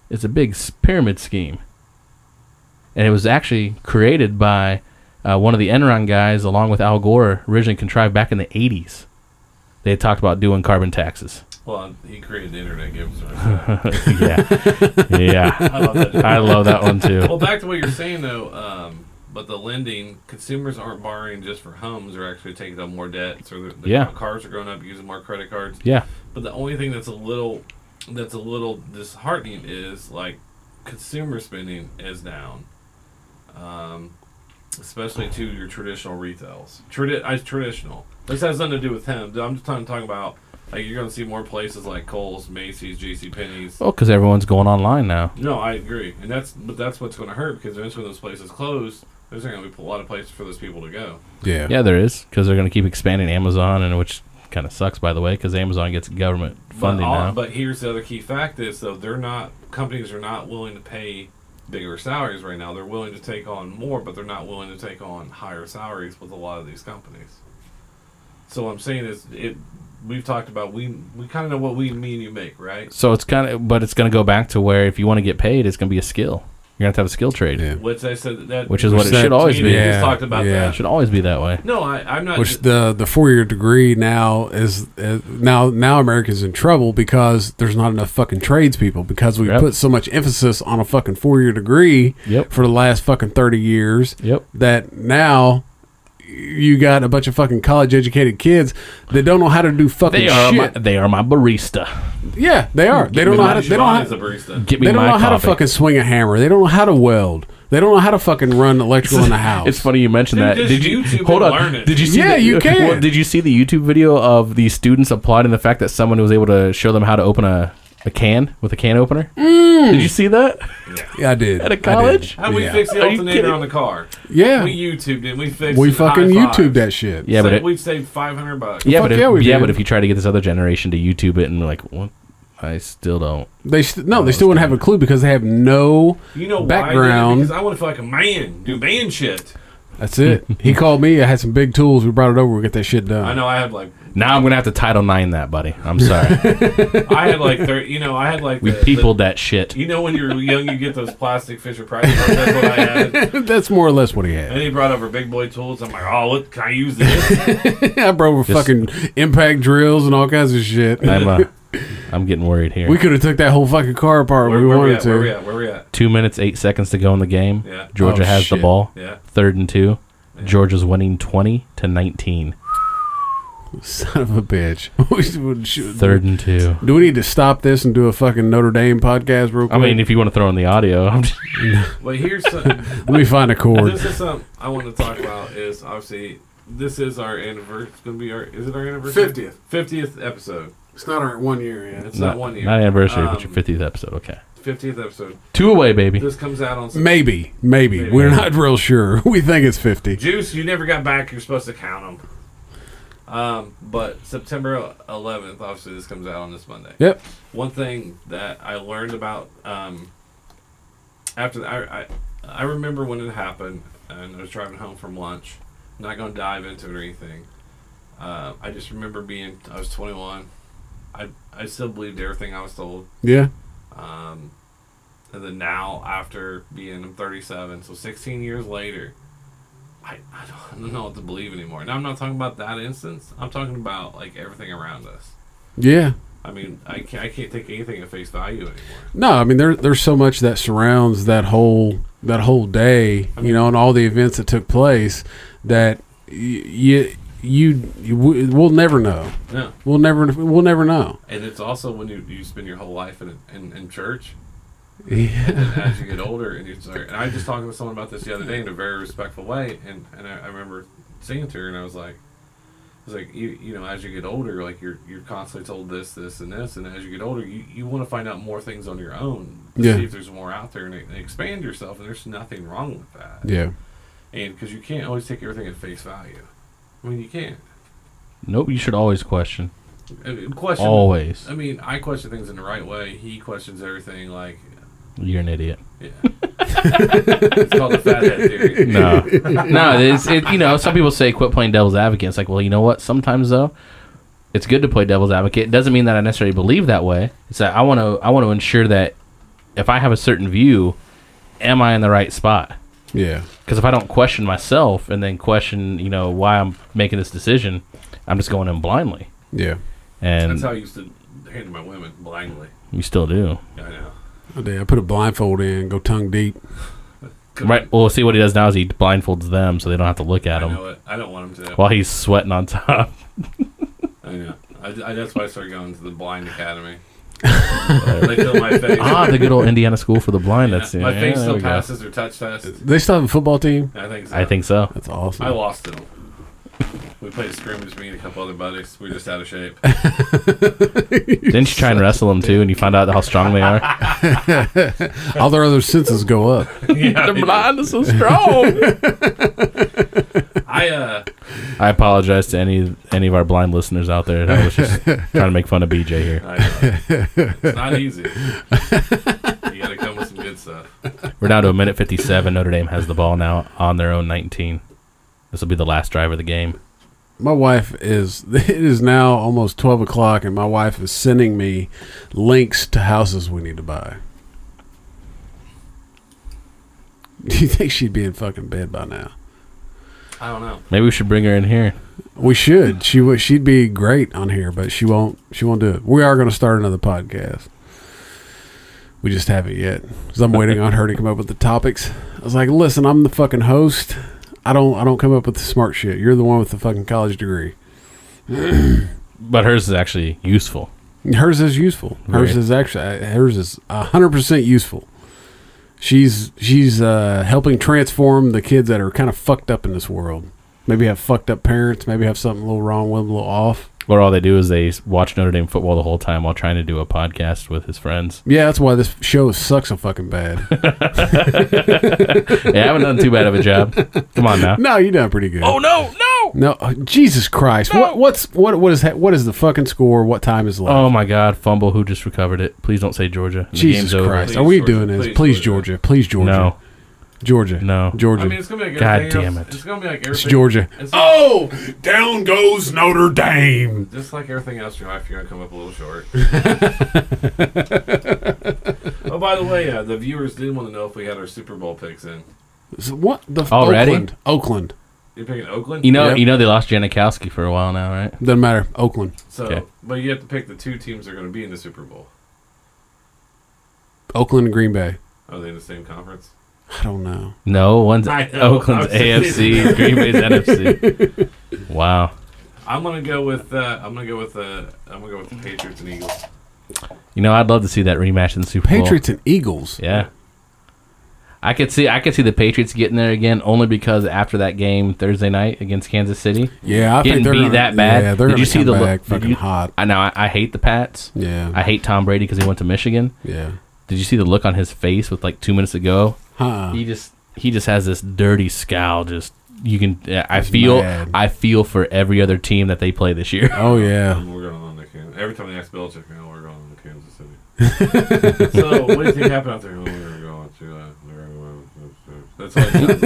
is a big s- pyramid scheme, and it was actually created by uh, one of the Enron guys along with Al Gore originally contrived back in the '80s. They had talked about doing carbon taxes. Well, he created the internet. Give us a respect. yeah, yeah, I love that. I love that one too. well, back to what you're saying though. Um, but the lending, consumers aren't borrowing just for homes; they're actually taking on more debt. So the, the Yeah. cars are going up, using more credit cards. Yeah, But the only thing that's a little that's a little disheartening is like consumer spending is down, um, especially to your traditional retails. Tradi- I, traditional. This has nothing to do with him. I'm just trying to talk about like you're going to see more places like Kohl's, Macy's, J.C. Penney's. well, because Oh, everyone's going online now. No, I agree, and that's but that's what's going to hurt because eventually those places close. There's not going to be a lot of places for those people to go. Yeah. Yeah, there is because they're going to keep expanding Amazon, and which kind of sucks, by the way, because Amazon gets government funding but, all- now. but here's the other key fact: is though they're not companies are not willing to pay bigger salaries right now. They're willing to take on more, but they're not willing to take on higher salaries with a lot of these companies. So what I'm saying is, it we've talked about we we kind of know what we mean you make right, so it's kind of, but it's going to go back to where if you want to get paid, it's going to be a skill. You're going to have to have a skill trade. Yeah. which I said that Which is what it Percent- should always be. We Yeah. just talked about yeah. It that. should always be that way. No, I, I'm not. Which the the four year degree now is uh, now now America's in trouble because there's not enough fucking tradespeople because we Yep. put so much emphasis on a fucking four year degree Yep. for the last fucking thirty years Yep. that now you got a bunch of fucking college educated kids that don't know how to do fucking They are my, shit. they are my barista. yeah, they are. They don't know how to. They don't. Siobhan is know- a barista. Get me They don't my know how to coffee. fucking swing a hammer. They don't know how to weld. They don't know how to fucking run electrical in the house. It's funny you mentioned Dude, that. just Did you YouTube hold and on? learn it. Did you see? Yeah, the, you can. did you see the YouTube video of the students applauding the fact that someone was able to show them how to open a, a can with a can opener? Did you see that? Yeah, I did. At a I did. college? How we Yeah. fix the Are you alternator kidding? on the car? Yeah. We YouTubed it. We fixed. We it. fucking High five. YouTube that shit. Yeah, but Sa- it, we saved five hundred bucks. yeah, Fuck but if, yeah, yeah, we did. but if you try to get this other generation to YouTube it and like, what? I still don't. They st- no, they still wouldn't have a clue because they have no You know why, dude? background. because I want to feel like a man, do man shit. That's it. he called me. I had some big tools. We brought it over. We get that shit done. I know I had like Now I'm gonna have to Title Nine that, buddy. I'm sorry. I had like thirty. You know, I had like we the- the- peopled that shit. you know, when you're young, you get those plastic Fisher Price. cards. That's what I had. That's more or less what he had. And he brought over big boy tools. I'm like, oh, what can I use this? I brought over fucking impact drills and all kinds of shit. I'm uh, I'm getting worried here. we could have took that whole fucking car apart if Where, we where we wanted at? Where we to. at? Where we at? Two minutes eight seconds to go in the game. Yeah. Georgia Oh, has shit. the ball. Yeah. Third and two. Georgia's winning twenty to nineteen. Son of a bitch. We should- should- Third and two. Do we need to stop this and do a fucking Notre Dame podcast real quick? I mean, if you want to throw in the audio, I'm just, But here's some, let me find a chord. this is something I want to talk about. Is obviously this is our anniversary. It's gonna be our. Is it our anniversary? 50th. Fiftieth episode. It's not our one year yet. It's not, not, one year. not anniversary, but Um, your 50th episode. Okay, Fiftieth episode. two away, baby. This comes out on. Maybe, maybe. Maybe. We're not real sure. We think it's 50. Juice, you never got back. You're supposed to count them. Um, but September 11th, obviously, this comes out on this Monday. Yep. One thing that I learned about um, after the, I, I I remember when it happened, and I was driving home from lunch. I'm not gonna dive into it or anything. Uh, I just remember being I was 21. I I still believed everything I was told. Yeah. Um, and then now, after being I'm 37, so 16 years later, I, I, don't, I don't know what to believe anymore. Now, I'm not talking about that instance. I'm talking about like everything around us. Yeah. I mean, I can't, I can't take anything at face value anymore. No, I mean there there's so much that surrounds that whole that whole day, you know, and all the events that took place that you you, you w- we'll never know. No. We'll never we'll never know. And it's also when you, you spend your whole life in, in, in church. Yeah. and as you get older and you start and I was just talking to someone about this the other day in a very respectful way and, and I, I remember saying to her and I was like I was like you you know as you get older like you're you're constantly told this this and this and as you get older you, you want to find out more things on your own to Yeah. see if there's more out there and, e, and expand yourself and there's nothing wrong with that Yeah. and because you can't always take everything at face value I mean you can't nope, you should always question. I mean, question Always, I mean I question things in the right way he questions everything like you're an idiot. yeah it's called the fathead theory No, no, it's it, you know some people say quit playing devil's advocate. It's like, well, you know what? Sometimes though, it's good to play devil's advocate. It doesn't mean that I necessarily believe that way. It's that I want to I want to ensure that if I have a certain view, am I in the right spot? Yeah. Because if I don't question myself and then question, you know, why I'm making this decision, I'm just going in blindly. Yeah. And That's how I used to handle my women blindly. you still do. I know. I did. I put a blindfold in, go tongue deep. Right. Well, see what he does now is he blindfolds them so they don't have to look at I him know it. I don't want them to. while he's sweating on top. I know. I, I- that's why I started going to the blind academy. they fill my face. ah, the good old Indiana School for the Blind. That's my yeah, face there still we go. passes their touch test. They still have a football team. I think so. I think so. That's awesome. I lost them. We played scrimmage, me and a couple other buddies. We were just out of shape. Didn't you try and wrestle them too, and you find out how strong they are? All their other senses go up. They're blind and so strong. I uh, I apologize to any any of our blind listeners out there. I was just trying to make fun of BJ here. I know. It's not easy. You gotta come with some good stuff. We're down to a minute fifty-seven. Notre Dame has the ball now on their own nineteen. This will be the last drive of the game. My wife is. It is now almost twelve o'clock, and my wife is sending me links to houses we need to buy. Do you think she'd be in fucking bed by now? I don't know. Maybe we should bring her in here. We should. She would. She'd be great on here, but she won't. She won't do it. We are going to start another podcast. We just haven't yet because I'm waiting on her to come up with the topics. I was like, listen, I'm the fucking host. I don't. I don't come up with the smart shit. You're the one with the fucking college degree. But hers is actually useful. Hers is useful. Hers Right. is actually hers is hundred percent useful. She's she's uh, helping transform the kids that are kind of fucked up in this world. Maybe have fucked up parents. Maybe have something a little wrong with, them, a little off. Where all they do is they watch Notre Dame football the whole time while trying to do a podcast with his friends. Yeah, that's why this show sucks so fucking bad. Yeah, I haven't done too bad of a job. Come on now. no, you done pretty good. Oh no, no! No, uh, Jesus Christ! What what's what what is ha- what is the fucking score? What time is left? Oh my God! Fumble. Who just recovered it? Please don't say Georgia. The Jesus game's over. Christ! Please, are we Georgia. doing this? Please, Please, Georgia. Georgia. Please, Georgia. No. Georgia. No. Georgia. I mean, it's gonna be like God everything damn else- it. It's gonna be like everything. it's Georgia. It's like, Oh, down goes Notre Dame. Just like everything else in your life, you're gonna come up a little short. oh, by the way, uh, the viewers did want to know if we had our Super Bowl picks in. So what the f- Already? Oakland? Oakland You're picking Oakland, You know, Yep. you know, they lost Janikowski for a while now, right? doesn't matter. Oakland, so okay. but you have to pick the two teams that are going to be in the Super Bowl. Oakland and Green Bay. Are they in the same conference? I don't know. No, one's I know, Oakland's I was just AFC, Green Bay's NFC. Wow. I'm gonna go with uh, I'm gonna go with uh, I'm gonna go with the Patriots and Eagles. You know, I'd love to see that rematch in the Super Bowl. Patriots and Eagles. Yeah. I could see I could see the Patriots getting there again only because after that game Thursday night against Kansas City. Yeah, I Getting think they're beat gonna, that bad. Yeah, they're Did gonna you see come the look- back did fucking you- hot. I know I, I hate the Pats. Yeah, I hate Tom Brady because he went to Michigan. yeah. Did you see the look on his face with like two minutes ago? Huh. Oh. He just he just has this dirty scowl. Just you can I feel mad. I feel for every other team that they play this year. Oh yeah. We're going on the Kansas. Every time they ask Belichick, "Oh, we're going on to Kansas City." so what do you think happened out there? Oh, we're going to. Uh, we're going to uh, that's all. it sounds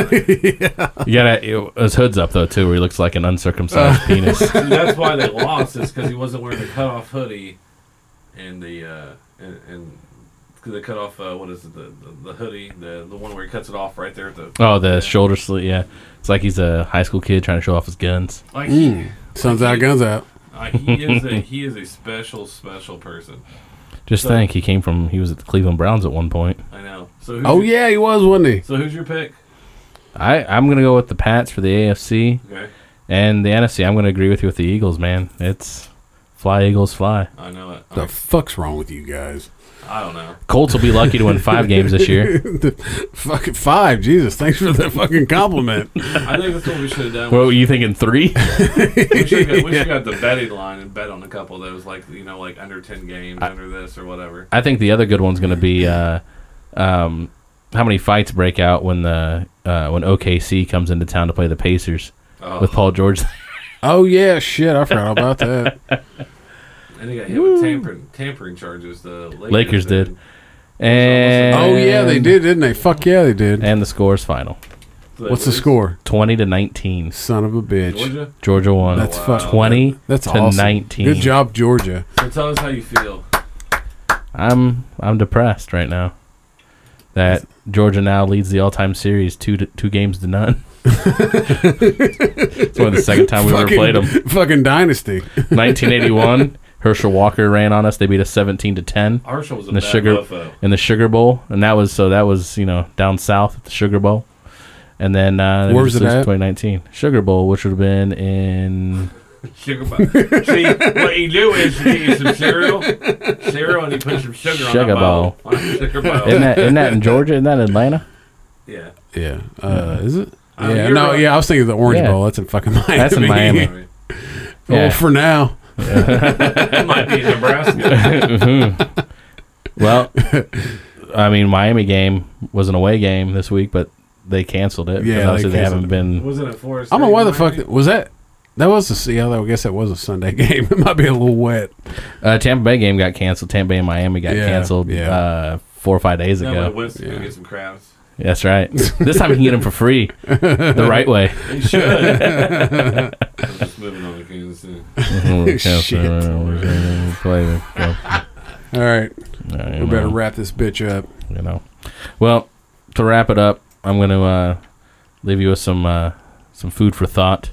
like. You gotta it, his hood's up though too, where he looks like an uncircumcised penis. See, that's why they lost is because he wasn't wearing the cutoff hoodie and the uh, and, and 'cause they cut off uh, what is it the, the, the hoodie the the one where he cuts it off right there at the Oh, the shoulder sleeve. Yeah, it's like he's a high school kid trying to show off his guns. like he, Mm. Suns out, guns out. uh, he is a he is a special special person Just So- think, he came from he was at the Cleveland Browns at one point. I know so who's Oh your- yeah, he was, wasn't he? so who's your pick I I'm gonna go with the Pats for the AFC okay and the NFC. I'm gonna agree with you with the Eagles, man. It's fly Eagles fly. I know it The fuck's wrong with you guys? I don't know Colts will be lucky to win five games this year. the fucking five. Jesus, thanks for that fucking compliment. I think that's what we should have done What were you thinking? Three? we should have got, the betting line and bet on a couple of those like you know like under ten games under this or whatever I think the other good one's gonna be uh, um, how many fights break out when the uh, when OKC comes into town to play the Pacers oh, with Paul George. oh yeah, shit, I forgot about that. and they got hit with tampering tampering charges the Lakers, Lakers did. And Oh yeah, they did, didn't they? Fuck yeah, they did. And the score's final. So they What's the lose. score? Twenty to nineteen. Son of a bitch. Georgia. Georgia won. That's Wow. fuck. twenty That's to awesome. nineteen. Good job, Georgia. So tell us how you feel. I'm I'm depressed right now. That Georgia now leads the all-time series two to, two games to none. it's only the second time we ever fucking, played them. fucking dynasty. 1981, Herschel Walker ran on us. They beat us 17 to 10 Arshel was a The bad sugar- mofo. in the Sugar Bowl, and that was so that was you know down south at the Sugar Bowl, and then uh, they Where just was it lose at? 2019 Sugar Bowl, which would have been in Sugar bu- See, what he do is he get you some cereal, cereal, and he put some sugar, on Sugar a bowl. On a sugar bowl. Isn't that, isn't that in Georgia? Isn't that in Atlanta? yeah. Yeah. Uh, is it? Uh, yeah. you're No. right. Yeah, I was thinking of the Orange Yeah. Bowl. That's in fucking Miami. That's in Miami. Sorry. well, Yeah. for now. That might be in Nebraska. Well, I mean, Miami game was an away game this week, but they canceled it. Yeah, Yeah, they obviously they, canceled haven't it. been. Wasn't it Forest? I don't know why the fuck Miami? that, was that. That was a see. I guess that was a Sunday game. It might be a little wet. Uh, Tampa Bay game got canceled. Tampa Bay and Miami got Yeah, canceled yeah. Uh, four or five days No, ago. but Winston go get some crabs. That's right. this time you can get them for free, the right way. He should. I'm just moving on to Kansas City. All right, we You better wrap this bitch up. you know. Well, to wrap it up, I'm going to uh, leave you with some uh, some food for thought.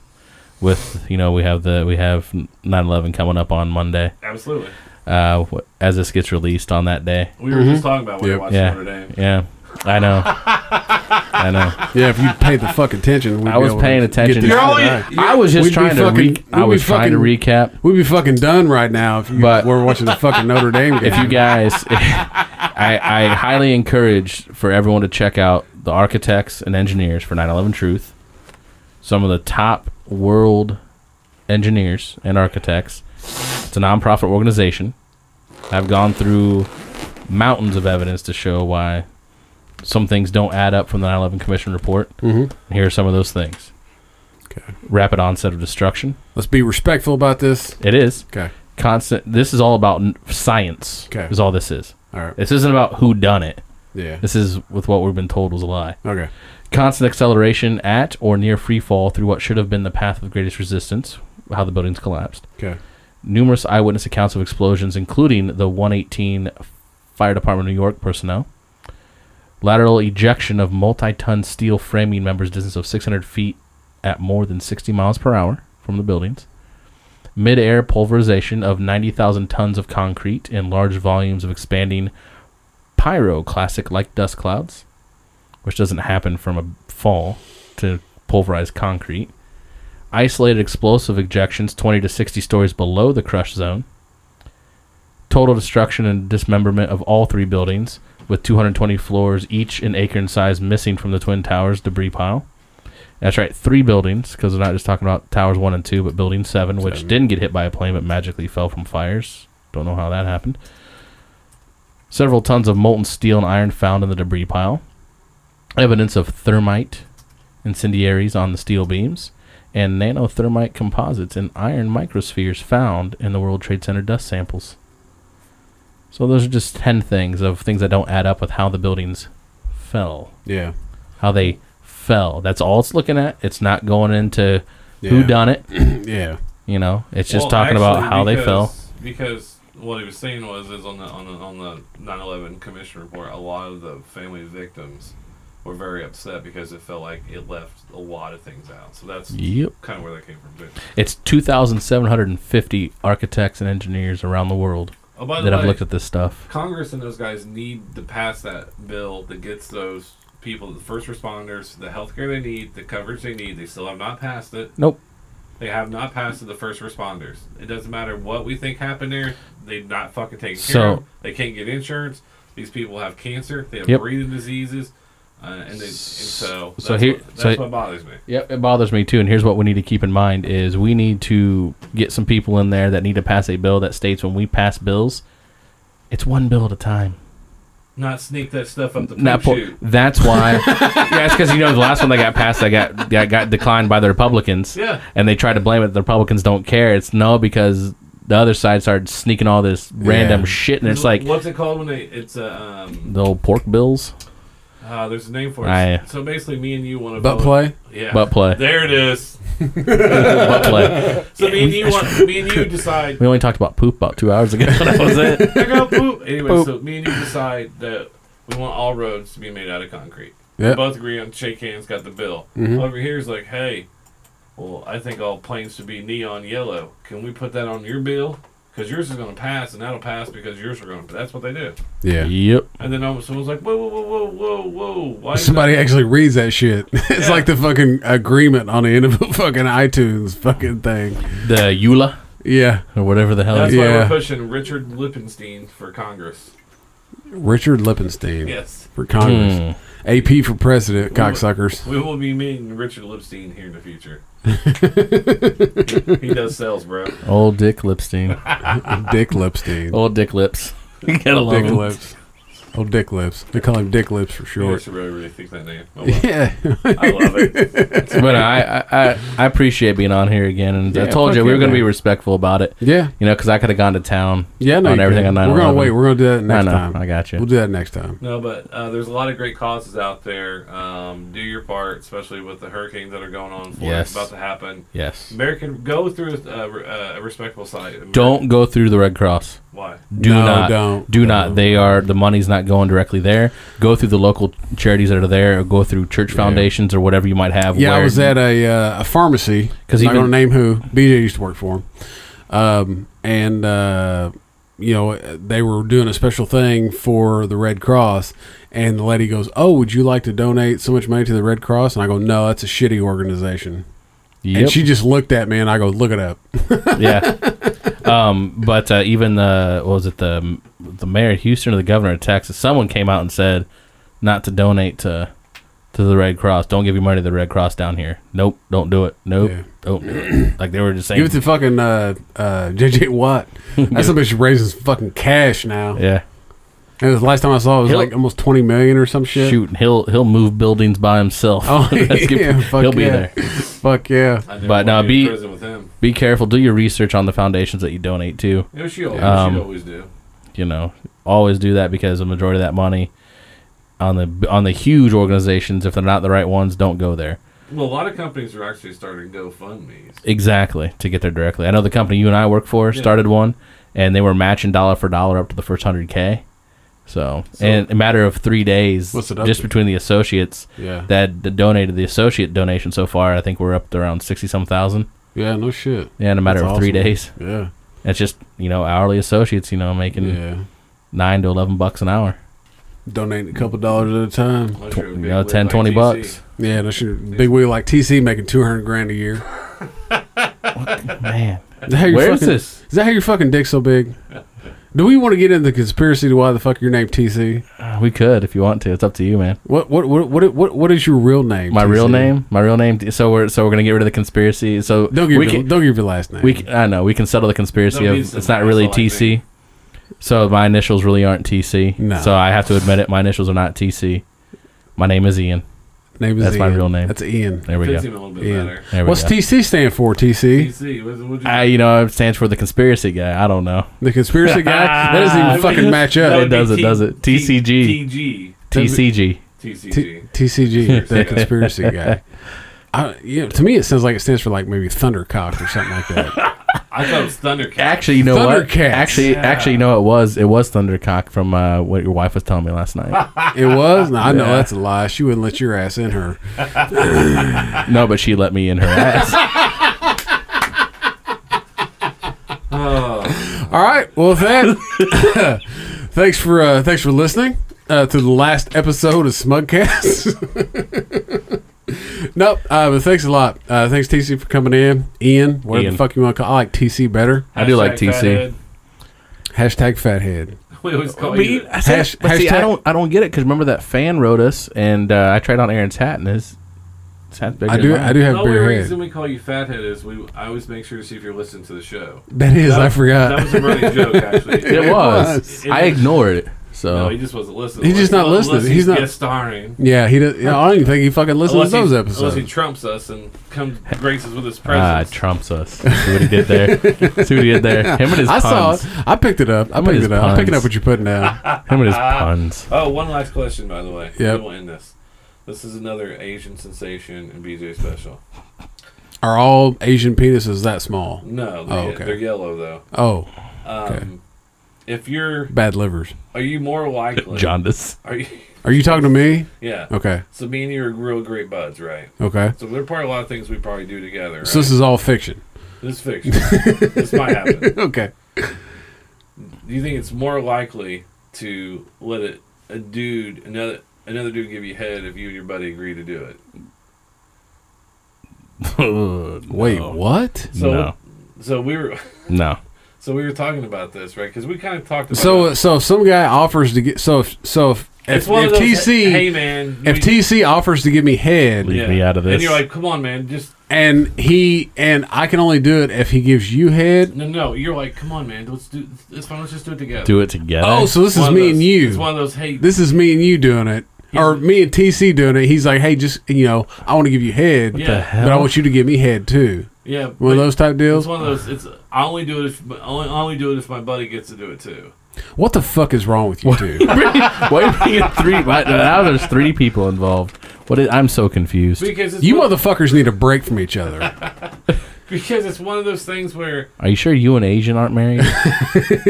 With you know, we have the we have 9/11 coming up on Monday. Absolutely. Uh, wh- as this gets released on that day, We were just talking about when Yep. we watched Yeah. Notre Dame. yeah, I know, I know. Yeah, if you paid the fuck attention, we'd I was be able paying to attention. Get You're this only- right. I was just We'd be trying to fucking- re- I we'd be was trying to fucking- recap. We'd be fucking done right now if you But- were watching the fucking Notre Dame game. if you guys I, I highly encourage for everyone to check out the architects and engineers for 9-11 truth some of the top world engineers and architects it's a nonprofit organization i've gone through mountains of evidence to show why some things don't add up from the 9-11 commission report mm-hmm. here are some of those things Okay. rapid onset of destruction Let's be respectful about this. it is Okay. constant this is all about n- science Okay. is all this is All right. this isn't about who done it. Yeah. This is with what we've been told was a lie. Okay. Constant acceleration at or near free fall through what should have been the path of greatest resistance, how the buildings collapsed. Okay. Numerous eyewitness accounts of explosions, including the 118 Fire Department of New York personnel. Lateral ejection of multi ton steel framing members, distance of 600 feet at more than 60 miles per hour from the buildings. Mid air pulverization of 90,000 tons of concrete in large volumes of expanding pyroclastic like dust clouds, which doesn't happen from a fall to pulverize concrete. Isolated explosive ejections 20 to 60 stories below the crush zone. Total destruction and dismemberment of all three buildings, with 220 floors each an acre in size missing from the Twin Towers debris pile. That's right, three buildings, because we're not just talking about Towers 1 and 2, but Building 7, which did didn't get hit by a plane but magically fell from fires. Don't know how that happened. Several tons of molten steel and iron found in the debris pile. Evidence of thermite incendiaries on the steel beams. And nanothermite composites and iron microspheres found in the World Trade Center dust samples. So those are just 10 things of things that don't add up with how the buildings fell Yeah. how they fell. That's all it's looking at. It's not going into who Yeah. done it. Yeah. You know, it's just Well, talking about actually, how they fell. because- Because what he was saying was is on the on the on the 9/11 commission report, a lot of the family victims were very upset because it felt like it left a lot of things out. So that's Yep. kind of where that came from too. It's 2,750 architects and engineers around the world Oh, by the that have way, looked at this stuff. Congress and those guys need to pass that bill that gets those people, the first responders, the health care they need, the coverage they need. They still have not passed it. Nope. They have not passed to the first responders. It doesn't matter what we think happened there. They're not fucking taking care So- of. 'em. They can't get insurance. These people have cancer. They have Yep. breathing diseases, uh, and, they, and so that's, So here- what, that's so- what bothers me. Yep, it bothers me too. And here's what we need to keep in mind is we need to get some people in there that need to pass a bill that states when we pass bills, it's one bill at a time. Not sneak that stuff up the Not poop po- chute. that's why. yeah, it's because you know the last one that got passed, that got that got declined by the Republicans. Yeah. and they try to blame it. The Republicans don't care. It's no because the other side started sneaking all this random Yeah. shit, and it's like what's it called when they? It's a um, the old pork bills, uh, there's a name for it. Aye. So basically, me and you want to Butt play. Yeah. butt play, There it is. butt play. So me and you want me and you decide We only talked about poop about two hours ago. that was it. I got poop. Anyway, so me and you decide that we want all roads to be made out of concrete. Yeah. Mm-hmm. We both agree on shake hands, got the bill. Over here's like, hey, well, I think all planes should be neon yellow. Can we put that on your bill? Because yours is going to pass, and that'll pass because yours are going to. That's what they do. Yeah. Yep. And then all- someone's like, whoa, whoa, whoa, whoa, whoa, whoa. Why is Somebody actually reads that shit. It's Yeah. like the fucking agreement on the end of a fucking iTunes fucking thing. The EULA Yeah. or whatever the hell. That, that's it is. why Yeah. we're pushing Richard Lippenstein for Congress. Richard Lippenstein Yes, for Congress. AP for president, cocksuckers. we will be meeting Richard Lipstein here in the future. he, he does sales, bro. Old Dick Lipstein. Dick Lipstein. Old Dick Lips. Get Dick along. Lips. Oh, Dick Lips. They call him Dick Lips for You short. should really rethink that name. Oh, well. Yeah. I love it. But I, I, I, I appreciate being on here again, and I Yeah, told you fuck we were yeah, going to be man. respectful about it. Yeah. You know, because I could have gone to town. Yeah, no, on you everything can. on 9/11. We're gonna wait. We're gonna do that next know, time. I got you. We'll do that next time. No, but uh, there's a lot of great causes out there. Um, do your part, especially with the hurricanes that are going on. in Florida Yes. about to happen. Yes. American, go through a, re- uh, a respectable site. American- Don't go through the Red Cross. Why? Do No, not. don't. Do not. They are the money's not going directly there. Go through the local charities that are there, or go through church foundations or whatever you might have. Yeah, I where- was at a uh, a pharmacy. 'Cause I'm not even- gonna name who. BJ used to work for him, um, and uh, you know they were doing a special thing for the Red Cross. And the lady goes, "Oh, would you like to donate so much money to the Red Cross?" And I go, "No, that's a shitty organization." Yep. And she just looked at me, and I go, "Look it up." yeah. Um, but uh, even the what was it the the mayor of Houston or the governor of Texas? Someone came out and said not to donate to to the Red Cross. Don't give your money to the Red Cross down here. Nope. Don't do it. Nope. Yeah. Don't do it. Like they were just saying. Give it to fucking uh, uh, JJ Watt. That's somebody should raise his fucking cash now. yeah. And the last time I saw it was He'll- like almost twenty million or some shit. Shoot, he'll he'll move buildings by himself. Oh, That's good. yeah, fuck he'll be yeah. there. Fuck yeah. I never But, wanna uh, in be- prison with him. Be careful. Do your research on the foundations that you donate to. You know, she always, Um, she always do. You know, always do that because the majority of that money on the on the huge organizations. If they're not the right ones, don't go there. Well, a lot of companies are actually starting GoFundMe's. Exactly to get there directly. I know the company you and I work for started one, and they were matching dollar for dollar up to the first hundred k. So, in a matter of three days, What's it up just to? between the associates Yeah. that d- donated the associate donation so far, I think we're up to around sixty some thousand. Yeah, no shit. Yeah, in a matter That's of three awesome. days. Yeah. It's just you know hourly associates, you know, making Yeah. nine to eleven bucks an hour. Donating a couple dollars at a time. Unless you're a You big know, wig 10, like 20 TC. bucks. Yeah, that's your big wheel like TC making two hundred grand a year. Man, Is that how your Where is fucking, this? Is that how your fucking dick's so big? Do we want to get into the conspiracy to why the fuck your name TC? Uh, we could if you want to. It's up to you, man. What what what what what, what is your real name? My TC? real name, my real name. So we're so we're gonna get rid of the conspiracy. So Don't give we your, can, don't give your last name. we can, I know we can settle the conspiracy That of means it's that not really that's all I TC. So my initials really aren't TC. No. So I have to admit it. My initials are not TC. My name is Ian. name is that's my Ian. real name. That's Ian. There we Fits go. him a little bit Ian. better. There we What's go. TC stand for? TC, TC, what, what'd you I, you know, it stands for the conspiracy guy. I don't know. the conspiracy guy. That doesn't even fucking match That up. would be does it, does it. T- TCG. TG. TCG. TCG. T- TCG, the conspiracy guy. I, yeah, to me, it sounds like it stands for like maybe Thundercock or something like that. I thought it was Thundercat. Actually, you know what? Thundercats. Actually, actually, you know what it was? It was Thundercock from uh, what your wife was telling me last night. It was. No, I know that's a lie. She wouldn't let your ass in her. no, but she let me in her ass. All right. Well, with that, thanks for uh, thanks for listening uh, to the last episode of Smugcast. nope. Uh, but thanks a lot. Uh, thanks TC for coming in. Ian, whatever Ian. the fuck you want to call. I like TC better. I do like Hashtag TC. fathead. Hashtag fathead. We always call you. But, I said- Hash- but see, I hashtag- don't, I don't get it because remember that fan wrote us, and uh, I tried on Aaron's hat, and his, his hat's bigger I than do. mine. I do The have only bare reason head. we call you Fathead is we. I always make sure to see if you're listening to the show. That is. I That was forgot. a running joke, actually. It was. It I was. ignored it. So No, he just wasn't listening. He's just Unless- not listening. unless He's not- guest starring. Yeah. He. Does, you know, I don't even think he fucking listens Unless to those he, episodes. unless he trumps us and comes graces with his ah, presence. trumps us. See what he did there. See what he did there. Him and his I saw puns. it. I picked it up. I at picked his it up. I'm picking puns. up what you're putting down. Him and his puns. Oh, one last question, by the way. Yep. Then We'll end this. This is another Asian sensation and BJ special. Are all Asian penises that small? No, they, Oh, okay. they're yellow though. Oh, Um, If you're, bad livers. are you more likely? Jaundice. Are you? Are you talking to me? Yeah. Okay. So me and you are real great buds, right? Okay. So there are probably a lot of things we probably do together. Right? So this is all fiction. this is fiction. this might happen. Okay. Do you think it's more likely to let a, a dude another another dude give you head if you and your buddy agree to do it? Wait, what? So No. so we were No. so we were talking about this right because we kind of talked about So it. so if some guy offers to get so if, so if It's if, one if of those, TC Hey man, you- if TC offers to give me head Leave me out of And this. you're like, come on, man, just and he and I can only do it if he gives you head. no, no. You're like, come on, man, let's do. It's fine. Let's just do it together. Do it together. Oh, so this One is of me those- and It's one you. of those hey. This is me and you doing it. Or me and TC doing it. He's like, "Hey, just you know, I want to give you head, yeah, but I want you to give me head too." yeah. One but of those type It's deals. one of those. It's I only do it if I only, I only do it if my buddy gets to do it too. What the fuck is wrong with you two? Why are you bringing three? Why, now there's three people involved. What is, I'm so confused. Because it's you one, motherfuckers need a break from each other. because it's one of those things where Are you sure you and Asian aren't married?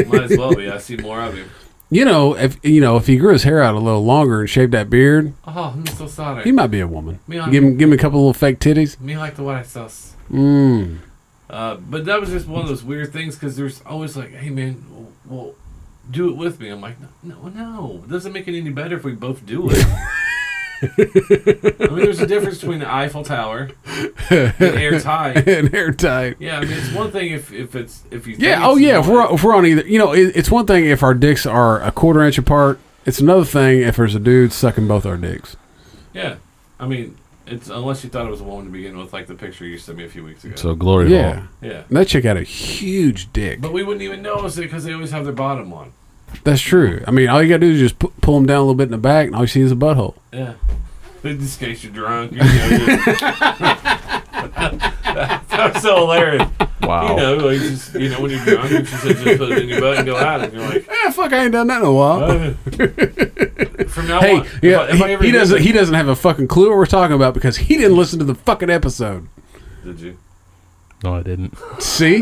might as well be. I see more of him. You know, if you know if he grew his hair out a little longer and shaved that beard, Oh, I'm so sorry. he might be a woman. Me, I'm- Give him, give him a couple little fake titties. Me like the white sauce. Mm. Uh, but that was just one of those weird things because there's always like, hey man, well, well, do it with me. I'm like, no, no, no. It doesn't make it any better if we both do it. I mean, there's a difference between the Eiffel Tower and airtight. and hair tight. Yeah, I mean, it's one thing if, if it's if you think Yeah. Oh it's yeah. If more- we're if we're on either, you know, it, it's one thing if our dicks are a quarter inch apart. It's another thing if there's a dude sucking both our dicks. yeah. I mean, it's unless you thought it was a woman to begin with, like the picture you sent me a few weeks ago. so glory Yeah. hole. yeah, And that chick had a huge dick. but we wouldn't even notice it because they always have their bottom on. That's true. I mean, all you gotta do is just pu- pull him down a little bit in the back, and all you see is a butthole. Yeah. In this case, you're drunk. You know, just- that was so hilarious. Wow. You know, like just, you know, when you're drunk, Eh, you just, just put it in your butt and go out, and you're like, Yeah, fuck, I ain't done that in a while. oh. from now Hey, on. If I- yeah, if I he, ever he hear doesn't. that- He doesn't have a fucking clue what we're talking about because he didn't listen to the fucking episode. Did you? No, I didn't. See,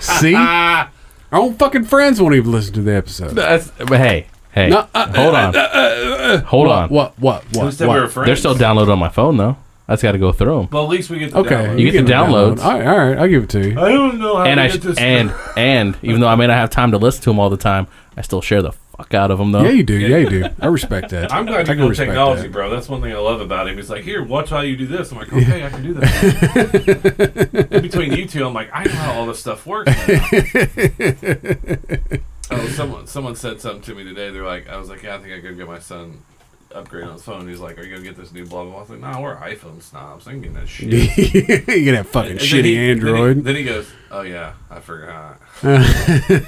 see, our own fucking friends won't even listen to the episode. That's, but hey, Hey, No, uh, hold on, hold on. What? What? What? What? Who said what? we were friends? They're still downloaded on my phone though. I just got to go through them. Well, at least we get the okay, download. You get can the downloads. download. All right, all right, I'll give it to you. I don't know how and we I get sh- this. and and even though I may not have time to listen to them all the time, I still share the fuck out of them though. Yeah, you do. Yeah, you do. I respect that. Uh-huh. I I'm glad you can know respect technology, that. bro. That's one thing I love about him. He's like, here, watch how you do this. I'm like, okay, I can do that. In between you two, I'm like, I know how all this stuff works. oh, someone someone said something to me today. They're like, I was like, yeah, I think I could get my son upgrade on his phone. He's like, are you gonna get this new blah blah? blah? I was like, nah, we're iPhone snobs. I can get that shit. you get that fucking And then shitty he- Android. Then he, then he goes, oh yeah, I forgot.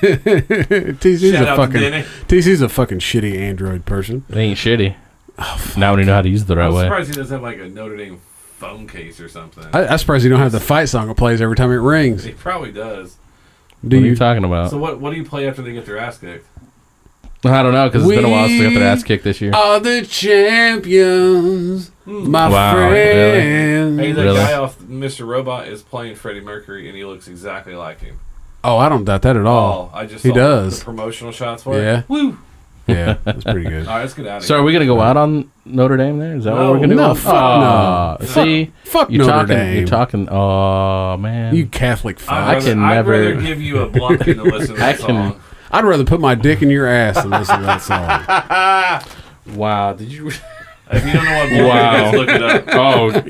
TC's Shut a up, fucking Denny. TC's a fucking shitty Android person. They ain't shitty. Oh, now when you know how to use it the right I'm way. surprised he doesn't have like a Notre Dame phone case or something. I, I'm surprised you don't have the fight song that plays every time it rings. he probably does. Do what are you? you talking about? So what what do you play after they get their ass kicked? I don't know because it's been a while since they got their ass We kicked this year. All the champions, my Wow, friends. Hey, that Really? guy off Mr. Robot is playing Freddie Mercury, and he looks exactly like him. Oh, I don't doubt that at Oh, all. I just he saw does. the promotional shots for Yeah. it. Woo! Yeah, that's pretty good. All right, let's get out of So are here. we gonna go out on Notre Dame? There is that what No. we're gonna do? No, fuck Aw, no. See, Fuck you're Notre talking. Dame. You're talking. Oh man, You Catholic fuck. I'd rather, I can I'd rather never- give you a blunt than to listen to I that can- song. I'd rather put my dick in your ass than listen to that song. wow. Did you? If you don't know what blunt Wow. is, look it up.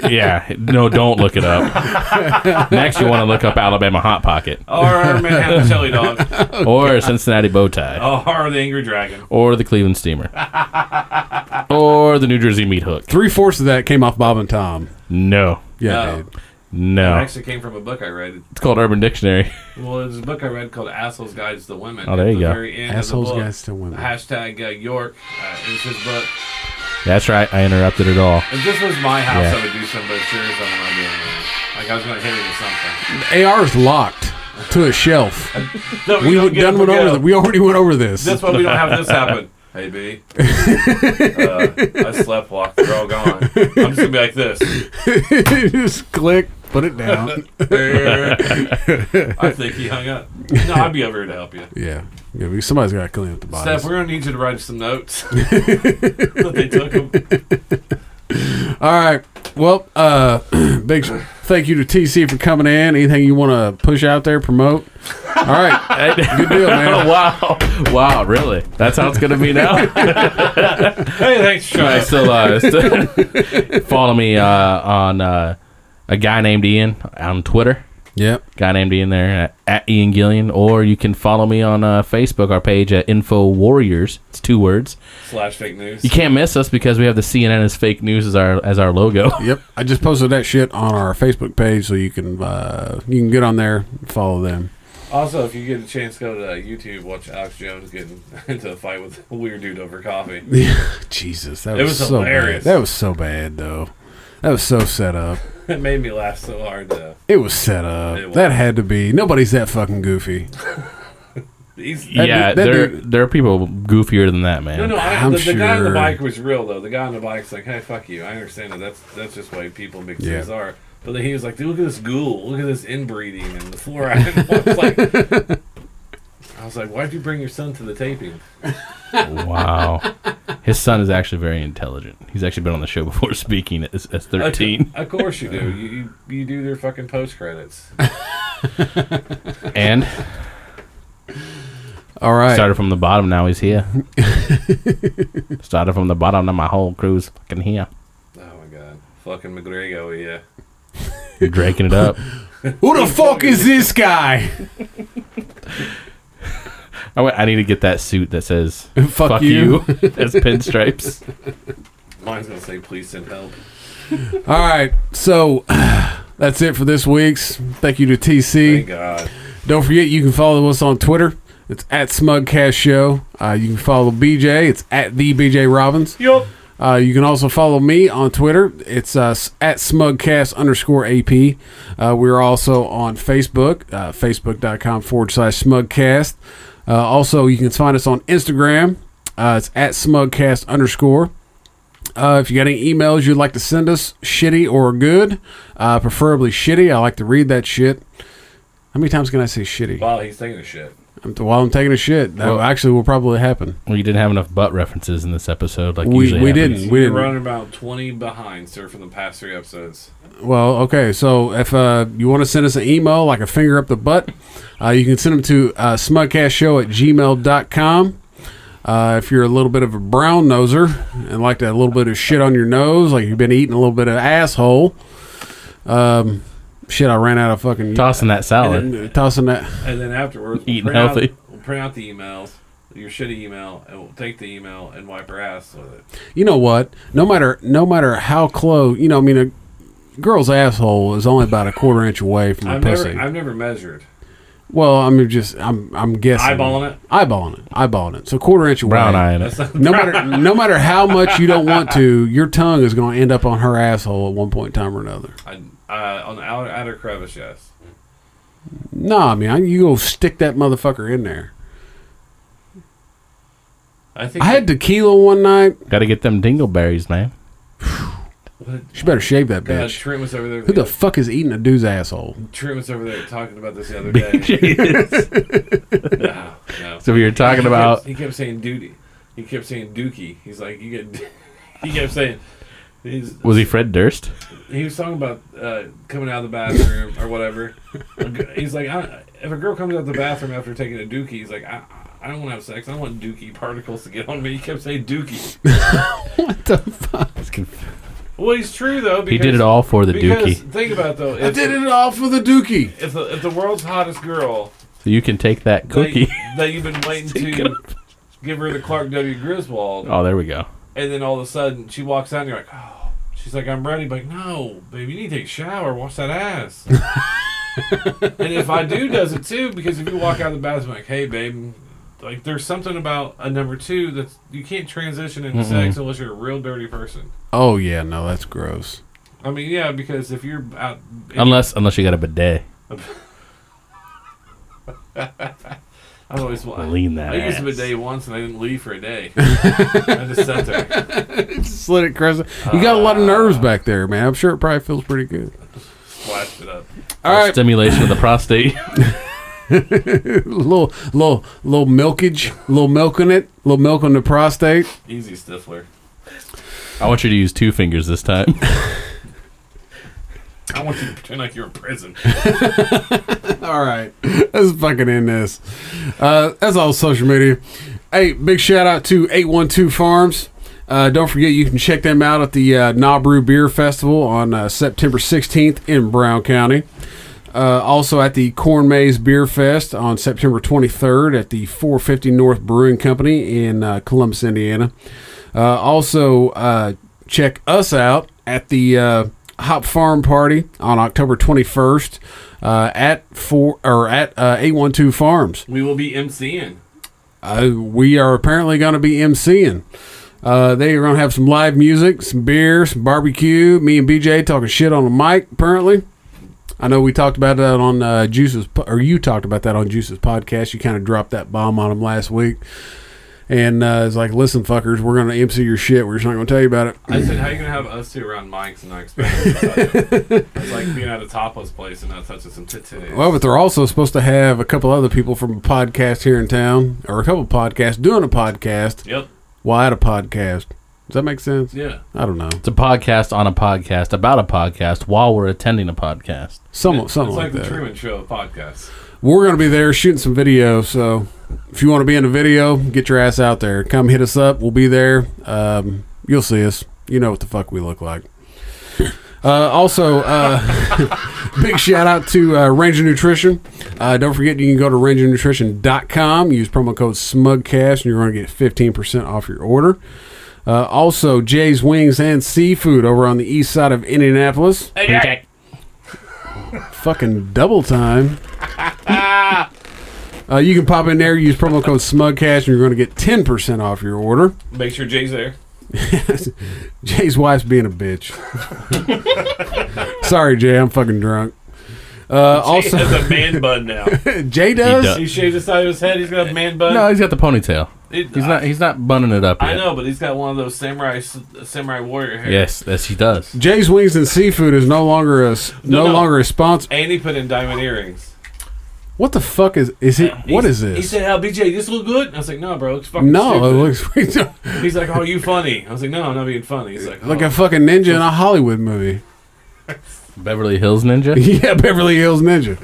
oh yeah. No, don't look it up. Next, you want to look up Alabama Hot Pocket Or Manhattan Chili Dog. Oh, or Cincinnati Bow Tie. Or the Angry Dragon. or the Cleveland Steamer, or the New Jersey Meat Hook. Three fourths of that came off Bob and Tom. No, Yeah, No. dude. It no. actually came from a book I read. It's called Urban Dictionary. Well, there's a book I read called Assholes Guides to Women. Oh, there At you the go. Very end assholes of the book, guys to women. Hashtag uh, York uh, is his book. That's right. I interrupted it all. If this was my house, Yeah. I would do some, but sure as I'm not doing it. Like I was gonna hit it with something. AR is locked to a shelf. No, We don't went, get done it, went forget over it. that. We already went over this. That's why we don't have this happen. Hey B, uh, I slept walk. They're all gone. I'm just gonna be like this. Just click, put it down. I think he hung up. No, I'd be over here to help you. yeah. yeah we- somebody's got to clean up the bodies. Steph, we're gonna need you to write some notes. that they took him. All right. Well, uh, big thank you to TC for coming in. Anything you want to push out there, promote? All right. Good deal, man. wow, wow, really? That's how it's gonna be now. Hey, thanks, I Charles. still, uh, still follow me uh, on uh, a guy named Ian on Twitter. Yep. Guy named Ian there at, at Ian Gillian, or you can follow me on uh, Facebook, our page at Info Warriors. It's two words. Slash fake news. You can't miss us because we have the CNN as fake news as our as our logo. Yep. I just posted that shit on our Facebook page, so you can uh, you can get on there, and follow them. Also, if you get a chance, go to uh, YouTube. Watch Alex Jones getting into a fight with a weird dude over coffee. Jesus, that It was, was so hilarious. bad. That was so bad, though. That was so set up. It made me laugh so hard. Though. It was set up. It was. That had to be. Nobody's that fucking goofy. He's, yeah, dude- that there dude- there are people goofier than that, man. No, no, I, I'm the, the guy on the sure. bike was real though. The guy on the bike's like, "Hey, fuck you." I understand that. That's that's just why people in big Yeah. cities are. But then he was like, "Dude, look at this ghoul. Look at this inbreeding and the fluoride." I was like, I was like, "Why'd you bring your son to the taping?" Wow, his son is actually very intelligent. He's actually been on the show before, speaking as, as thirteen, Of course you do. You you, you do their fucking post credits. Oh, and All right. started from the bottom. Now he's here. started from the bottom. Now my whole crew's fucking here, Oh my god, fucking McGregor, yeah. draking it up. Who the fuck is this guy? I, wa- I need to get that suit that says Fuck, "fuck you" you. as pinstripes. Mine's gonna say, "Please send help." All right. So that's it for this week's. Thank you to TC. Thank God. Don't forget, you can follow us on Twitter. It's at Smugcast Show. Uh, you can follow BJ. It's at the BJ Robbins. Yup. Uh, you can also follow me on Twitter. It's uh, s- at smugcast underscore AP. Uh, we're also on Facebook, uh, facebook.com forward slash smugcast. Uh, also, you can find us on Instagram Uh, it's at smugcast underscore. Uh, if you got any emails you'd like to send us, shitty or good, uh, preferably shitty. I like to read that shit. How many times can I say shitty? While he's taking a shit. I'm, while I'm taking a shit, that Well- actually will probably happen. We didn't have enough butt references in this episode. Like We, usually we happens. didn't. We You're didn't. running about 20 behind, sir, from the past three episodes. Well, okay. So if uh, you want to send us an email, like a finger up the butt, uh, you can send them to uh, smugcastshow at gmail.com. Uh, if you're a little bit of a brown noser and like that little bit of shit on your nose, like you've been eating a little bit of asshole, um, shit, I ran out of fucking Tossing that salad. and then tossing that. And then afterwards, Eating print healthy. Out, we'll print out the emails, your shitty email, and we'll take the email and wipe our ass with it. You know what? No matter no matter how close, you know, I mean, a girl's asshole is only about a quarter inch away from a I've pussy. never, I've never measured. well, I'm just I'm I'm guessing Eyeballing it. eyeballing it, eyeballing it. So quarter inch away. Brown eyeing it. That's not No matter no matter how much you don't want to, your tongue is going to end up on her asshole at one point in time or another. I, uh, on the outer, outer crevice, yes. No, I mean I, you go stick that motherfucker in there. I think I had tequila one night. Got to get them dingleberries, man. She better shave that God, bitch. Trent was over there. Who the fuck is eating a dude's asshole? Trent was over there talking about this the other day. no, no. So we were talking He about kept, he kept saying duty. He kept saying dookie. He's like you get. He kept saying. He's, was he Fred Durst? he was talking about uh, coming out of the bathroom or whatever. He's like, I, if a girl comes out the bathroom after taking a dookie, he's like, I, I don't want to have sex. I don't want dookie particles to get on me. He kept saying dookie. What the fuck? Well, he's true though. Because, He did it all for the because dookie. think about it, though, I if, did it all for the dookie. if the if the world's hottest girl So you can take that that- cookie. that, you've been waiting Take to give her the Clark W. Griswold, oh, there we go. and then all of a sudden she walks out and you're like, oh. She's like, I'm ready. But like, no, baby, you need to take a shower. Wash that ass. and if I do, does it too? Because if you walk out of the bathroom, like, hey, babe, like, there's something about a number two that you can't transition Mm-hmm. into sex unless you're a real dirty person. Oh yeah, no, that's gross. I mean, yeah, because if you're out, Unless unless you got a bidet. I always want Lean that I used ass. a bidet once and I didn't leave for a day. I just sat there. Slit it, Chris. You got a lot of nerves back there, man. I'm sure it probably feels pretty good. splashed it up. All right, Stimulation of the prostate. little little little milkage, little milk in it, little milk on the prostate. Easy stiffler. I want you to use two fingers this time. I want you to pretend like you're in prison. All right, let's fucking end this. Uh, that's all social media. Hey, big shout out to 812 Farms. Uh, don't forget you can check them out at the uh, Nabru Beer Festival on uh, September 16th in Brown County. Uh, also at the Corn Maze Beer Fest on September 23rd at the 450 North Brewing Company in uh, Columbus, Indiana. Uh, also, uh, check us out at the uh, Hop Farm Party on October 21st uh, at four or at uh, 812 Farms. We will be MCing. Uh, we are apparently going to be emceeing. Uh, they are going to have some live music, some beer, some barbecue. Me and BJ talking shit on the mic. Apparently, I know we talked about that on uh, Juices, po- or you talked about that on Juices podcast. You kind of dropped that bomb on him last week, and uh, it's like, listen, fuckers, we're going to MC your shit. We're just not going to tell you about it. I said, how you going to have us two around mics and not expect us to touch it? It's like being at a topless place and not touching some titties. Well, but they're also supposed to have a couple other people from a podcast here in town, or a couple podcasts doing a podcast Yep. while at a podcast. Does that make sense? Yeah. I don't know. It's a podcast on a podcast about a podcast while we're attending a podcast. Some, it's something like, like, the that. Truman Show of podcasts. We're going to be there shooting some video. So if you want to be in the video, get your ass out there. Come hit us up. We'll be there. Um, you'll see us. You know what the fuck we look like. Uh, also, uh, big shout out to uh, Ranger Nutrition. Uh, don't forget, you can go to rangernutrition.com, use promo code SMUGCAST, and you're going to get 15% off your order. Uh, also, Jay's Wings and Seafood over on the east side of Indianapolis. Fucking double time. Uh, you can pop in there, use promo code SMUGCASH, and you're going to get 10% off your order. Make sure Jay's there. Jay's wife's being a bitch. Sorry, Jay, I'm fucking drunk. Uh, Also, also, has a man bun now. Jay does. does. He shaved the side of his head. He's got a man Uh, bun. No, he's got the ponytail. It- He's I- not. He's not bunning it up yet. I know, but he's got one of those samurai samurai warrior hair. Yes, yes, he does. Jay's Wings and Seafood is no longer a s- no, no. longer a sponsor. And he put in diamond earrings. What the fuck is is it? What He's- is He this? said, "How BJ, this look good?" And I was like, "No, bro, it looks fucking no, it stupid." looks we don't- He's like, "Oh, you funny?" I was like, "No, I'm not being funny." He's like, like "Oh." a fucking ninja in a Hollywood movie. Beverly Hills Ninja. yeah, Beverly Hills Ninja.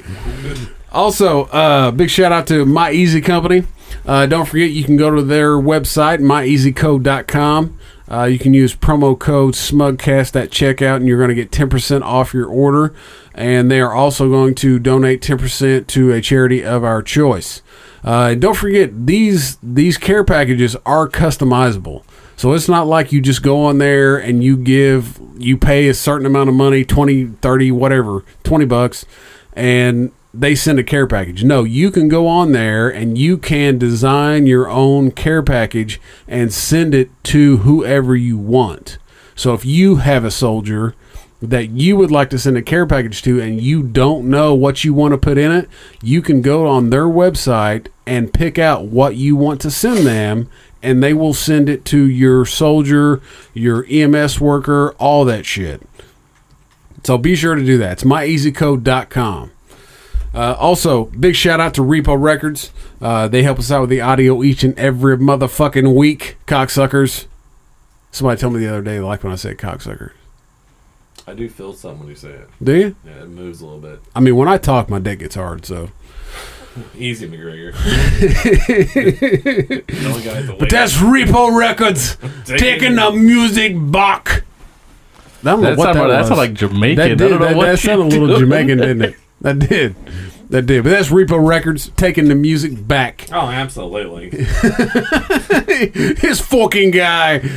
Also, uh, big shout out to My Easy Company. Uh, don't forget, you can go to their website, myeasycode.com. Uh, you can use promo code SMUGCAST at checkout, and you're going to get 10% off your order. And they are also going to donate 10% to a charity of our choice. Uh, and don't forget, these these care packages are customizable. So it's not like you just go on there and you give, you pay a certain amount of money, 20, 30, whatever, 20 bucks, and they send a care package. No, you can go on there and you can design your own care package and send it to whoever you want. So if you have a soldier that you would like to send a care package to and you don't know what you want to put in it, you can go on their website and pick out what you want to send them and they will send it to your soldier, your EMS worker, all that shit. So be sure to do that. It's myeasycode.com. Uh, also, big shout out to Repo Records. Uh, they help us out with the audio each and every motherfucking week, cocksuckers. Somebody told me the other day, they like when I said cocksucker. I do feel something when you say it. Do you? Yeah, it moves a little bit. I mean, when I talk, my dick gets hard. So Easy, McGregor. that's Repo Records taking the music back. I don't know That what sounded, that that sounded was. like Jamaican. That I did. don't know That, what that you sounded a little do. Jamaican, didn't it? That did. That did. But that's Repo Records taking the music back. Oh, absolutely. His fucking guy.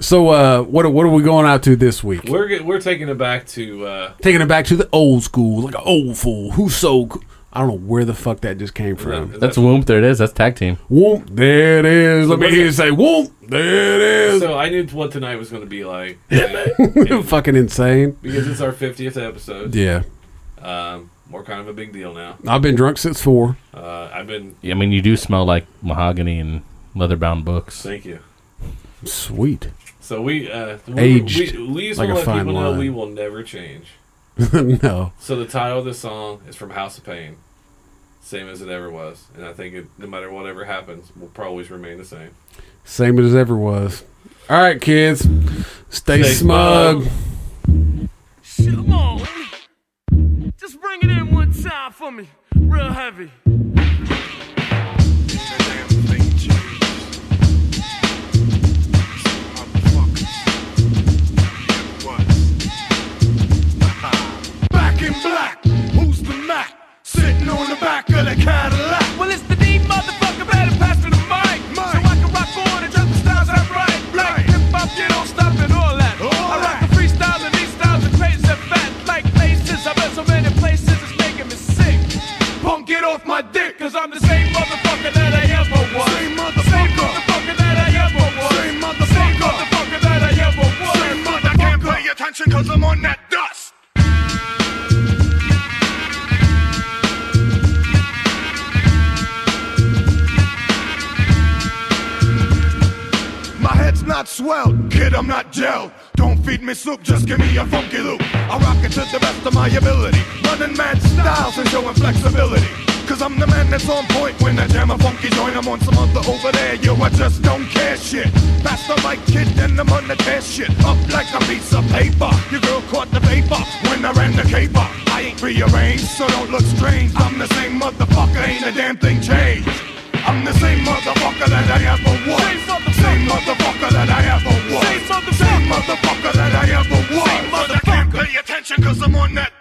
So, uh, what are- what are we going out to this week? we're get, we're taking it back to uh, Taking it back to the old school, like an old fool. Who's so? c- I don't know where the fuck that just came from. That's Womp. There it is. That's tag team. Whoop, there it is. Let me hear you say whoop, there it is. So I knew what tonight was going to be like, and- fucking insane. because it's our 50th episode. Yeah, Um, we're kind of a big deal now. I've been drunk since four. Uh, I've been. I mean, you do smell like mahogany and leather-bound books. Thank you. Sweet. So we uh, we- Aged We, we just like want a to let fine people know wine. we will never change. no. So the title of this song is from House of Pain, same as it ever was, and I think it, no matter whatever happens, will probably remain the same. Same as ever was. All right, kids. Stay, smug. Shit, come on, Amy. Just bring it in one time for me, real heavy. Back in black, who's the Mac? Sitting on the back of the Cadillac. Well, it's the deep motherfucker, better pass to the mic. So I can rock on and drop the styles I write. Like hip hop, you don't stop and all that. I rock the freestyles and these styles are crazy and fat. Like places, I've been so many places, it's making me sick. Punk, get off my dick, cause I'm the same motherfucker that I ever was. Same motherfucker that I ever was. Same motherfucker that I ever was. I can't pay attention cause I'm on that dust. My head's not swelled, kid, I'm not gelled. Don't feed me soup, just give me a funky loop. I rock it to the best of my ability. Running mad styles and showing flexibility. Cause I'm the man that's on point when I jam a funky joint. I'm on some other over there, yo, I just don't care shit. Pass the mic, kid, then I'm on the test shit. Up like a piece of paper. Your girl caught the vapor when I ran the caper. I ain't rearranged, so don't look strange. I'm the same motherfucker, ain't a damn thing changed. I'm the same motherfucker that I ever was. Same motherfucker. Same motherfucker that I ever was. Same motherfucker. Same motherfucker that I ever was. Same motherfucker. I can't pay attention cause I'm on that